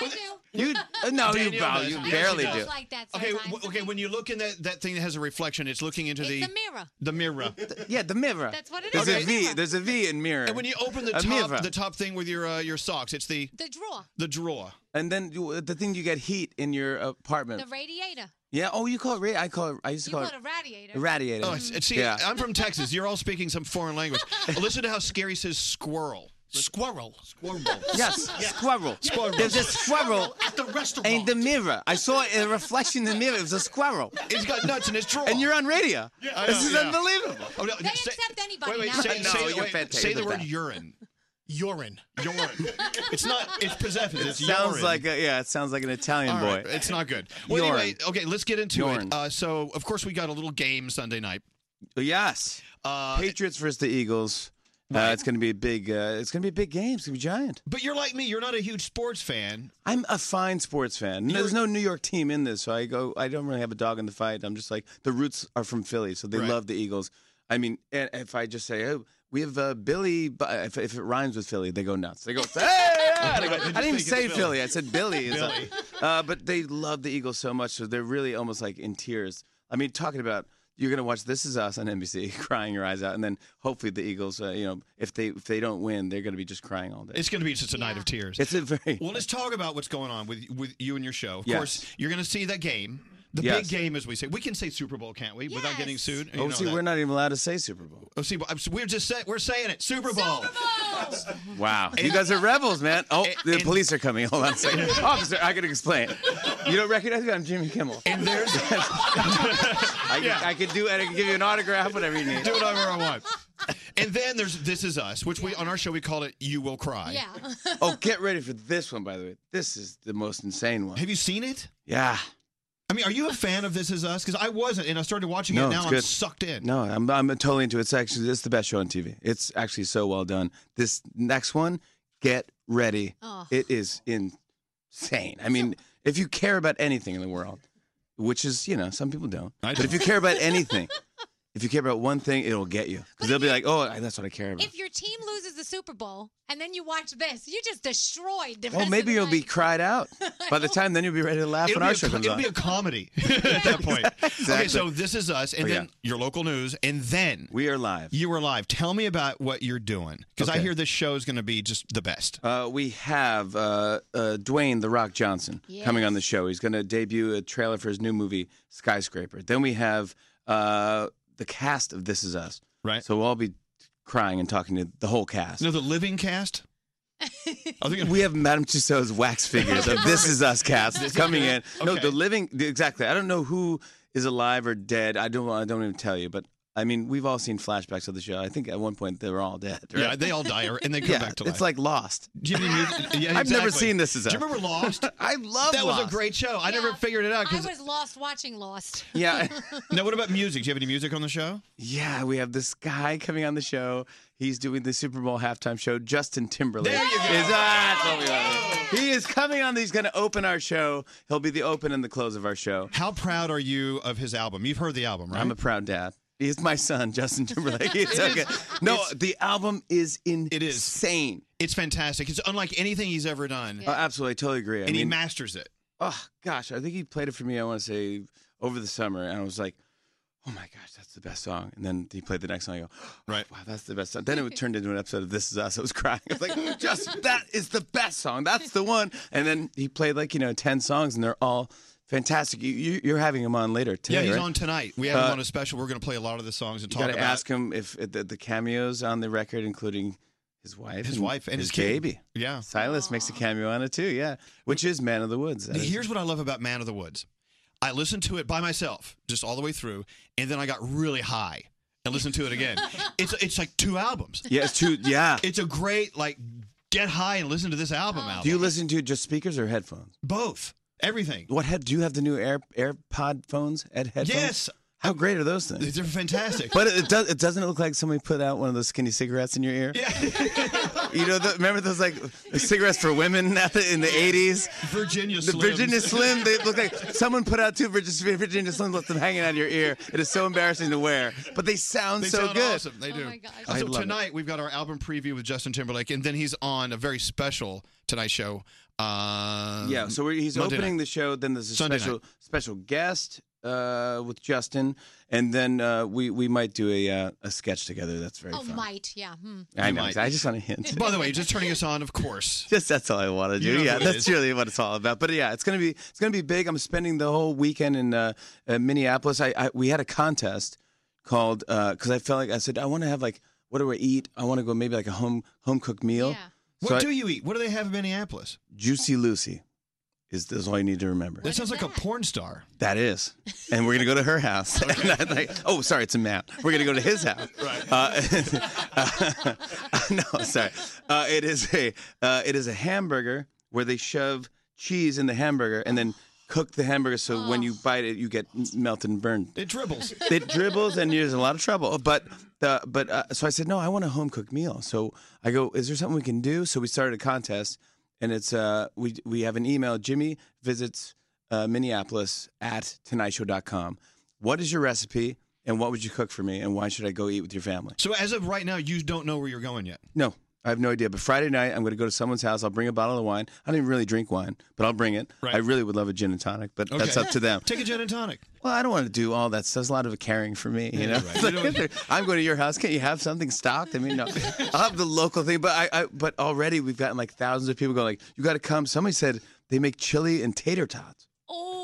You uh, no, you,
Danielle
bow,
does.
you
Yes, she
barely
does.
do.
okay, w- okay. When you look in that, that thing that has a reflection, it's looking into the,
mirror.
[LAUGHS]
the mirror.
Yeah, the mirror.
That's what it
There's
Okay.
a V. There's a V in mirror.
And when you open the
A mirror.
top, the top thing with your uh, your socks, it's the
[LAUGHS] The drawer,
the drawer.
and then you, the thing you get heat in your apartment.
the radiator.
Yeah. Oh, you call it. ra- I call it. I used to
You
call
want
it
a radiator?
Radiator.
Oh,
Mm-hmm.
it's- it's- see,
Yeah.
I'm from Texas. You're all speaking some
[LAUGHS]
foreign language. Listen to how Scary says squirrel.
Squirrel.
Squirrel. [LAUGHS]
Yes, squirrel.
Squirrel.
There's a squirrel
[LAUGHS] At the restaurant.
in the mirror. I saw it in a reflection in the mirror. It was a squirrel.
It's got nuts
[LAUGHS]
in its drawer.
And you're on radio. this is unbelievable.
Oh, no,
They accept anybody
wait, wait,
now.
say,
No,
say,
you're
wait,
fantastic.
say the
Look
word
at that.
urine.
Urine.
Urine. It's not. It's possessive.
It
it's
sounds
urine.
like a, yeah, it sounds like an Italian
All
boy.
right, it's not good. Well,
Urine.
anyway, okay, let's get into
Urine.
it. Uh, so, of course, we got a little game Sunday night. Uh,
Yes. Patriots versus the Eagles. Uh, it's going to be a big. Uh, it's going to be a big game. It's going to be giant.
But you're like me. You're not a huge sports fan.
I'm a fine sports fan. No, there's no New York team in this, so I go. I don't really have a dog in the fight. I'm just like the roots are from Philly, so they
Right.
love the Eagles. I mean, and if I just say, "Oh, we have uh, Billy," Bu- if, if it rhymes with Philly, they go nuts. They go, [LAUGHS] "Hey!"
[LAUGHS]
yeah!" They go-
They
I
just
didn't even
think it's
say
Philly.
Philly. I said Billy. It's
Billy.
like- [LAUGHS] uh, but they love the Eagles so much, so they're really almost like in tears. I mean, talking about. You're gonna watch This Is Us on NBC, [LAUGHS] crying your eyes out, and then hopefully the Eagles. Uh, you know, if they if they don't win, they're gonna be just crying all day.
It's going to be just a night of tears.
It's a very
Well, let's talk about what's going on with with you and your show. Of
Yes.
course, you're going to see that game. The
Yes.
big game, as we say, we can say Super Bowl, can't we? Without getting sued. You
Oh,
know
see,
that.
we're not even allowed to say Super Bowl.
Oh, see, I'm- we're just say, we're saying it. Super Bowl.
Wow, you guys are rebels, man. Oh, the police are coming. Hold on a
[LAUGHS]
second, officer. I can explain. You don't recognize me? I'm Jimmy Kimmel. And
there's,
[LAUGHS] I,
Yeah.
I could do, and I can give you an autograph, whatever you need.
Do whatever I want. And then there's This Is Us, which we on our show we call it You Will Cry.
[LAUGHS]
Oh, get ready for this one, by the way. This is the most insane one.
Have you seen it?
Yeah.
I mean, are you a fan of This Is Us? Because I wasn't, and I started watching
No,
it. Now
it's
I'm
good.
sucked in.
No, I'm, I'm totally into it. It's actually it's the best show on TV. It's actually so well done. This next one, get ready.
Oh.
It is insane. I mean, if you care about anything in the world, which is you know some people don't, but if you care about anything, if you care about one thing, it'll get you because they'll be like, oh, I- that's what I care about.
If your team loses the Super Bowl and then you watch this, you just destroyed the
Oh,
rest
maybe
of
you'll
the
be
[LAUGHS]
cried out.
night.
By the time then you'll be ready to laugh
It'll
when
be
our
a
show
co-
comes
it'll
on.
be
[LAUGHS]
a comedy at that point. Okay, so this is us, and
Oh, yeah.
then your local news, and then
we are live.
You are live. Tell me about what you're doing because I
Okay.
hear this show is going to be just the best.
Uh, we have uh, uh, Dwayne The Rock Johnson coming on the show. He's going to debut a trailer for his new movie, Skyscraper. Then we have uh, the cast of This Is Us. Right. So we'll all be crying and talking to the whole cast.
[LAUGHS] No, the living cast.
we have Madame Tussauds
[LAUGHS]
wax figures of This Is Us
This
cast
is
coming in.
good.
No,
Okay.
the living, the- exactly. I don't know who is alive or dead. I don't, I don't even tell you, but. I mean, we've all seen flashbacks of the show. I think at one point they were all dead. Right?
Yeah, they all die or- and they come
[LAUGHS] Yeah,
back to
It's
life.
like Lost. [LAUGHS]
Yeah,
I've never
exactly.
seen This Is
Do
Us.
you remember Lost?
[LAUGHS] I love
that was
Lost.
a great show. I never figured it out.
I
'cause-
was lost watching Lost.
[LAUGHS]
[LAUGHS]
Yeah.
now, what about music? Do you have any music on the show?
Yeah, we have this guy coming on the show. He's doing the Super Bowl halftime show. Justin Timberlake.
There you go.
Is, that's what we want. He is coming on. He's going to open our show. He'll be the open and the close of our show.
How proud are you of his album? You've heard the album, right?
I'm a proud dad. He's my son, Justin Timberlake.
[LAUGHS]
It's
It
okay.
is-
No, the album is insane. It
is.
It's
fantastic. It's unlike anything he's ever done.
Oh, absolutely. I totally agree. I
and he
mean-
masters it.
Oh gosh, I think he played it for me. I want to say over the summer, and I was like, "Oh my gosh, that's the best song!" And then he played the next song. I go, "Right, wow, that's the best song." Then it turned into an episode of This Is Us. I was [LAUGHS] crying. I was like, "Mm,
[LAUGHS]
"Just that is the best song. That's the one." And then he played like you know ten songs, and they're all fantastic. You, you you're having him on later today.
yeah, he's
right?
on tonight. We have him
Uh,
on a special. We're going to play a lot of the songs and
You
talk
got to
about
ask him if if the, the cameos on the record, including. His wife,
His wife and his kid.
baby.
Yeah,
Silas makes a cameo on it too. Yeah, which is Man of the Woods. That [LAUGHS] is-
Here's what I love about Man of the Woods. I listened to it by myself, just all the way through, and then I got really high and listened to
[LAUGHS]
it again. it's it's like two albums.
Yeah, it's two. Yeah.
It's a great like get high and listen to this album album.
Do you listen to just speakers or headphones?
Both. Everything.
What head? Do you have the new Air AirPod phones at headphones?
Yes.
How great are those things?
They're fantastic.
But it, it does. It doesn't look like somebody put out one of those skinny cigarettes in your ear. you know, the, remember those like cigarettes for women [LAUGHS] at the- in the eighties?
Virginia
The
Slims. [LAUGHS]
Virginia Slim. They look like someone put out two Virginia, Virginia Slims, left them hanging out of your ear. It is so embarrassing to wear, but they sound
They
so
sound
good.
awesome. They do.
I
So
love it.
tonight we've got our album preview with Justin Timberlake, and then he's on a very special tonight show. Uh,
yeah, so we- he's
Monday
opening
night.
the show. Then there's a
Sunday
special
night.
special guest uh, with Justin, and then uh, we we might do a uh, a sketch together. That's very
Oh,
fun.
might. Yeah. Hmm.
I
You
know.
might.
I just want a hint.
By the way, just turning us on, of course.
[LAUGHS] Just that's all I want to do.
You know
yeah,
who it
that's
is.
really what it's all about. But yeah, it's gonna be it's gonna be big. I'm spending the whole weekend in uh, uh, Minneapolis. I, I we had a contest called because I felt like I said I want to have like what do I eat? I want to go maybe like a home home cooked meal.
What do you eat? What do they have in Minneapolis?
Juicy Lucy is, is all you need to remember.
That sounds like a porn star.
That is. And we're going to go to her house. [LAUGHS] And I'm like, oh, sorry, it's a man. We're going to go to his
[LAUGHS]
house. Right. Uh, [LAUGHS] no, sorry. Uh, it is a uh, it is a hamburger where they shove cheese in the hamburger and then cook the hamburger so when you bite it you get melted and burned.
It dribbles.
[LAUGHS] It dribbles and there's a lot of trouble. But the but uh, so I said no, I want a home cooked meal. So I go, is there something we can do? So we started a contest, and it's uh we we have an email. Jimmy visits uh, Minneapolis at tonightshow.com. What is your recipe? And what would you cook for me? And why should I go eat with your family?
So as of right now, you don't know where you're going yet.
No, I have no idea. But Friday night, I'm going to go to someone's house. I'll bring a bottle of wine. I don't even really drink wine, but I'll bring it.
Right.
I really would love a gin and tonic, but that's
Okay.
up to them.
Take a gin and tonic.
Well, I don't want to do all that. So there's a lot of caring for me, you know.
Yeah, right. You
[LAUGHS] I'm going to your house. Can't you have something stocked? I
[LAUGHS]
mean, no. I'll have the local thing, but I, I but already we've gotten like thousands of people going like, "You got to come." Somebody said they make chili and tater tots.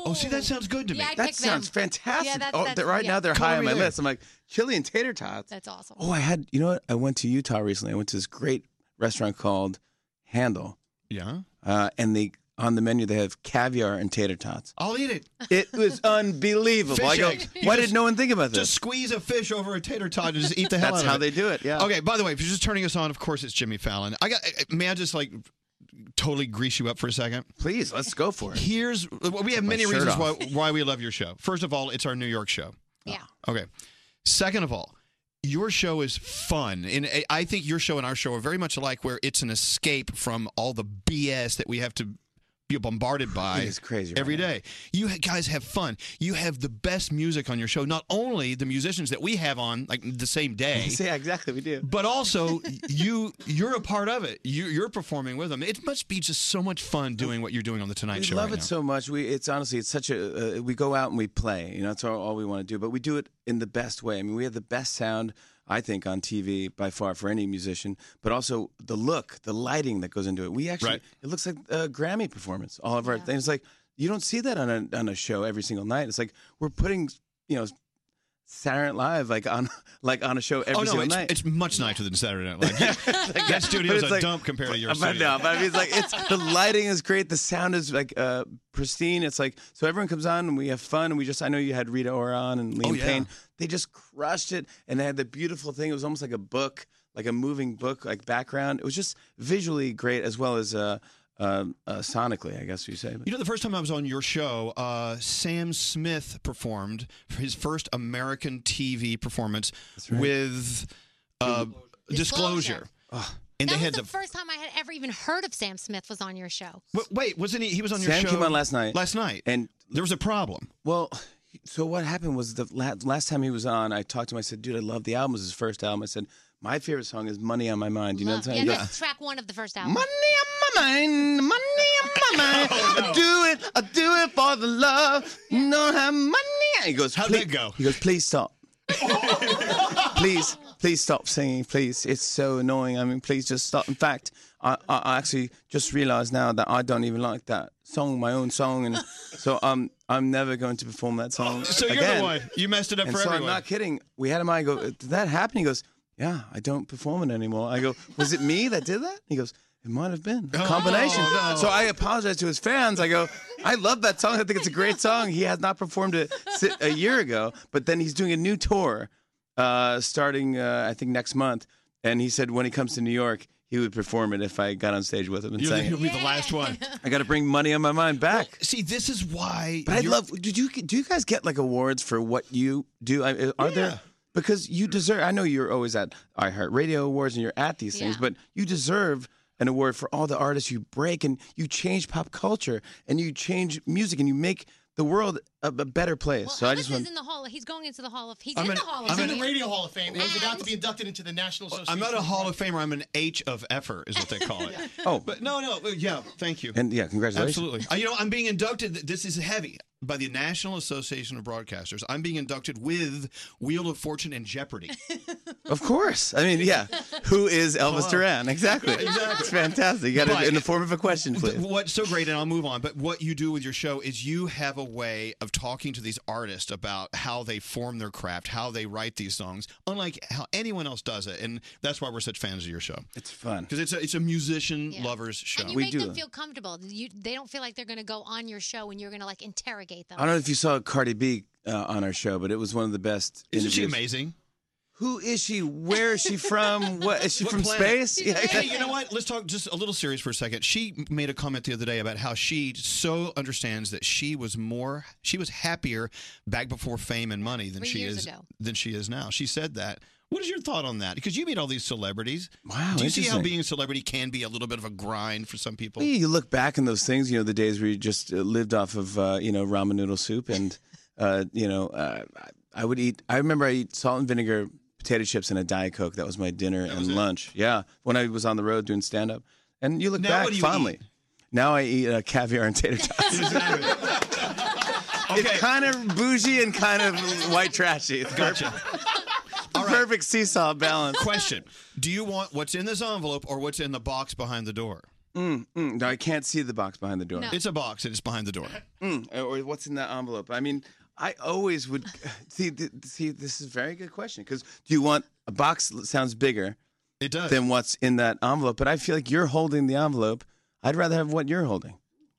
Oh,
see, that sounds good to
Yeah,
me.
I'd
That
pick them.
sounds fantastic.
Yeah, that's,
oh,
that's,
they're- right
yeah.
now they're high on my list. I'm like chili and tater tots.
That's awesome.
Oh, I had you know what? I went to Utah recently. I went to this great restaurant called Handle.
Yeah.
Uh, and they on the menu they have caviar and tater tots.
I'll eat it.
It was [LAUGHS] unbelievable. I go,
Fishing.
why
You
did
just-
no one think about this?
Just squeeze a fish over a tater tot and
[LAUGHS]
just eat the hell
That's
out of
how
it.
they do it, yeah.
Okay. By the way, if you're just turning us on, of course it's Jimmy Fallon. I got. May I just like totally grease you up for a secid
Please, let's go for it.
Here's we have
my
many
shirt
reasons
off.
why why we love your show. First of all, it's our New York show.
Yeah.
Okay. Second of all, your show is fun. And I- I think your show and our show are very much alike, where it's an escape from all the BS that we have to you're [LAUGHS] bombarded by it's crazy every day. You ha- guys have fun. You have the best music on your show. Not only the musicians that we have on like the same day.
[LAUGHS] yeah, exactly. We do.
[LAUGHS] But also you you're a part of it. You you're performing with them. It must be just so much fun doing what you're doing on the Tonight
we
Show.
love
right
it
now.
so much. We it's honestly it's such a uh, we go out and we play. You know, that's all, all we want to do. But we do it in the best way. I mean, we have the best sound I think on TV by far for any musician. But also the look, the lighting that goes into it. We actually
Right.
it looks like a Grammy performance. All of our things It's like you don't see that on a on a show every single night. It's like we're putting you know. Saturday Night Live, like on, [LAUGHS] like on a show every
oh no,
single
it's,
night.
it's much nicer than Saturday
[LAUGHS]
Night Live. [LAUGHS] that studio's
But it's
a dump compared to your
but
studio.
No, but I mean, it's like it's the lighting is great, the sound is like uh, pristine. It's like so everyone comes on and we have fun. And we just I know you had Rita Ora on and Liam
Oh, yeah.
Payne. They just crushed it, and they had the beautiful thing. It was almost like a book, like a moving book, like background. It was just visually great as well as uh, uh, uh, sonically, I guess you say.
You know, the first time I was on your show, uh, Sam Smith performed for his first American TV performance with uh, Disclosure. And
that
they
was
had
the
the.
first time I had ever even heard of Sam Smith was on your show.
Wait, wait, wasn't he? He was on your
Sam
show.
came
[LAUGHS]
on last night.
Last night,
and
there was a problem.
Well, so what happened was the la- last time he was on, I talked to him. I said, "Dude, I love the album. It was his first album." I said, "My favorite song is Money on My Mind." You know
Love- yeah,
what I'm saying? He goes,
that's track one of the first album.
Money on my mind, money on my
[LAUGHS]
mind.
[LAUGHS]
Oh,
I do it, I do it for the love. Don't have money. He goes,
How'd
"Please-"
that go?
He goes, please
[LAUGHS]
stop. please, please stop singing. Please, it's so annoying. I mean, please just stop. In fact, I, I, I actually just realized now that I don't even like that song, my own song, and so um, I'm never going to perform that song.
[LAUGHS] So you're
again.
the one. You messed it up
And
for
so
everyone.
I'm not kidding. We had him on. I go, did that happen? He goes, yeah, I don't perform it anymore. I go, was it me that did that? He goes, it might have been a combination.
Oh, no.
So I apologize to his fans. I go, I love that song. I think it's a great song. He has not performed it si- a year ago, but then he's doing a new tour uh, starting, uh, I think, next month. And he said when he comes to New York, he would perform it if I got on stage with him and
You're the-
sang
you'll
it.
be the last one.
[LAUGHS] I got to bring money on my mind back.
See, this is why.
But I
you're-
love. Did you do you guys get like awards for what you do? I- uh, Are there because you deserve? I know you're always at iHeartRadio Awards and you're at these things,
Yeah.
but you deserve an award for all the artists you break and you change pop culture and you change music and you make the world a, a better place. so I just
He's
want.
in the hall. He's going into the hall of. He's
I'm
in
an-
the hall of.
I'm
Fame.
an-
The Radio Hall of Fame. He was about to be inducted into the National Association.
I'm not a Hall of Famer. I'm an H of effort, is what they call
[LAUGHS]
it.
Oh.
but no, no, yeah. Thank you.
And yeah, congratulations.
Absolutely. Uh, you know, I'm being inducted. This is heavy by the National Association of Broadcasters. I'm being inducted with Wheel of Fortune and Jeopardy.
Of course. I mean, yeah. Who is Elvis
Hello.
Duran? Exactly.
[LAUGHS] Exactly.
It's fantastic. You got
But-
it in the form of a question, please.
What's so great, and I'll move on, but what you do with your show is you have a way of talking to these artists about how they form their craft, how they write these songs, unlike how anyone else does it. And that's why we're such fans of your show.
It's fun.
Because it's a, it's a musician lover's show.
And you make them feel comfortable. You, they don't feel like they're going to go on your show and you're going to like interrogate them.
I don't know if you saw Cardi B uh, on our show, but it was one of the best.
Isn't she
interviews.
amazing?
Who is she? Where is she from? What is she
What
from
planet?
space? Yeah,
Hey, you know what? Let's talk just a little serious for a second. She made a comment the other day about how she so understands that she was more, she was happier back before fame and money than
Three
she
years
is
ago.
than she is now. She said that. What is your thought on that? Because you meet all these celebrities. Wow, do you see how
interesting.
being a celebrity can be a little bit of a grind for some people?
Well, you look back in those things, you know, the days where you just uh, lived off of, uh, you know, ramen noodle soup. And, [LAUGHS] uh, you know, uh, I I would eat, I remember I eat salt and vinegar potato chips and a Diet Coke. That was my dinner and lunch. Yeah. When I was on the road doing stand up. And you look
Now
back
what do you
fondly. Now I eat uh, caviar and tater
[LAUGHS]
tots. It's kind of bougie and kind of white trashy. It's
Gotcha. [LAUGHS]
The perfect seesaw balance.
Question: Do you want what's in this envelope or what's in the box behind the door?
Mm, mm, no, I can't see the box behind the door.
No. It's a box. It's behind the door.
[LAUGHS] Mm, or what's in that envelope? I mean, I always would [LAUGHS] see. Th- see, this is a very good question because do you want a box that sounds bigger?
It does.
Than what's in that envelope, but I feel like you're holding the envelope. I'd rather have what you're holding.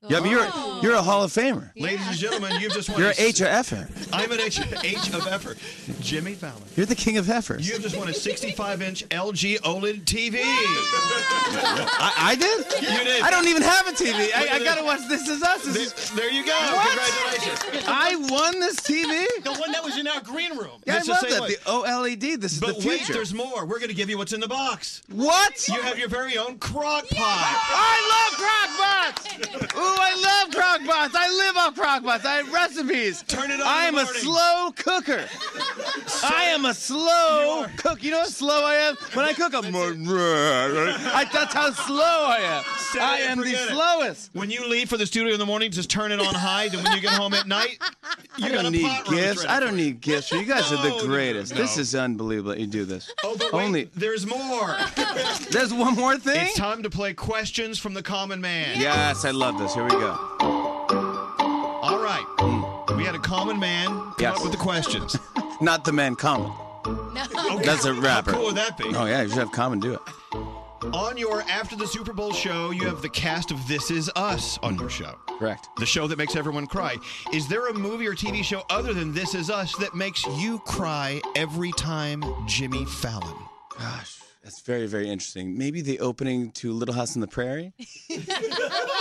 Yeah, I mean, you're you're a Hall of Famer.
Ladies and gentlemen, you've just won.
You're
a
an H or F'er.
I'm an H, H of effort. Jimmy Fallon.
You're the king of heifers.
You have just won a 65-inch LG OLED TV.
I, I did?
You did.
I don't even have a TV. I, I gotta watch This Is Us. This
There,
is-
[LAUGHS]
there you go.
What?
Congratulations.
I won this TV.
Oh, The one that was in our green room.
Yeah,
This
I love
is the
that.
same one.
The OLED. This is
But
the
wait,
future.
there's more. We're going to give you what's in the box.
What? [LAUGHS]
You have your very own crock pot.
I love crock pots. Ooh, I
have crock pots. I have recipes. Turn it on. I am a slow cooker. I am a slow cook. You know how slow I am? When I cook, I'm. I, that's how slow I am.
Set it
I
and
am the
forget it.
slowest.
When you leave for the studio in the morning, just turn it on high. Then when you get home at night, you
I
got a
don't need
pot roast
gifts.
ready
I don't need gifts. You guys are the greatest.
no.
This is unbelievable. that You do this.
Oh, but wait,
Only
there's more.
[LAUGHS] there's one more thing.
It's time to play questions from the common man.
Yes, I love this. Here we go.
All right. We had a common man come
Yes.
up with the questions.
Not the man common. That's a rapper.
How cool would that be?
Oh yeah, you should have common do it.
On your After the Super Bowl show, you have the cast of This Is Us on your show.
Correct.
The show that makes everyone cry. Is there a movie or TV show other than This Is Us that makes you cry every time Jimmy Fallon?
Gosh, that's very very interesting. Maybe the opening to Little House on
[LAUGHS]
the Prairie,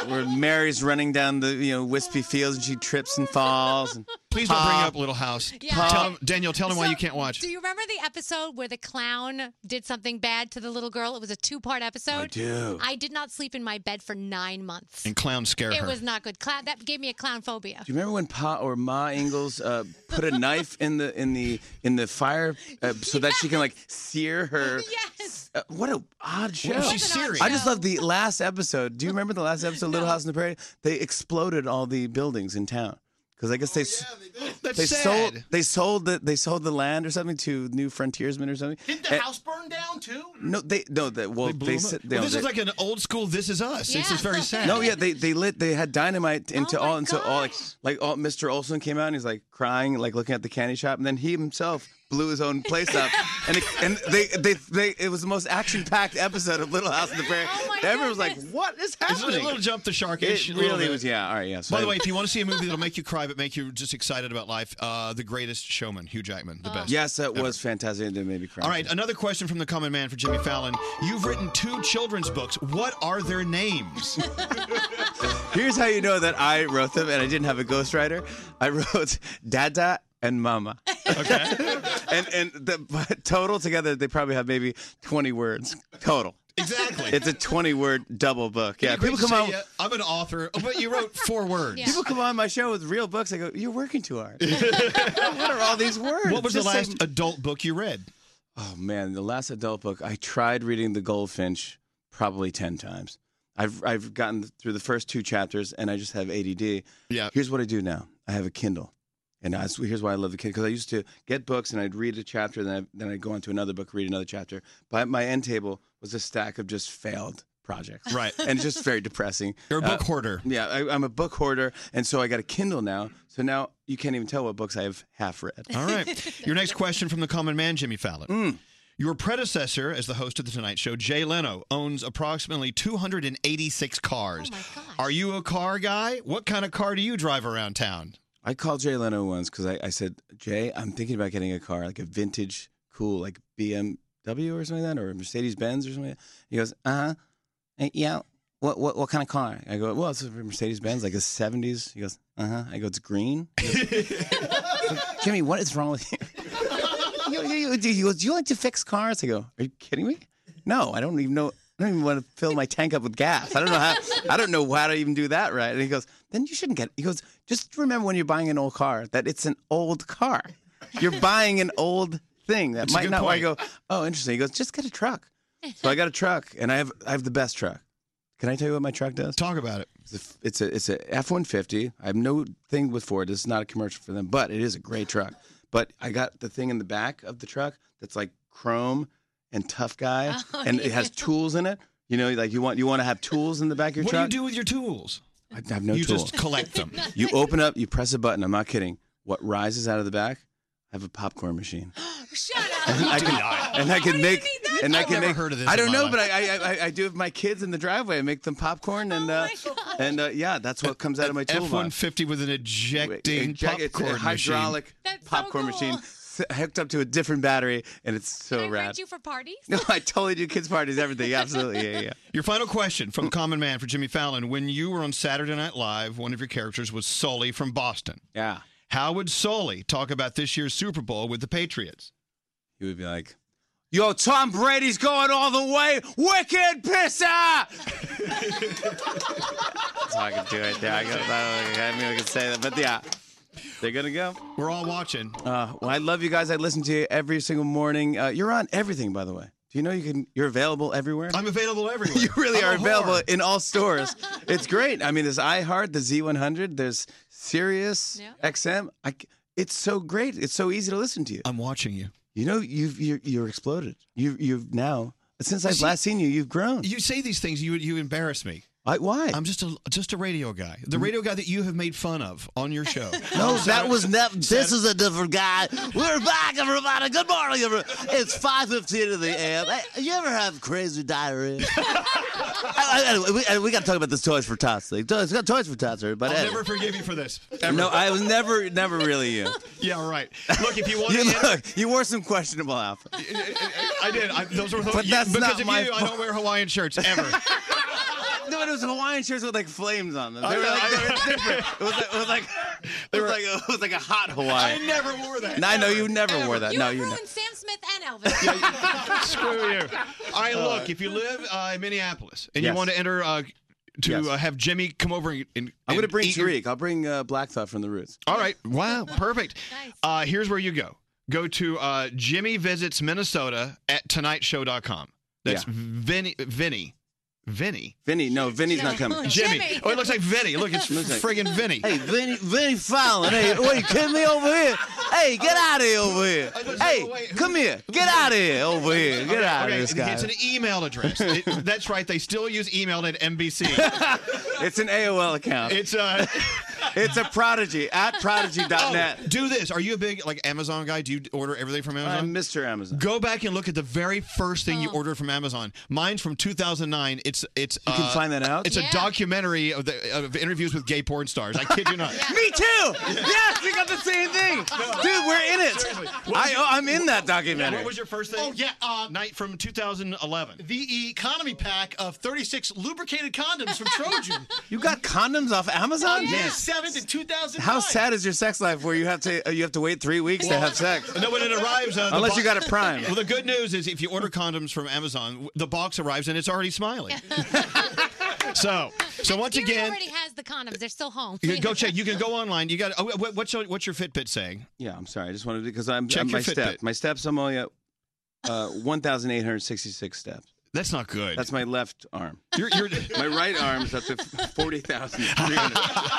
where Mary's running down the you know wispy fields and she trips and falls. And
Please don't bring
Pop.
up Little House.
Yeah.
Tell him, Daniel, tell him why
So,
you can't watch.
Do you remember the episode where the clown did something bad to the little girl? It was a two-part episode. I
do.
I did not sleep in my bed for nine months.
And clowns scare
it
her.
was not good. Clown that gave me a clown
[LAUGHS]
phobia.
Do you remember when Pa or Ma Ingalls uh, put a knife in the in the in the fire uh, so that she can like sear her?
Yes.
Uh, what a odd show!
Well, she's It was an odd serious.
I just love the last episode. Do you remember the last episode, Little House on the Prairie? They exploded all the buildings in town because I guess they s- they,
That's sad.
sold they sold the they sold the land or something to New Frontiersmen or something.
Did the
And-
house burn down too?
No, they no that well
blew
they,
them up.
said-
Well,
no,
this
they,
is like an old school This Is Us. This is very sad.
no, yeah, they, they lit they had dynamite into all and so all like like all Mr. Olson came out and he's like crying, like looking at the candy shop, and then he himself blew his own place up. and it, and they, they they it was the most action packed episode of Little House on the Prairie. Everyone was like, What is
It's a
happening?
[LAUGHS]
little jump the shark
It
ish.
really was yeah, all right, yeah. So
By the
I-
way, if you want to see a movie that'll make you cry but make you just excited about life, uh, The Greatest Showman, Hugh Jackman,
Oh.
the best.
Yes, that was fantastic. It made me cry.
All right, another question from the common man for Jimmy Fallon. You've written two children's books. What are
[LAUGHS]
their names?
Here's how you know that I wrote them and I didn't have a ghostwriter. I wrote Dada and Mama. Okay. [LAUGHS] and and the but total together they probably have maybe 20 words total.
Exactly.
It's a 20 word double book. Yeah.
It'd be
People
great
come
to
on
say, "Yeah, I'm an author, oh, but you wrote
[LAUGHS]
four words.
People come on my show with real books. I go, "You're working too hard." [LAUGHS] what are all these words?
What was the
Just say-
last adult book you read?
Oh man, the last adult book I tried reading The Goldfinch probably 10 times. I've I've gotten through the first two chapters and I just have ADD.
Yeah.
Here's what I do now. I have a Kindle. And that's here's why I love the Kindle because I used to get books and I'd read a chapter then I, then I'd go on to another book, read another chapter. But my end table was a stack of just failed projects.
Right.
And it's just very depressing.
You're a
Uh,
book hoarder.
yeah, I, I'm a book hoarder, and so I got a Kindle now. So now you can't even tell what books I have half read.
All right. Your next question from the common man, Jimmy Fallon.
Mm.
Your predecessor as the host of The Tonight Show, Jay Leno, owns approximately 286 cars.
Oh
Are you a car guy? What kind of car do you drive around town?
I called Jay Leno once because I, I said, Jay, I'm thinking about getting a car, like a vintage, cool, like BMW or something like that, or a Mercedes Benz or something. Like that. He goes, uh huh, yeah. What, what what kind of car? I go, well, it's a Mercedes Benz, like a '70s. He goes, uh huh. I go, it's green. He goes, [LAUGHS] Jimmy, what is wrong with you? you, you, you, do you, do you like to fix cars? I go, are you kidding me? No, I don't even know. I don't even want to fill my tank up with gas. I don't know how. I don't know how to even do that right. And he goes, then you shouldn't get. He goes, just remember when you're buying an old car that it's an old car. You're buying an old thing that
That's a
might
good
not. I go,
point.
oh, interesting. He goes, just get a truck. So I got a truck, and I have I have the best truck. Can I tell you what my truck does?
Talk about it.
It's a it's a F one fifty. I have no thing with Ford. This is not a commercial for them, but it is a great truck. But I got the thing in the back of the truck that's like chrome and tough guy,
[LAUGHS] Oh,
and it has
yeah.
tools in it. You know, like you want you want to have tools in the back of your
what
truck.
do you do with your tools?
I have no
you
tools.
just collect them.
You open up, you press a button. I'm not kidding. What rises out of the back? I have a popcorn machine. Shut up! And I
Do
can,
not.
and I can make and I
I've
can
never
make.
heard of this
I
in
don't
my
know,
life.
but I, I I I do have my kids in the driveway. I make them popcorn and uh, and uh, yeah, that's what comes out of my
F one
toolbox.
fifty with an ejecting
Jack- it's
popcorn
a hydraulic
machine.
popcorn machine s- hooked up to a different battery, and it's so rad.
Did you for parties?
[LAUGHS]
[LAUGHS]
No, I totally do kids parties, everything. Absolutely, yeah, yeah.
Your final
[LAUGHS]
question from Common Man for Jimmy Fallon. When you were on Saturday Night Live, one of your characters was Sully from Boston.
Yeah.
How would Sully talk about this year's Super Bowl with the Patriots?
He would be like, Yo, Tom Brady's going all the way. Wicked pisser. That's all I can do right there. I, got, I, don't think I mean, I can say that, but yeah, they're gonna go.
[LAUGHS] We're all watching.
Uh, well, I love you guys. I listen to you every single morning. Uh, you're on everything, by the way. Do you know you can? You're available everywhere.
I'm available
[LAUGHS]
everywhere.
you really
I'm
are
a
available
whore.
in all stores. it's great. I mean, there's iHeart, the Z100, there's Sirius XM. I c it's so great. It's so easy to listen to you.
I'm watching you.
You know, you've you're, you're exploded. You you've now since I've
See-
last seen you, you've grown.
You say these things, you you embarrass me.
I, why? Mm.
I'm just a just a radio guy. The radio guy that you have made fun of on
[LAUGHS]
your show.
No, that was never. This is a different guy. We're back, everybody. Good morning, everybody. It's five fifteen in the a.m. Hey, you ever have crazy diarrhea? I- I- anyway, we, we got to talk about this toys for tots thing. Toys, got toys for tots, everybody.
I'll
Anyway.
never forgive you for this.
No, I was never never really you.
Yeah, right. Look, if [LAUGHS] you
[LAUGHS]
want
you,
to,
look, you wore some questionable outfits.
I did. I, those were
But that's
because
not
of
my
you. I don't wear Hawaiian shirts [LAUGHS] ever.
[LAUGHS] No, but it was Hawaiian shirts with like flames on them.
I
They were
know,
like
I
they were [LAUGHS] different. It was like it was like it
[LAUGHS]
was like a, it was like a hot Hawaiian.
I never wore that.
No, I
[LAUGHS]
know you never wore that.
You
no,
have
you
ruined
never.
Sam Smith and Elvis.
Screw you. All right,
Uh,
look, if you live uh, in Minneapolis and
Yes.
you want to enter uh, to
Yes.
uh, have Jimmy come over and, and
I'm gonna
and
bring
eat your-
Tariq. I'll bring uh, Black Thought from the Roots.
All right.
[LAUGHS]
Wow. Perfect. Uh, here's where you go. Go to uh, Jimmy Visits Minnesota at tonightshow.com. That's
Yeah.
Vinny. Vinny. Vinny.
Vinny. No, Vinny's not coming.
Jimmy.
Jimmy.
Oh, it looks like Vinny.
[LAUGHS]
Look, it's
Looks like-
friggin' Vinny.
Hey, Vinny, Vinny Fallon. Hey,
[LAUGHS]
wait, kidding me over here? Hey, get out of here over here. Hey, come here. Get out of here over here. Get
Okay,
out of
okay,
this guy.
It's an email
[LAUGHS]
address. It- that's right. They still use email at NBC.
it's an AOL account.
It's uh, a
[LAUGHS] it's a prodigy at prodigy.net.
Oh, do this. Are you a big like Amazon guy? Do you order everything from Amazon?
I'm Mr. Amazon.
Go back and look at the very first thing you ordered from Amazon. Mine's from 2009. It's it's you
can find that out?
It's
Yeah.
a documentary of the of interviews with gay porn stars. I kid you not.
[LAUGHS] Me too. Yes, we got the same thing, dude. We're in it. I, oh, I'm in that documentary.
What was your first thing? Oh
yeah, uh,
night from 2011.
The economy pack of 36 lubricated condoms
[LAUGHS]
from Trojan.
You got condoms off
Oh,
Amazon?
On May 7th in 2000.
How sad is your sex life where you have to uh, you have to wait three weeks to
Well,
have sex?
No, when it arrives, uh, the
unless
bo-
you got a prime.
[LAUGHS] Well, the good news is if you order condoms from Amazon, w- the box arrives and it's already smiling. so, so once
Fury
again,
already has the condoms. They're still home.
you
[LAUGHS]
go check. You can go online. You got. Oh, wh- what's your, what's your Fitbit saying?
Yeah, I'm sorry. I just wanted to, because I'm,
Check
I'm
your
my step.
Fitbit.
My steps. I'm only at uh, 1,866 steps.
That's not good.
That's my left arm.
You're, you're
my right arm's up to 40,300.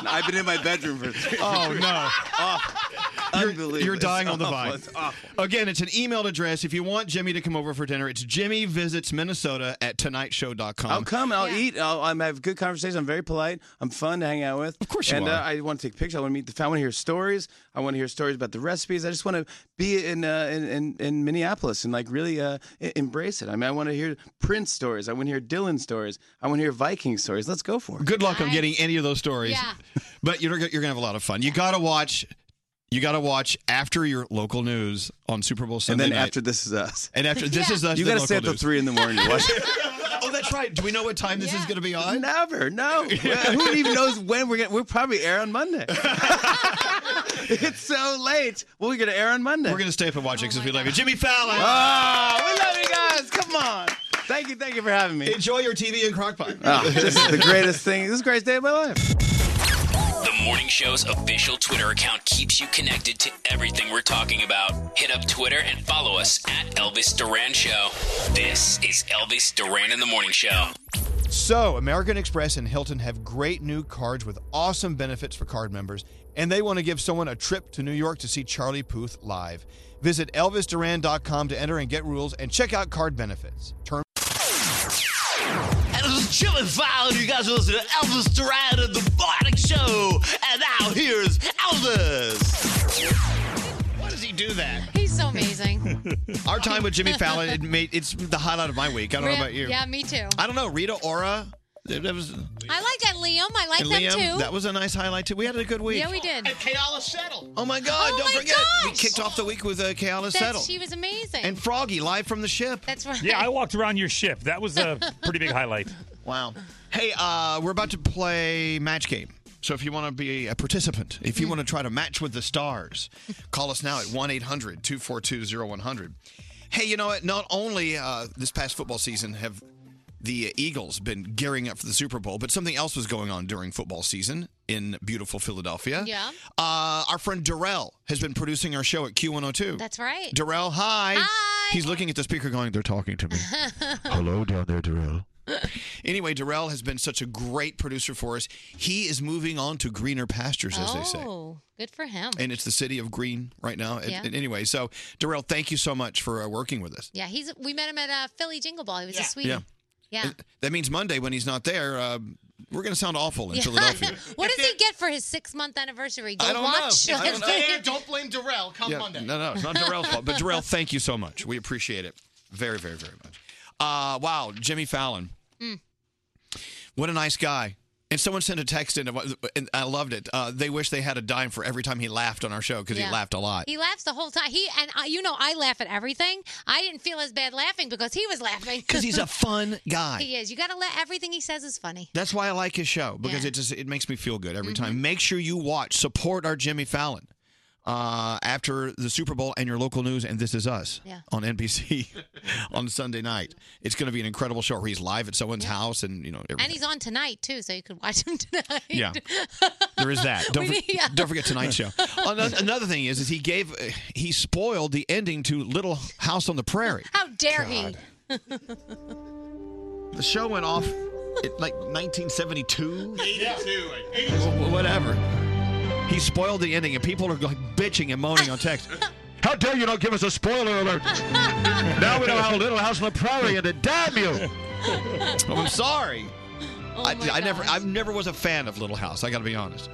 I've been in my bedroom for. Three
Oh,
[LAUGHS]
no.
Unbelievable.
You're dying on the
It's
vine.
awful. Oh, It's awful.
Again, it's an email address. If you want Jimmy to come over for dinner, it's Jimmy visits Minnesota at tonightshow.com.
I'll come. I'll eat. I'll, I'm have good conversation. I'm very polite. I'm fun to hang out with. Of
course you
and,
are.
Uh, I want to take pictures. I want to meet the. I want to hear stories. I want to hear stories about the recipes. I just want to be in uh, in, in in Minneapolis and like really uh, e- embrace it. I mean, I want to hear Prince stories. I want to hear Dylan stories. I want to hear Viking stories. Let's go for it.
Good luck on getting any of those stories.
Yeah.
[LAUGHS] But you're you're gonna have a lot of fun. You gotta watch. You gotta watch after your local news on Super Bowl
And
Sunday
then
night.
after this is us.
And after this is us.
You
then
gotta stay
local
up till
news.
three in the morning. to Watch.
oh, that's right. Do we know what [LAUGHS] time [LAUGHS] this is gonna be on?
Never. No.
[LAUGHS]
Who even knows when we're gonna? We'll probably air on Monday. [LAUGHS] it's so late. Well, we're gonna air on Monday.
We're gonna stay up and watch it because we love you, Jimmy Fallon.
Oh, we love you guys. Come on. Thank you. Thank you for having me.
Enjoy your TV and crockpot.
Oh, this is the greatest thing. This is the greatest day of my life.
The morning show's official Twitter account keeps you connected to everything we're talking about. Hit up Twitter and follow us at Elvis Duran Show. This is Elvis Duran in the Morning Show.
So, American Express and Hilton have great new cards with awesome benefits for card members, and they want to give someone a trip to New York to see Charlie Puth live. Visit ElvisDuran.com to enter and get rules and check out card benefits. Term-
And this is Jimmy Fallon. You guys are listening to Elvis Duran and the Morning Show. And now here's Elvis.
Why does he do that?
He's so
[LAUGHS]
amazing.
Our time
[LAUGHS]
with Jimmy Fallon, it made, it's the highlight of my week. I don't know about you.
Yeah, me too.
I don't know. Rita Ora. That that was,
I like that Liam. I like
and
them
Liam,
too.
That was a nice highlight, too. We had a good week.
Yeah, we did.
And Kayala
[LAUGHS]
Settle.
Oh my God!
Oh
don't
my
forget, we
gosh.
kicked off the week with uh, Kayla
That's-
Settle
She was amazing.
and Froggy live from the ship.
That's right.
Yeah, I walked around your ship. That was a pretty big highlight.
Wow. Hey, uh, we're about to play match game. So if you want to be a participant, if you want to try to match with the stars, call us now at 1 800 242 0100. Hey, you know what? Not only uh, this past football season have the Eagles been gearing up for the Super Bowl, but something else was going on during football season in beautiful Philadelphia.
Yeah.
Uh, our friend Darrell has been producing our show at Q102.
That's right.
Darrell, hi. Hi. He's looking at the speaker going, they're talking
[LAUGHS]
to me. Hello down there, Darrell. anyway, Darrell has been such a great producer for us. He is moving on to greener pastures, as they say.
Oh, good for him.
And it's the city of Green right now. And-
Yeah.
and anyway, so Darrell, thank you so much for uh, working with us.
yeah, he's. We met him at uh, Philly Jingle Ball. He was a sweetie.
Yeah.
Yeah.
That means Monday when he's not there, uh, we're going to sound awful in
Yeah.
Philadelphia.
[LAUGHS] what does he get for his six month anniversary? Go
I don't know.
watch.
I don't know.
There, don't blame Darrell. Come
Yeah,
Monday.
No, no, it's not Darrell's fault.
[LAUGHS]
[LAUGHS]
But Darrell, thank you so much. We appreciate it very, very, very much. Uh, wow, Jimmy Fallon.
Mm.
What a nice guy. And someone sent a text in, and I loved it. Uh, they wish they had a dime for every time he laughed on our show because
Yeah.
he laughed a lot.
He [LAUGHS] laughs the whole time. He and I, you know I laugh at everything. I didn't feel as bad laughing because he was laughing.
Because
[LAUGHS]
he's a fun guy.
he is. You got to let everything he says is
[LAUGHS]
funny.
That's why I like his show because it just it makes me feel good every
Mm-hmm.
time. Make sure you watch, support our Jimmy Fallon uh, after the Super Bowl and your local news and This Is Us
Yeah.
on [LAUGHS] NBC on Sunday night. It's going to be an incredible show where he's live at someone's house and you know
And
everything.
he's on tonight too, so you could watch him [LAUGHS] tonight.
Yeah. There is
[LAUGHS]
that. Don't,
We
for-
need- yeah.
don't forget tonight's
[LAUGHS]
show. Ano- Another thing is, is he gave uh, he spoiled the ending to Little House on the Prairie.
How dare he?
The show went off at like 1972.
82.
Wh- whatever. He spoiled the ending, and people are like bitching and moaning
[LAUGHS]
on text. How dare you not give us a spoiler alert? now we know how Little House on the Prairie ended. Damn you! [LAUGHS] I'm sorry.
Oh
I, I never, I never was a fan of Little House. I got to be honest.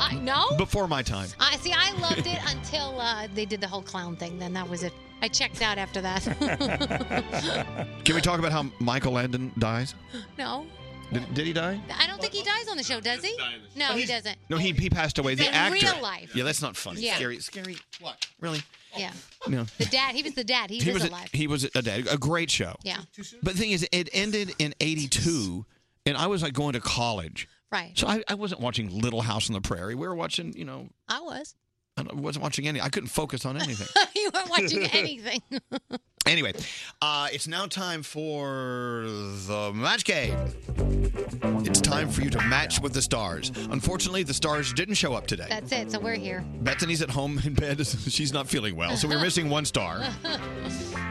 I, no.
Before
[LAUGHS]
my time.
I see. I loved it until uh, they did the whole clown thing. Then that was it. I checked out after
[LAUGHS]
that.
Can we talk about how Michael Landon dies?
no,
Did, did he die?
I don't think he dies on the show, does he? No, he doesn't.
No, he he passed away. The
In
actor.
real life.
Yeah, that's not funny.
Yeah.
Scary. Scary.
What?
Really?
Yeah.
No.
The dad. He was the dad. He, was,
was
alive.
A, he was a dad. A great show.
yeah.
But the thing is, it ended in '82, and I was like going to college,
Right.
so I, I wasn't watching Little House on the Prairie. We were watching, you know,
I was. [LAUGHS]
I don't- wasn't watching any. I couldn't focus on anything.
you weren't
[LAUGHS]
watching anything.
anyway, uh, it's now time for the match game. It's time for you to match with the stars. Unfortunately, the stars didn't show up today.
That's it. So we're
[LAUGHS]
here.
Bethany's at home in bed. [LAUGHS] She's not feeling well, so we're missing
[LAUGHS]
one star.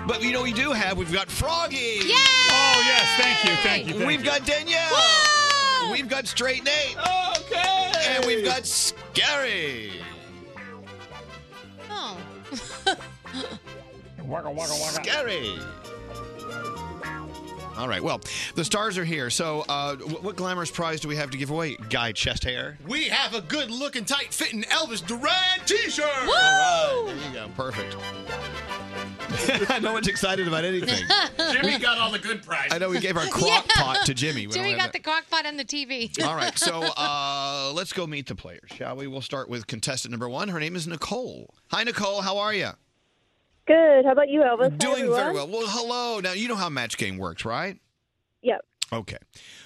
But you know, we do have. We've got Froggy. Yay!
Oh yes, thank you, thank you. Thank
We've
you.
got Danielle. We've got Straight Nate.
Okay.
And we've got Scary.
Oh. [LAUGHS]
Scary. All right. Well, the stars are here. So, uh, wh- what glamorous prize do we have to give away? Guy chest hair.
We have a good looking, tight fitting Elvis Duran t shirt.
All right. There you go. Perfect. [LAUGHS] no one's excited about anything.
Jimmy
got all the good prizes.
I know we
[LAUGHS]
gave our crock pot to Jimmy. We don't
Jimmy
have
got
that.
the crock pot and the TV.
All right.
[LAUGHS]
So, uh, let's go meet the players, shall we? We'll start with contestant number one. Her name is Nicole. Hi, Nicole. How are you?
Good. How about you, Elvis? Hi,
Doing very
everyone.
well. Well, hello. Now, you know how match game works, right?
Yep.
Okay.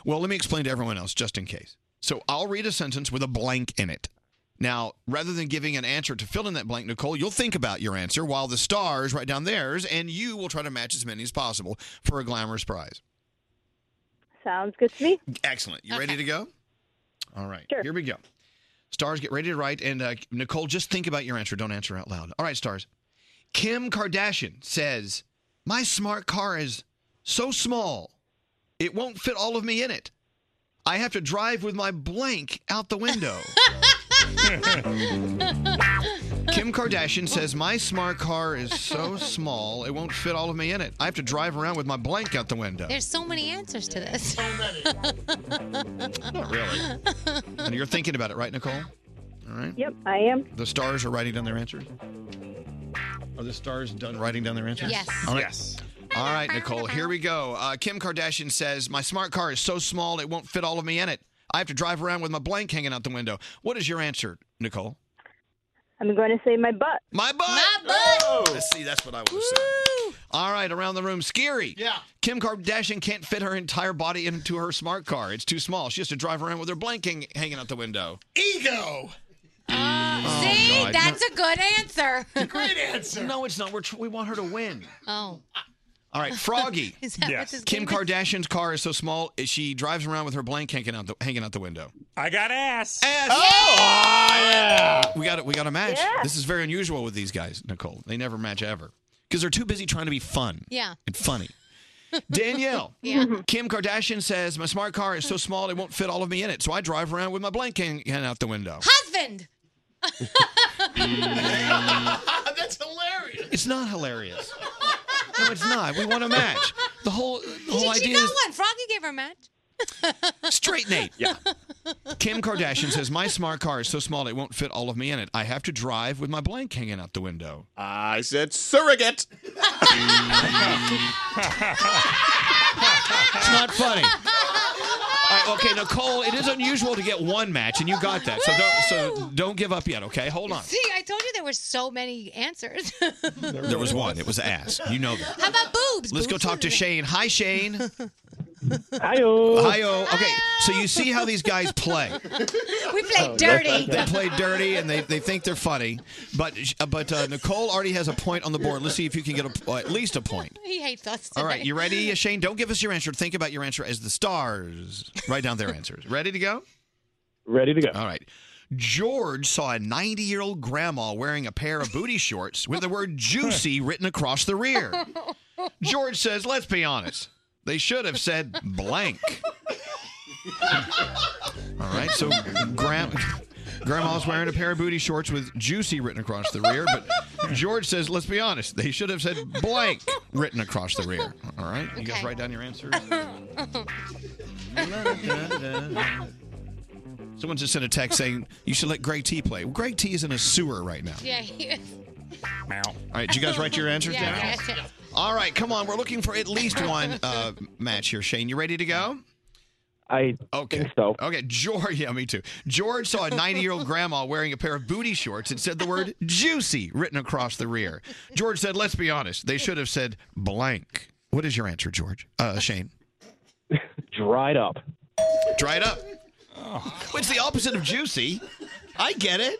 Well, let me explain to everyone else just in case. So I'll read a sentence with a blank in it. Now, rather than giving an answer to fill in that blank, Nicole, you'll think about your answer while the stars write down theirs, and you will try to match as many as possible for a glamorous prize.
Sounds good to me.
Excellent. You ready to go? All right. Here we go. Stars, get ready to write. And uh, Nicole, just think about your answer. Don't answer out loud. All right, stars. Kim Kardashian says, My smart car is so small, it won't fit all of me in it. I have to drive with my blank out the window. Kim Kardashian says, My smart car is so small, it won't fit all of me in it. I have to drive around with my blank out the window.
There's so many answers to this. [LAUGHS]
Not really. And you're thinking about it, right, Nicole? All right.
Yep, I am.
The stars are writing down their answers. Are the stars done writing down their answers?
Yes.
All right. Yes. All right, Nicole. Here we go. Uh, Kim Kardashian says, "My smart car is so small it won't fit all of me in it. I have to drive around with my blank hanging out the window." What is your answer, Nicole?
I'm going to say my butt.
My butt. My butt. Let's see. That's what I would have said. All right, around the room, scary. Yeah. Kim Kardashian can't fit her entire body into E- her smart car. It's too small. She has to drive around with her blank hang- hanging out the window.
Ego.
Ego.
Uh, see,
Oh, God,
that's a good
[LAUGHS]
answer.
Great answer.
No, it's not. We're tr- we want her to win.
[LAUGHS] Oh.
All right, Froggy.
[LAUGHS] Is that what this
Kim
game is?
Kardashian's car is so small she drives around with her blank hanging out the hanging out the window.
I got ass.
Oh! We got it. We got a match.
Yeah.
This is very unusual with these guys, Nicole. They never match ever because they're too busy trying to be fun
Yeah.
and
[LAUGHS]
funny. Danielle,
Yeah.
Kim Kardashian says my smart car is so small it won't fit all of me in it, so I drive around with my blank hanging out the window.
Husband.
That's hilarious.
It's not hilarious. No, it's not. We want a match. The whole the whole
She, she
idea
got
is
one. Froggy gave her a match.
Straight Nate. [LAUGHS] Yeah. Kim Kardashian says, My smart car is so small it won't fit all of me in it. I have to drive with my blank hanging out the window.
I said surrogate.
It's not funny. All right, okay, Nicole, it is unusual to get one match, and you got that. So don't, so don't give up yet, okay? Hold on.
See, I told you there were so many answers. [LAUGHS]
There was one. It was ass. You know that.
How about boobs?
Let's go talk to Shane. Hi, Shane.
Hi-o.
Hi-o. Okay, so you see how these guys play.
we
Oh,
played dirty.
They play dirty and they, they think they're funny. But but uh, Nicole already has a point on the board. Let's see if you can get a, uh, at least a point.
[LAUGHS] He hates us.
All right,
today.
you ready, Shane? Don't give us your answer. Think about your answer as the stars. Write down their answers. Ready to go?
Ready to go.
All right. George saw a 90 year old grandma wearing a pair of booty shorts with the word juicy written across
[LAUGHS]
the rear. George says, let's be honest. They should have said blank. All right, so grand, grandma's wearing a pair of booty shorts with juicy written across the rear, but George says, let's be honest, they should have said blank written across the rear. All right, you guys
Okay.
write down your answers. [LAUGHS] Someone just sent a text saying you should let Greg T play. Well, Greg T is in a sewer right now.
[LAUGHS] Yeah, he is.
All right, did you guys write your answers
yeah,
down?
yes, yes.
All right, come on. We're looking for at least one uh, match here, Shane. You ready to go?
I
okay.
think so.
Okay, George. [LAUGHS] Yeah, me too. George saw a 90 year old grandma wearing a pair of booty shorts and said the word juicy written across the rear. George said, let's be honest, they should have said blank. What is your answer, George? Uh, Shane?
Dried up.
Dried up. Well, It's the opposite of juicy. I get it.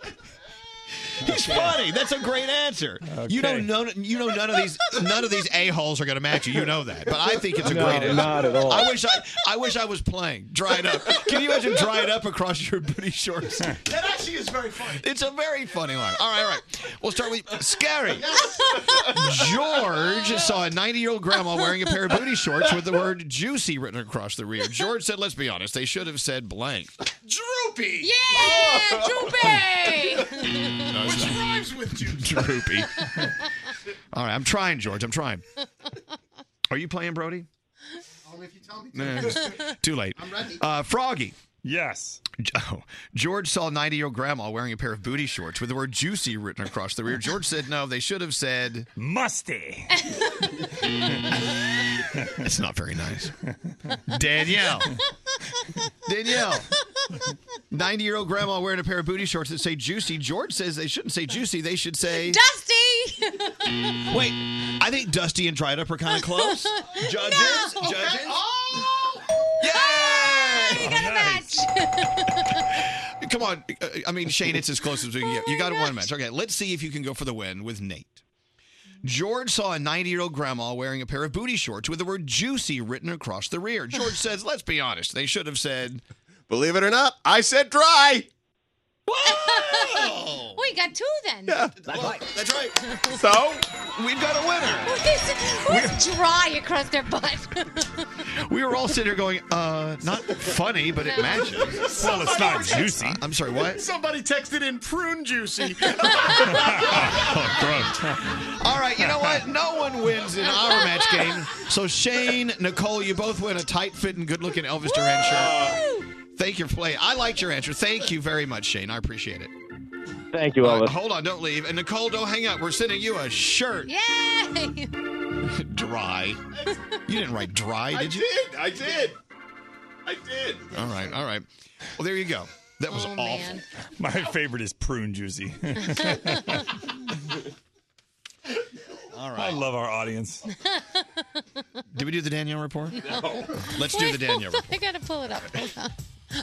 He's funny. That's a great answer. You know, none, you know, none of these, none of these a holes are going to match you. You know that, but I think it's a
No,
great answer.
not at all.
I wish I, I wish I was playing dried up. Can you imagine dried up across your booty shorts?
That actually is very
[LAUGHS]
funny.
It's a very funny line. All right, all right. We'll start with scary. George saw a 90 year old grandma wearing a pair of booty shorts with the word juicy written across the rear. George said, let's be honest, they should have said blank.
Droopy.
Yeah, droopy.
No, it's
Which
not.
rhymes with you.
[LAUGHS] Droopy. All right, I'm trying, George. I'm trying. Are you playing, Brody?
Only if you tell me.
Nah,
[LAUGHS]
too late.
I'm ready.
Uh, Froggy.
Yes.
Oh, George saw 90 year old grandma wearing a pair of booty shorts with the word juicy written across the rear. George said, no, they should have said [LAUGHS] musty. That's not very nice. Danielle.
[LAUGHS]
Danielle. 90 year old grandma wearing a pair of booty shorts that say juicy. George says they shouldn't say juicy, they should say.
Dusty.
Wait, I think Dusty and Dried Up are kind of
[LAUGHS]
[LAUGHS]
close. Judges,
No.
judges.
Ah, you got a match.
Oh,
[LAUGHS]
Come on. uh, I mean, Shane, it's as close as we can get. You got one match. Okay, let's see if you can go for the win with Nate. George saw a 90 year old grandma wearing a pair of booty shorts with the word juicy written across the rear. George says, let's be honest, they should have said,
Believe it or not, I said dry.
[LAUGHS] oh, you got two then.
Yeah.
That's right.
That's right.
So
we've got a winner.
Who's dry across their butt?
We were all sitting here going, uh, not funny, but it matches.
Well, it's not juicy.
Uh, I'm sorry, what?
Somebody texted in prune juicy.
[LAUGHS] All right, Uh, you know what? No one wins in
[LAUGHS]
our match game. So Shane, Nicole, you both win a tight fit and good looking Elvis Duran shirt. Thank you for playing. I liked your answer. Thank you very much, Shane. I appreciate it.
Thank you,
Uh,
Elvis.
hold on, don't leave. And Nicole, don't hang up. We're sending you a shirt.
Yay!
Dry. You didn't write dry,
[LAUGHS] I
did you?
did. I did. I did.
All right, all right. Well, there you go. That was awful.
My favorite is prune juicy. [LAUGHS]
All
right. I love our audience.
Did we do the Danielle report?
No.
Let's do
Wait,
the Danielle
hold
report.
on, I gotta pull it up. Hold on.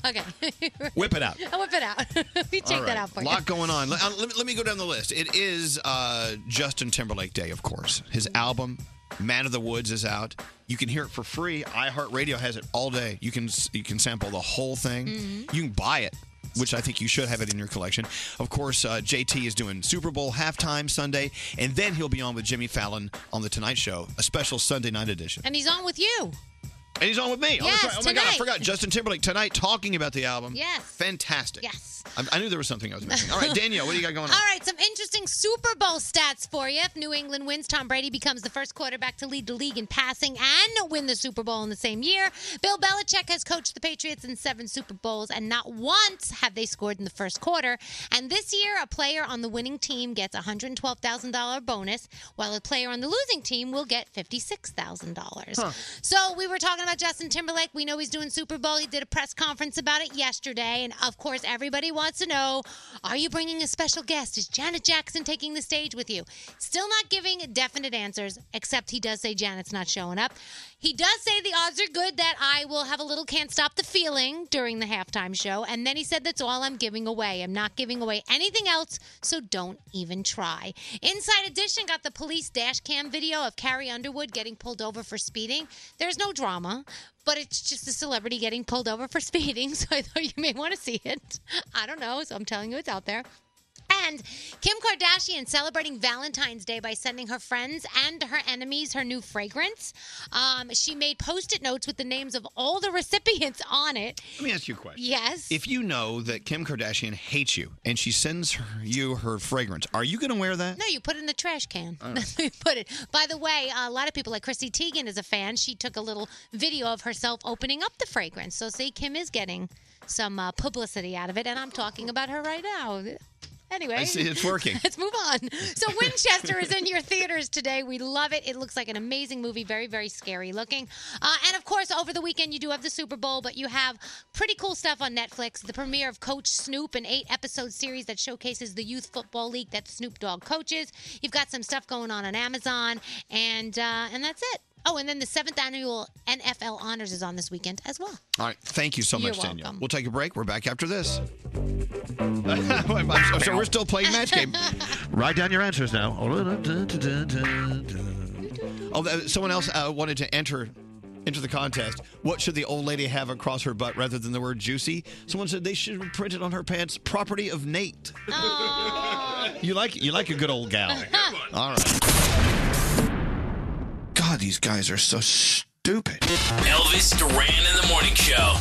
Okay.
[LAUGHS] Whip it out.
I'll whip it out. [LAUGHS] we check that out for
a
you.
lot going on. Let, uh, let me, let me go down the list. It is uh, Justin Timberlake Day, of course. His album, Man of the Woods, is out. You can hear it for free. iHeartRadio has it all day. You can s- you can sample the whole thing.
Mm-hmm.
You can buy it, which I think you should have it in your collection. Of course, uh, JT is doing Super Bowl halftime Sunday, and then he'll be on with Jimmy Fallon on the Tonight Show, a special Sunday night edition.
And he's on with you.
And he's on with me. Oh, that's
Yes,
right. oh my God, I
tonight.
forgot. Justin Timberlake tonight talking about the album.
Yes.
Fantastic.
Yes.
I, I knew there was something I was missing. Um, All right,
[LAUGHS]
Danielle, what do you got going on?
All right, some interesting Super Bowl stats for you. If New England wins, Tom Brady becomes the first quarterback to lead the league in passing and win the Super Bowl in the same year. Bill Belichick has coached the Patriots in seven Super Bowls, and not once have they scored in the first quarter. And this year, a player on the winning team gets a $112,000 bonus, while a player on the losing team will get $56,000.
Huh.
So we were talking about Justin Timberlake. We know he's doing Super Bowl. He did a press conference about it yesterday, and of course, everybody wants to know: Are you bringing a special guest? Is Janet Jackson taking the stage with you? Still not giving definite answers, except he does say Janet's not showing up. He does say the odds are good that I will have a little "Can't Stop the Feeling" during the halftime show, and then he said that's all I'm giving away. I'm not giving away anything else, so don't even try. Inside Edition got the police dash cam video of Carrie Underwood getting pulled over for speeding. There's no drama, but it's just a celebrity getting pulled over for [LAUGHS] speeding, so I thought you may want to see it. I don't know, so I'm telling you it's out there. And Kim Kardashian celebrating Valentine's Day by sending her friends and her enemies her new fragrance. Um, she made post it notes with the names of all the recipients on it.
Let me ask you a question.
Yes.
If you know that Kim Kardashian hates you and she sends her, you her fragrance, are you going to wear that?
No, you put it in the trash can.
All right.
That's where [LAUGHS] you put it. By the way, a lot of people, like Chrissy Teigen, is a fan. She took a little video of herself opening up the fragrance. So see, Kim is getting some uh, publicity out of it, and I'm talking about her right now. Anyway,
I see, it's working.
[LAUGHS] Let's move on.
[LAUGHS]
So Winchester is in your theaters today. We love it. It looks like an amazing movie, very very scary looking. Uh, and of course, over the weekend you do have the Super Bowl, but you have pretty cool stuff on Netflix. The premiere of Coach Snoop, an eight episode series that showcases the youth football league that Snoop Dogg coaches. You've got some stuff going on on Amazon, and uh, and that's it. Oh, and then the seventh annual NFL Honors is on this weekend as well.
All right. Thank you so
You're
much, Danielle.
welcome.
We'll take a break. We're back after this. so, [LAUGHS] so we're still playing
[LAUGHS]
match game. Write down your answers now. Oh, that- someone else uh, wanted to enter into the contest. What should the old lady have across her butt rather than the word juicy? Someone said they should print it on her pants. Property of Nate.
Oh.
You like you like a good old
[LAUGHS]
gal. All right. God, these guys are so stupid.
Elvis Duran in the Morning Show.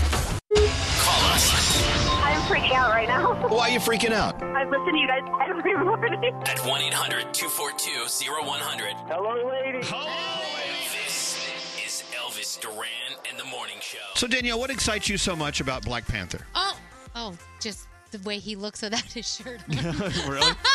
Call us
I'm freaking out right now.
Why are you freaking out?
I listen to you guys every morning.
at 1 800 242 0100. Hello, lady. This is Elvis Duran and the Morning Show.
So Danielle, what excites you so much about Black
[LAUGHS]
Panther?
Oh, oh, just the way he looks without his shirt. on.
really?
[LAUGHS]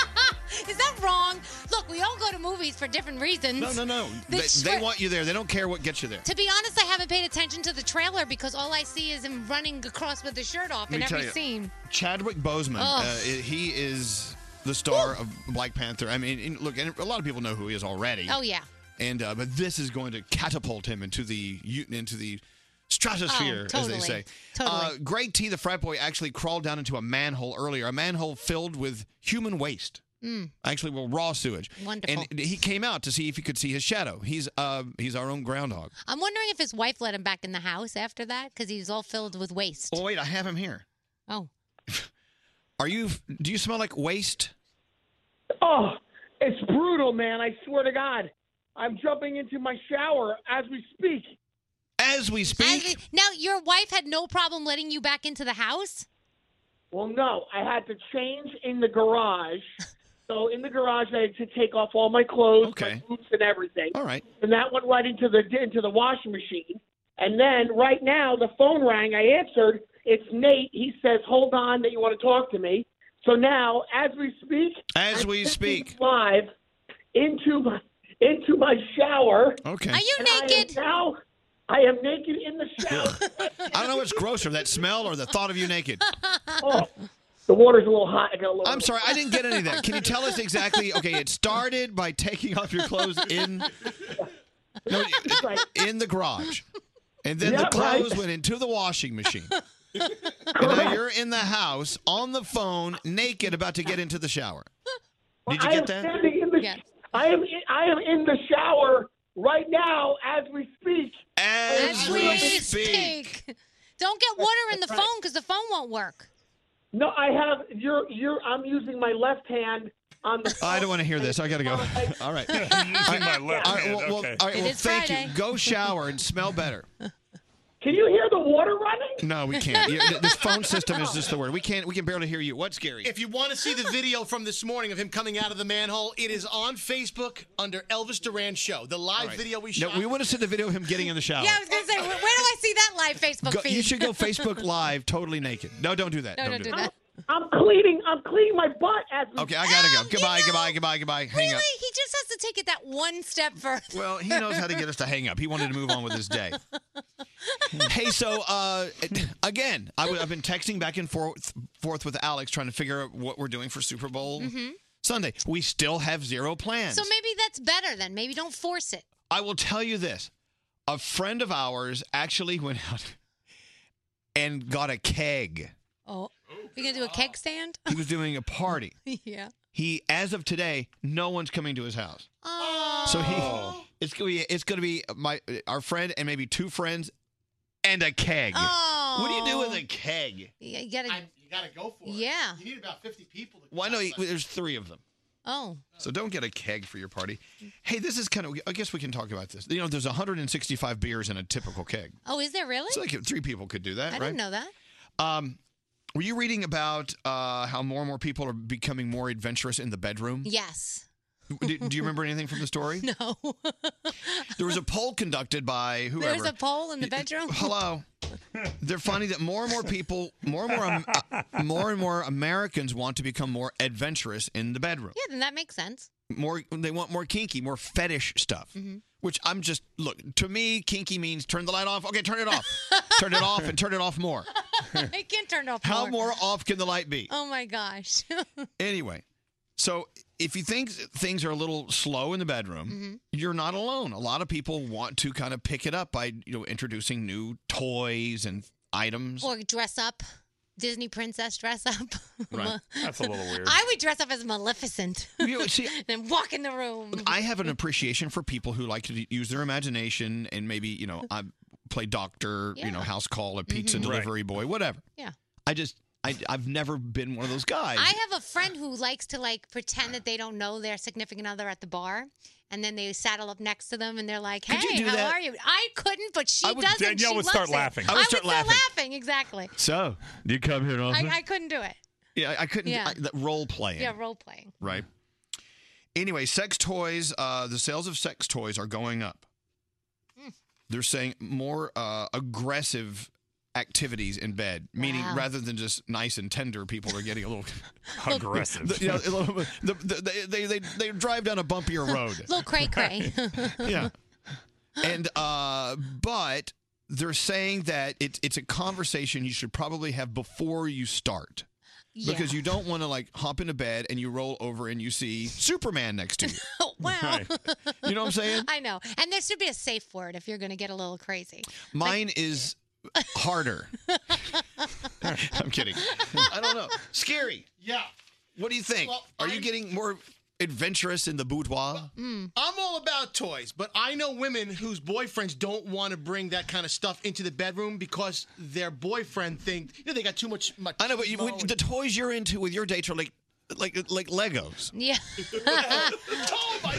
Is that wrong? Look, we all go to movies for different reasons.
No, no, no.
The
They, they
shirt-
want you there. They don't care what gets you there.
To be honest, I haven't paid attention to the trailer because all I see is him running across with his shirt off
Let
in
me tell
every
you,
scene.
Chadwick Boseman,
Ugh.
uh, he is the star of Black Panther. I mean, and look, and a lot of people know who he is already.
Oh yeah.
And uh, but this is going to catapult him into the u- into the stratosphere,
Oh,
as
totally.
they say.
Totally.
Uh, Greg T, the frat boy, actually crawled down into a manhole earlier, a manhole filled with human waste.
Mm.
Actually, well, raw sewage.
Wonderful.
And he came out to see if he could see his shadow. He's uh, he's our own groundhog.
I'm wondering if his wife let him back in the house after that because he's all filled with waste.
Oh wait, I have him here.
Oh.
Are you? Do you smell like waste?
[LAUGHS]
Oh, it's brutal, man. I swear to God. I'm jumping into my shower as we speak.
As we
As the- Eh, now your wife had no problem letting you back into the house.
Well, no, I had to change in the garage. So in the garage, I had to take off all my clothes, my boots, and everything.
All right.
And that went right into the into the washing machine. And then right now, the phone rang. I answered. It's Nate. He says, "Hold on, that you want to talk to me." So now, as we speak,
as
we speak, live into my into my shower.
Okay.
Are you
naked? now I am naked in the
[LAUGHS]
shower.
I don't know what's grosser, that smell or the thought of you naked.
oh, the water's a little hot. I got a little.
I'm sorry, I didn't get any of that.
[LAUGHS]
Can you tell us exactly? Okay, it started by taking off your clothes in no, in the garage, and then
Yeah,
the clothes
right.
went into the washing machine. And now you're in the house on the phone, naked, about to get into the shower. Did you
I am
get that?
standing in the. I am. I am in the shower right now as we speak.
As,
we speak. Don't get water in the phone because the phone won't work.
No, I have. You're. You're. I'm using my left hand on the.
I don't want to hear this. I got to go.
[LAUGHS]
All right.
Oh, Using my left
All right,
hand,
well, well,
okay.
all right,
It
well,
is
thank
Friday.
you. Go shower and smell better.
Can you hear the water running?
No,
[LAUGHS]
we can't. You- th- this phone system is just the word. We can't. We can barely hear you. What's scary?
If you want to see the video from this morning of him coming out of the manhole, it is on Facebook under Elvis Duran Show. The live video we shot.
No, we want to see the video of him getting in the shower.
Yeah, I was going to say, where, where do I see that live Facebook
Go-
feed? [LAUGHS]
you should go Facebook Live totally naked. No, don't do that.
No,
don't do that.
I'm cleaning. I'm cleaning my butt as we.
Okay, I gotta go. Goodbye, goodbye, goodbye, goodbye. Hang
really?
up.
He just has to take it that one step [LAUGHS] further.
Well, He knows
[LAUGHS]
how to get us to hang up. He wanted to move on with his day. hey, so uh, again, i w- I've been texting back and forth, forth with Alex trying to figure out what we're doing for Super Bowl
Mhm.
Sunday. We still have zero plans.
So maybe that's better then. Maybe don't force it.
I will tell you this: a friend of ours actually went out [LAUGHS] and got a keg.
Oh, you're going to do a keg stand?
He was doing a party.
[LAUGHS] yeah.
He, as of today, no one's coming to his house.
Oh.
So he, it's gonna be, it's gonna be my our friend and maybe two friends, and a keg. What do you do with a keg?
Yeah, you gotta.
you gotta go for it.
Yeah.
You need about 50 people. To-
Well, I know you- there's three of them,
Oh.
so don't get a keg for your party. Hey, this is kind of. I guess we can talk about this. You know, there's 165 beers in a typical keg.
Oh, is there really?
So like three people could do that,
I
right?
didn't know that.
Um, were you reading about uh, how more and more people are becoming more adventurous in the bedroom?
Yes.
Do, do you remember anything from the story?
[LAUGHS] No.
there was a poll conducted by whoever.
There's a pole in the bedroom.
[LAUGHS] Hello. They're finding that more and more people, more and more, um, uh, more and more Americans want to become more adventurous in the bedroom.
[LAUGHS] Yeah, then that makes sense. Mm-hmm.
More, they want more kinky, more fetish stuff. [LAUGHS] Which I'm just look to me, kinky means turn the light off. Okay,
[LAUGHS]
turn it off, turn it off, and turn it off more.
[LAUGHS] I can't turn off.
How more off can the light be?
Oh my
[LAUGHS]
gosh.
Anyway, so if you think things are a little slow in the bedroom,
Mm-hmm.
you're not alone. A lot of people want to kind of pick it up by you know introducing new toys and items.
or dress up, Disney princess dress up. [LAUGHS]
Right. That's a little weird.
I would dress up as Maleficent. [LAUGHS] then walk in the room.
I have an appreciation for people who like to use their imagination and maybe you know I play doctor, you know
Yeah.
house call, a pizza
Mhm. Right.
delivery boy, whatever.
Yeah.
I just I I've never been one of those guys.
I have a friend who likes to like pretend that they don't know their significant other at the bar. And then they saddle up next to them and they're like,
Could you
hey,
do
how
that?
are you? I couldn't, but she
I would-
doesn't.
Danielle
she
would
loves
start
it.
laughing. I
I
would
would
start
start
laughing.
laughing, exactly.
so do you come here
I, I couldn't do it.
yeah, I couldn't
Yeah.
I, that role playing.
Yeah, role playing.
Right. Anyway, sex toys, uh, the sales of sex toys are going up.
Hmm.
They're saying more uh, aggressive activities in bed, meaning
Wow.
rather than just nice and tender, people are getting
[LAUGHS]
a little
Aggressive.
The- [LAUGHS] yeah, a little, the, the, they, they, they, they drive down a bumpier
[LAUGHS]
road.
Little
[LAUGHS]
cray cray.
yeah. And uh, but they're saying that it's it's a conversation you should probably have before you start. Because you don't want to like hop into bed and you roll over and you see Superman next to you.
wow.
You know what I'm saying?
I know. And there should be a safe word if you're going to get a little crazy.
Mine is harder. I'm kidding. I don't know. Scary.
yeah.
What do you think?
Well,
Are you getting more adventurous in the boudoir?
I'm all about toys, but I know women whose boyfriends don't want to bring that kind of stuff into the bedroom because their boyfriend think you know they got too much. much
I know, but you, when- the toys you're into with your dates are like like like Legos. [LAUGHS]
Yeah. [LAUGHS]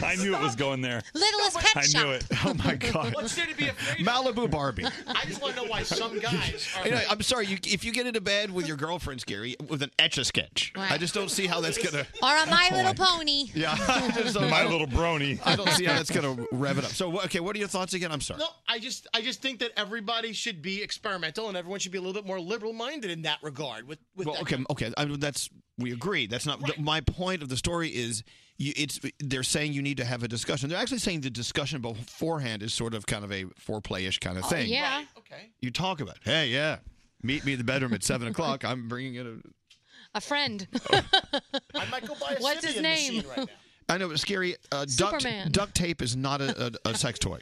I knew it was going there.
Littlest
I
pet
knew
shop.
it.
Oh my god.
What's there to be afraid?
Malibu Barbie.
[LAUGHS] I just want to know why
[LAUGHS]
some guys are.
You know, I'm sorry. You, if you get into bed with your girlfriend, Gary, with an etch a sketch, I
Right.
just don't see how that's gonna.
Or a My
Oh,
Little
I-
Pony.
Yeah, [LAUGHS]
[LAUGHS]
I just don't-
My little brony.
I don't see how that's gonna rev it up. So, wh- okay, what are your thoughts again? I'm
[LAUGHS]
sorry.
No, I just I just think that everybody should be experimental and everyone should be a little bit more liberal minded in that regard. With with
Well,
that
okay, okay. I, that's we agree. That's not th- my point of the story. Is you, it's they're saying you need to have a discussion. They're actually saying the discussion beforehand is sort of kind of a foreplayish kind of thing.
Oh, Yeah.
You talk about, hey, yeah, meet me in the bedroom at seven o'clock. I'm bringing in a
A friend.
I might go buy a
What's his
Symbian
name? [LAUGHS]
machine right now.
I know, but scary. Uh, duct,
Superman.
duct tape is not a,
[LAUGHS]
a, a sex toy.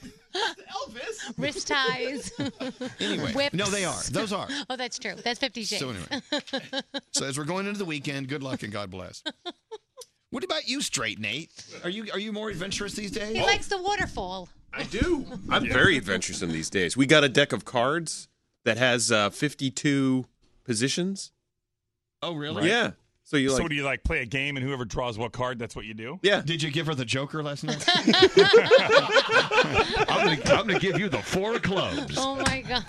Wrist ties.
Anyway,
Whips.
no, they are. Those are.
[LAUGHS] Oh, that's true. That's Fifty Shades.
So So as we're going into the weekend, good luck and God bless. What about you, straight Nate? Are you are you more adventurous these days?
[LAUGHS] he likes the waterfall.
I do. I'm very [LAUGHS] adventuresome these days. We got a deck of cards that has uh, 52 positions.
Oh,
Yeah. So you like
so do you like play a game and whoever draws what card? That's what you do.
Yeah.
Did you give her the Joker last night?
I'm going to I'm gonna give you the four of clubs.
Oh my
[LAUGHS]
god.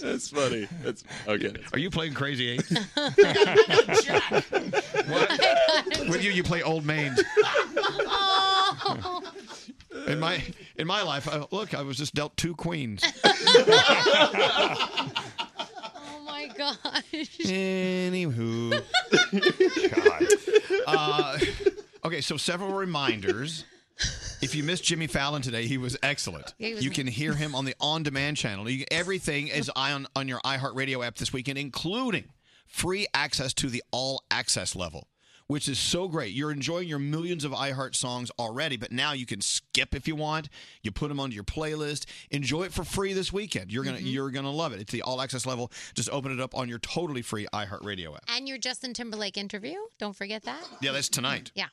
[LAUGHS]
That's funny. That's okay.
Are you playing Crazy Eight?
With you, you play old
[LAUGHS]
maid.
oh.
In
[LAUGHS]
my in my life, I, look, I was just dealt
[LAUGHS]
two queens.
oh my gosh. [LAUGHS]
Anywho, God. Uh, okay, so several reminders. If you missed Jimmy Fallon today, he was excellent.
He was-
you can hear him on the on-demand channel. You, everything
[LAUGHS]
is on on your iHeartRadio app this weekend, including free access to the all-access level, which is so great. You're enjoying your millions of iHeart songs already, but now you can skip if you want. You put them onto your playlist. Enjoy it for free this weekend. You're
Mm-hmm.
gonna you're gonna love it. It's the all-access level. Just open it up on your totally free iHeartRadio app.
And your Justin Timberlake interview. Don't forget that.
Yeah, that's tonight.
Yeah.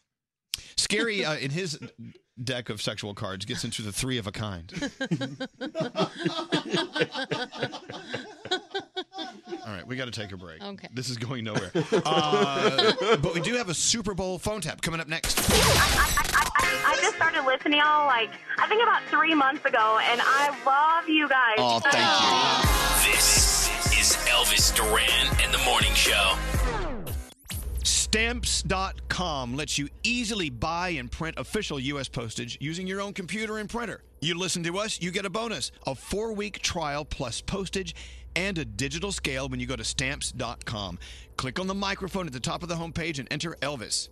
Scary uh, in his deck of sexual cards gets into the three of a kind. [LAUGHS] All right, we got to take a break.
Okay.
This is going nowhere. Uh, but we do have a Super Bowl phone tap coming up next.
I just started listening all like I think about three months ago, and I love you guys.
Oh, thank
This is Elvis Duran and the Morning Show.
Stamps.com lets you easily buy and print official U.S. postage using your own computer and printer. You listen to us, you get a bonus a four week trial plus postage and a digital scale when you go to stamps.com. Click on the microphone at the top of the homepage and enter Elvis.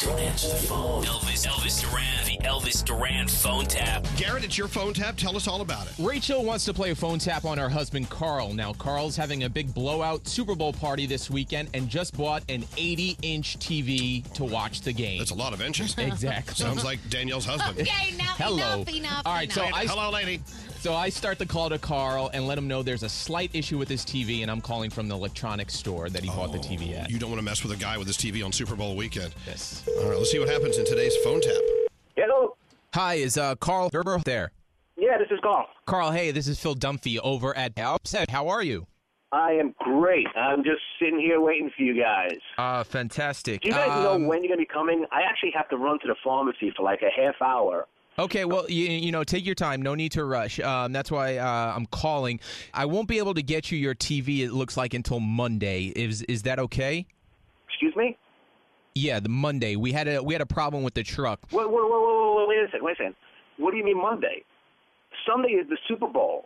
Don't answer the phone. Elvis, Elvis Duran, the Elvis Duran phone tap.
Garrett, it's your phone tap. Tell us all about it.
Rachel wants to play a phone tap on her husband Carl. Now Carl's having a big blowout Super Bowl party this weekend and just bought an 80-inch TV to watch the game. That's
a lot of inches.
[LAUGHS] Exactly.
Sounds like Danielle's husband.
[LAUGHS] Okay, now
Hello.
enough, enough,
All right, so
enough.
I
Hello,
lady.
So I start the call to Carl and let him know there's a slight issue with his TV, and I'm calling from the electronics store that he bought the TV at.
Oh, You don't want to mess with a guy with his TV on Super Bowl weekend.
Yes.
All right, let's see what happens in today's phone tap.
Hello. Hi, is uh, Carl Gerber there?
Yeah, this is Carl.
Carl, hey, this is Phil Dumphy over at Upset. How are you?
I am great. I'm just sitting here waiting for you guys.
Uh, fantastic. Um,
Do you guys know when you're going to be coming? I actually have to run to the pharmacy for like a half hour.
Okay, well, you, you know, take your time. No need to rush. Um, that's why uh, I'm calling. I won't be able to get you your TV. It looks like until Monday. Is is that okay?
Excuse me?
Yeah, the Monday. We had a we had a problem with the truck.
Wait, wait, wait, wait, wait, wait a second. Wait a second. What do you mean Monday? Sunday is the Super Bowl.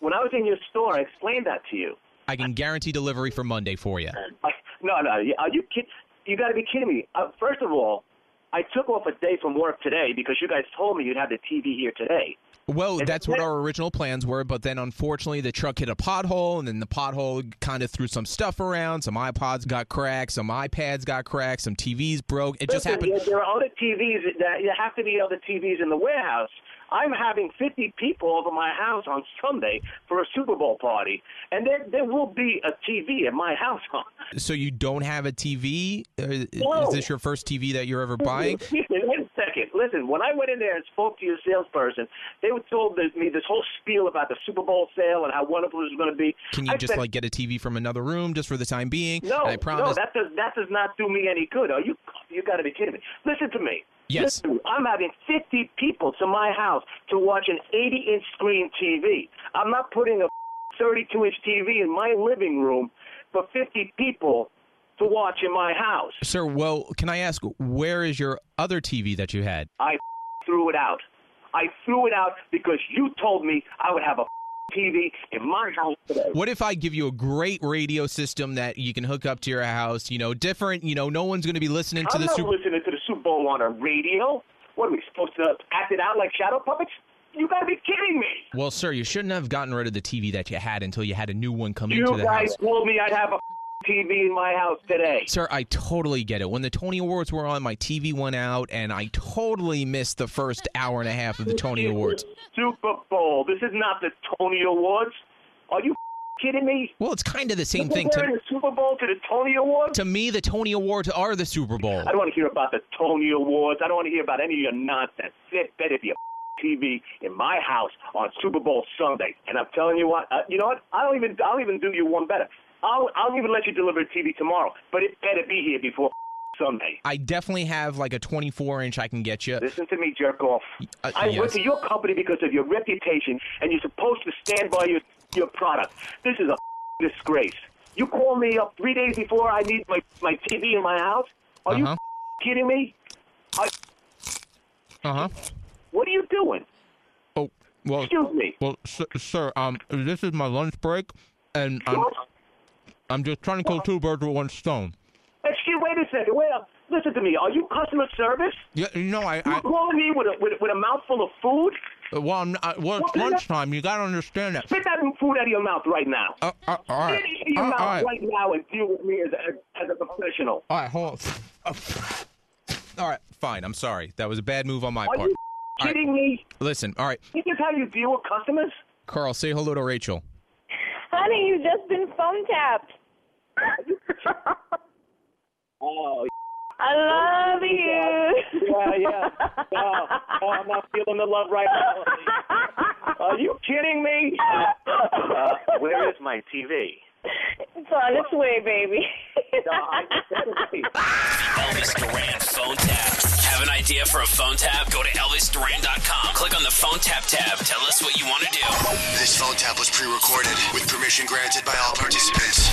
When I was in your store, I explained that to you.
I can guarantee delivery for Monday for you.
I, Uh, no, no. you- Are you kid? You got to be kidding me. Uh, first of all, I took off a day from work today because you guys told me you'd have the TV here today.
Well, that's what our original plans were, but then unfortunately the truck hit a pothole, and then the pothole kind of threw some stuff around. Some iPods got cracked, some iPads got cracked, some TVs broke. It just
Listen,
happened.
There, there are other TVs that there have to be other TVs in the warehouse. I'm having 50 people over my house on Sunday for a Super Bowl party, and there there will be a TV at my house.
So you don't have a TV? Uh,
No.
Is this your first TV that you're ever buying?
[LAUGHS] Wait a second. Listen, when I went in there and spoke to your salesperson, they were told this- me this whole spiel about the Super Bowl sale and how wonderful it was going to be.
Can you
I
just
said,
like get a TV from another room just for the time being?
No,
I promise.
no, that does that does not do me any good. Are you you got to be kidding me? Listen to me.
Yes.
Listen, I'm having 50 people to my house to watch an 80-inch screen TV. I'm not putting a 32-inch TV in my living room for 50 people to watch in my house.
Sir, well, can I ask where is your other TV that you had?
I threw it out. I threw it out because you told me I would have a TV in my house today.
What if I give you a great radio system that you can hook up to your house? You know, different. You know, no one's going to be listening to
I'm
the
not
Super.
listening to the Super Bowl on a radio. What are we supposed to act it out like shadow puppets? You gotta be kidding me!
Well, sir, you shouldn't have gotten rid of the TV that you had until you had a new one come
You
into the
guys
house.
told me I'd have a [LAUGHS] TV in my house today.
Sir, I totally get it. When the Tony Awards were on, my TV went out, and I totally missed the first hour and a half of the Tony Awards.
Super Bowl. This is not the Tony Awards. Are you [LAUGHS] kidding me?
Well, it's kind of the same
You're
thing to
comparing the Super Bowl to the Tony Awards.
To me, the Tony Awards are the Super Bowl.
I don't want to hear about the Tony Awards. I don't want to hear about any of your nonsense. It better be a [LAUGHS] TV in my house on Super Bowl Sunday. And I'm telling you what, uh, you know what? I don't even I'll even do you one better. I'll I'll even let you deliver TV tomorrow, but it better be here before [LAUGHS] Sunday.
I definitely have like a 24 inch I can get you.
Listen to me, jerk off. I went
yes.
to your company because of your reputation, and you're supposed to stand by your your product. This is a [LAUGHS] disgrace. You call me up three days before I need my my TV in my house. Are you
Uh-huh.
kidding me? Are,
Uh huh.
what are you doing?
Oh, well.
Excuse me.
Well, sir, sir, um, this is my lunch break, and I'm, I'm just trying to kill two birds with one stone.
Excuse. Wait a second. Wait. A, listen to me. Are you customer service?
Yeah, no, I. Uh,
You calling me with a with, a- with a mouthful of food?
Well, I'm, I, well,
What
it's
the-
lunchtime. You gotta understand that.
Spit that food out of your mouth right now.
Uh, uh, all right.
Spit it in your
Uh,
mouth
all right.
right now and deal with me as a, as a professional.
All right, hold on. All right, fine. I'm sorry. That was a bad move on my
Are
part.
you
All right,
kidding me?
Listen, all right,
This is how you deal with customers?
Carl, say hello to Rachel.
Honey, you've just been phone tapped.
[LAUGHS] Oh,
I love you.
Yeah, yeah. No, no, I'm not feeling the love right now.
[LAUGHS]
Are you kidding me? Uh, where is my TV?
It's on its way, baby.
Elvis Duran phone tap. Have an idea for a phone tap? Go to ElvisDuran.com. Click on the phone tap tab. Tell us what you want to do.
This phone tap was pre-recorded with permission granted by all participants.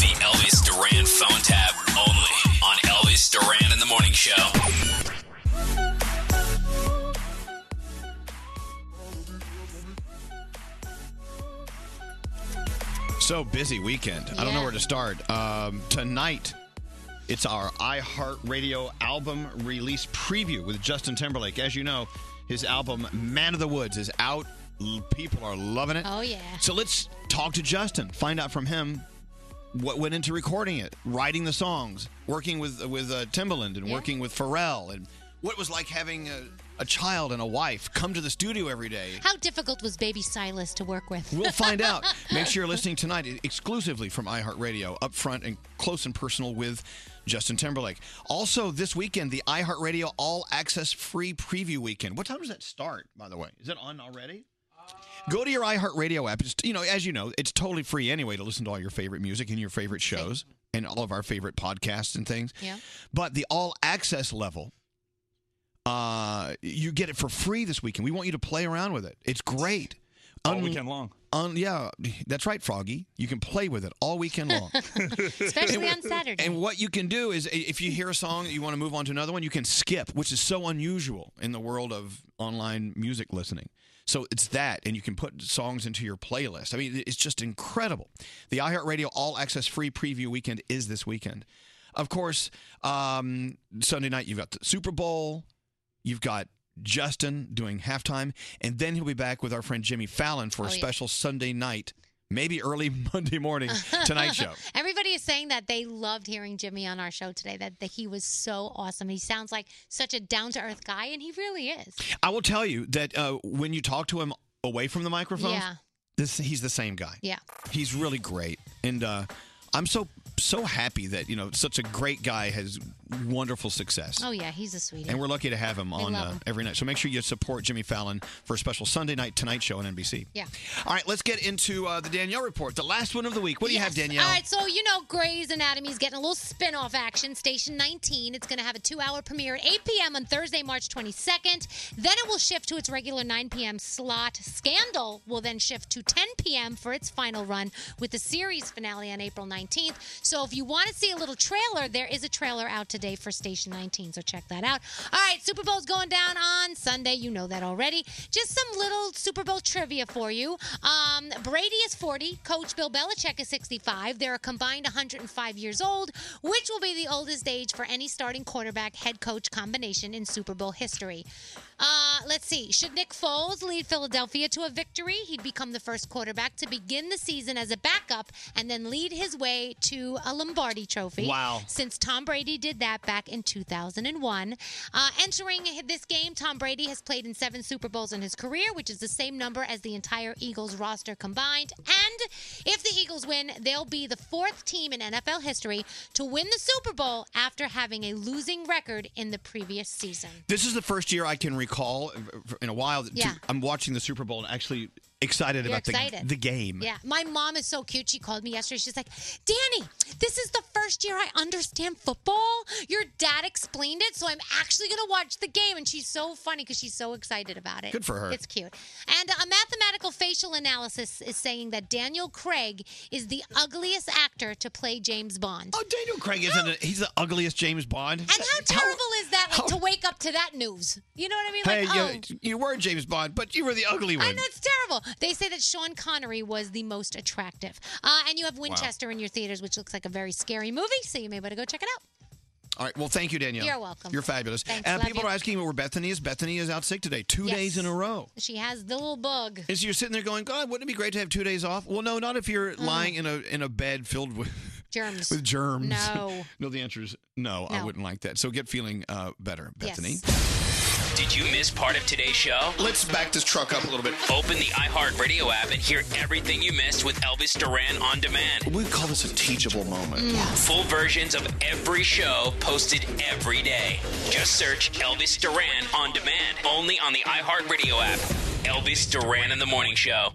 The Elvis Duran phone tap only on Elvis Duran in the Morning Show.
So busy weekend. I don't know where to start. Um, tonight, it's our iHeartRadio album release preview with Justin Timberlake. As you know, his album Man of the Woods is out. L- People are loving it.
Oh, yeah.
So let's talk to Justin, find out from him what went into recording it, writing the songs, working with with uh, Timbaland and working with Pharrell, and what it was like having a, a child and a wife come to the studio every day.
How difficult was Baby Silas to work with?
We'll find out. Make sure you're listening tonight exclusively from iHeartRadio, up front and close and personal with Justin Timberlake. Also, this weekend, the iHeartRadio All Access Free Preview Weekend. What time does that start, by the way? Is it on already? Go to your iHeartRadio app. It's, you know, as you know, it's totally free anyway to listen to all your favorite music and your favorite shows and all of our favorite podcasts and things.
Yeah.
But the all access level, uh, you get it for free this weekend. We want you to play around with it. It's great. All weekend
long.
yeah, that's right, Froggy. You can play with it all weekend long.
[LAUGHS] Especially on Saturday.
And what you can do is i- if you hear a song that you want to move on to another one, you can skip, which is so unusual in the world of online music listening. So it's that, and you can put songs into your playlist. I mean, it's just incredible. The iHeartRadio All Access Free Preview Weekend is this weekend. Of course, um, Sunday night, you've got the Super Bowl, you've got Justin doing halftime, and then he'll be back with our friend Jimmy Fallon for a
Oh, yeah.
special Sunday night, maybe early [LAUGHS] Monday
[LAUGHS]
morning, tonight show.
Everybody is saying that they loved hearing Jimmy on our show today, that, that he was so awesome. He sounds like such a down to earth guy, and he really is.
I will tell you that uh, when you talk to him away from the microphone,
Yeah.
this, he's the same guy.
Yeah.
He's really great, and uh, I'm so so happy that you know such a great guy has wonderful success.
Oh, yeah, he's a sweetie.
And we're lucky to have him
We
on
love
uh,
him.
every night. So make sure you support Jimmy Fallon for a special Sunday night Tonight Show on NBC.
Yeah.
All right, let's get into uh, the Danielle report, the last one of the week. What do you have, Danielle?
All right, so you know Grey's Anatomy's getting a little spin-off action. Station 19, it's going to have a two-hour premiere at 8 p.m. on Thursday, March 22nd. Then it will shift to its regular 9 p.m. slot. Scandal will then shift to 10 p.m. for its final run with the series finale on April 19th. So if you want to see a little trailer, there is a trailer out today for Station 19, so check that out. All right, Super Bowl's going down on Sunday. You know that already. Just some little Super Bowl trivia for you. Um, Brady is 40. Coach Bill Belichick is 65. They're a combined 105 years old, which will be the oldest age for any starting quarterback head coach combination in Super Bowl history. Uh, let's see. Should Nick Foles lead Philadelphia to a victory, he'd become the first quarterback to begin the season as a backup and then lead his way to a Lombardi trophy.
Wow.
Since Tom Brady did that back in 2001. Uh, entering this game, Tom Brady has played in seven Super Bowls in his career, which is the same number as the entire Eagles roster combined. And if the Eagles win, they'll be the fourth team in NFL history to win the Super Bowl after having a losing record in the previous season.
This is the first year I can recall uh, in a while that
Yeah.
I'm watching the Super Bowl and actually excited
You're
about
excited.
The, the game.
Yeah, my mom is so cute. She called me yesterday. She's like, "Danny, this is the first year I understand football. Your dad explained it, so I'm actually gonna watch the game." And she's so funny because she's so excited about it.
Good for her.
It's cute. And a mathematical facial analysis is saying that Daniel Craig is the ugliest actor to play James Bond.
Oh, Daniel Craig isn't. A, he's the ugliest James Bond.
And how terrible is that? Like to wake up to that news. You know what I mean?
hey,
like, oh,
you, you were James Bond, but you were the ugly one.
I know it's terrible. They say that Sean Connery was the most attractive. Uh, and you have Winchester in your theaters, which looks like a very scary movie, so you may better go check it out.
All right. Well, thank you, Danielle.
You're welcome.
You're fabulous.
Thanks,
and
love
people
you.
are asking where Bethany is. Bethany is out sick today, two
Yes.
days in a row.
She has the little bug.
And so you're sitting there going, God, wouldn't it be great to have two days off? Well, no, not if
Mm.
you're lying in a in a bed filled with
Germs.
with germs. [LAUGHS]
No.
no, the answer is no, I
No.
wouldn't like that. So get feeling uh, better,
Yes.
Bethany.
Did you miss part of today's show?
Let's back this truck up a little bit.
Open the iHeartRadio app and hear everything you missed with Elvis Duran on demand.
We call this a teachable moment.
Full versions of every show posted every day. Just search Elvis Duran on demand only on the iHeartRadio app. Elvis Duran in the Morning Show.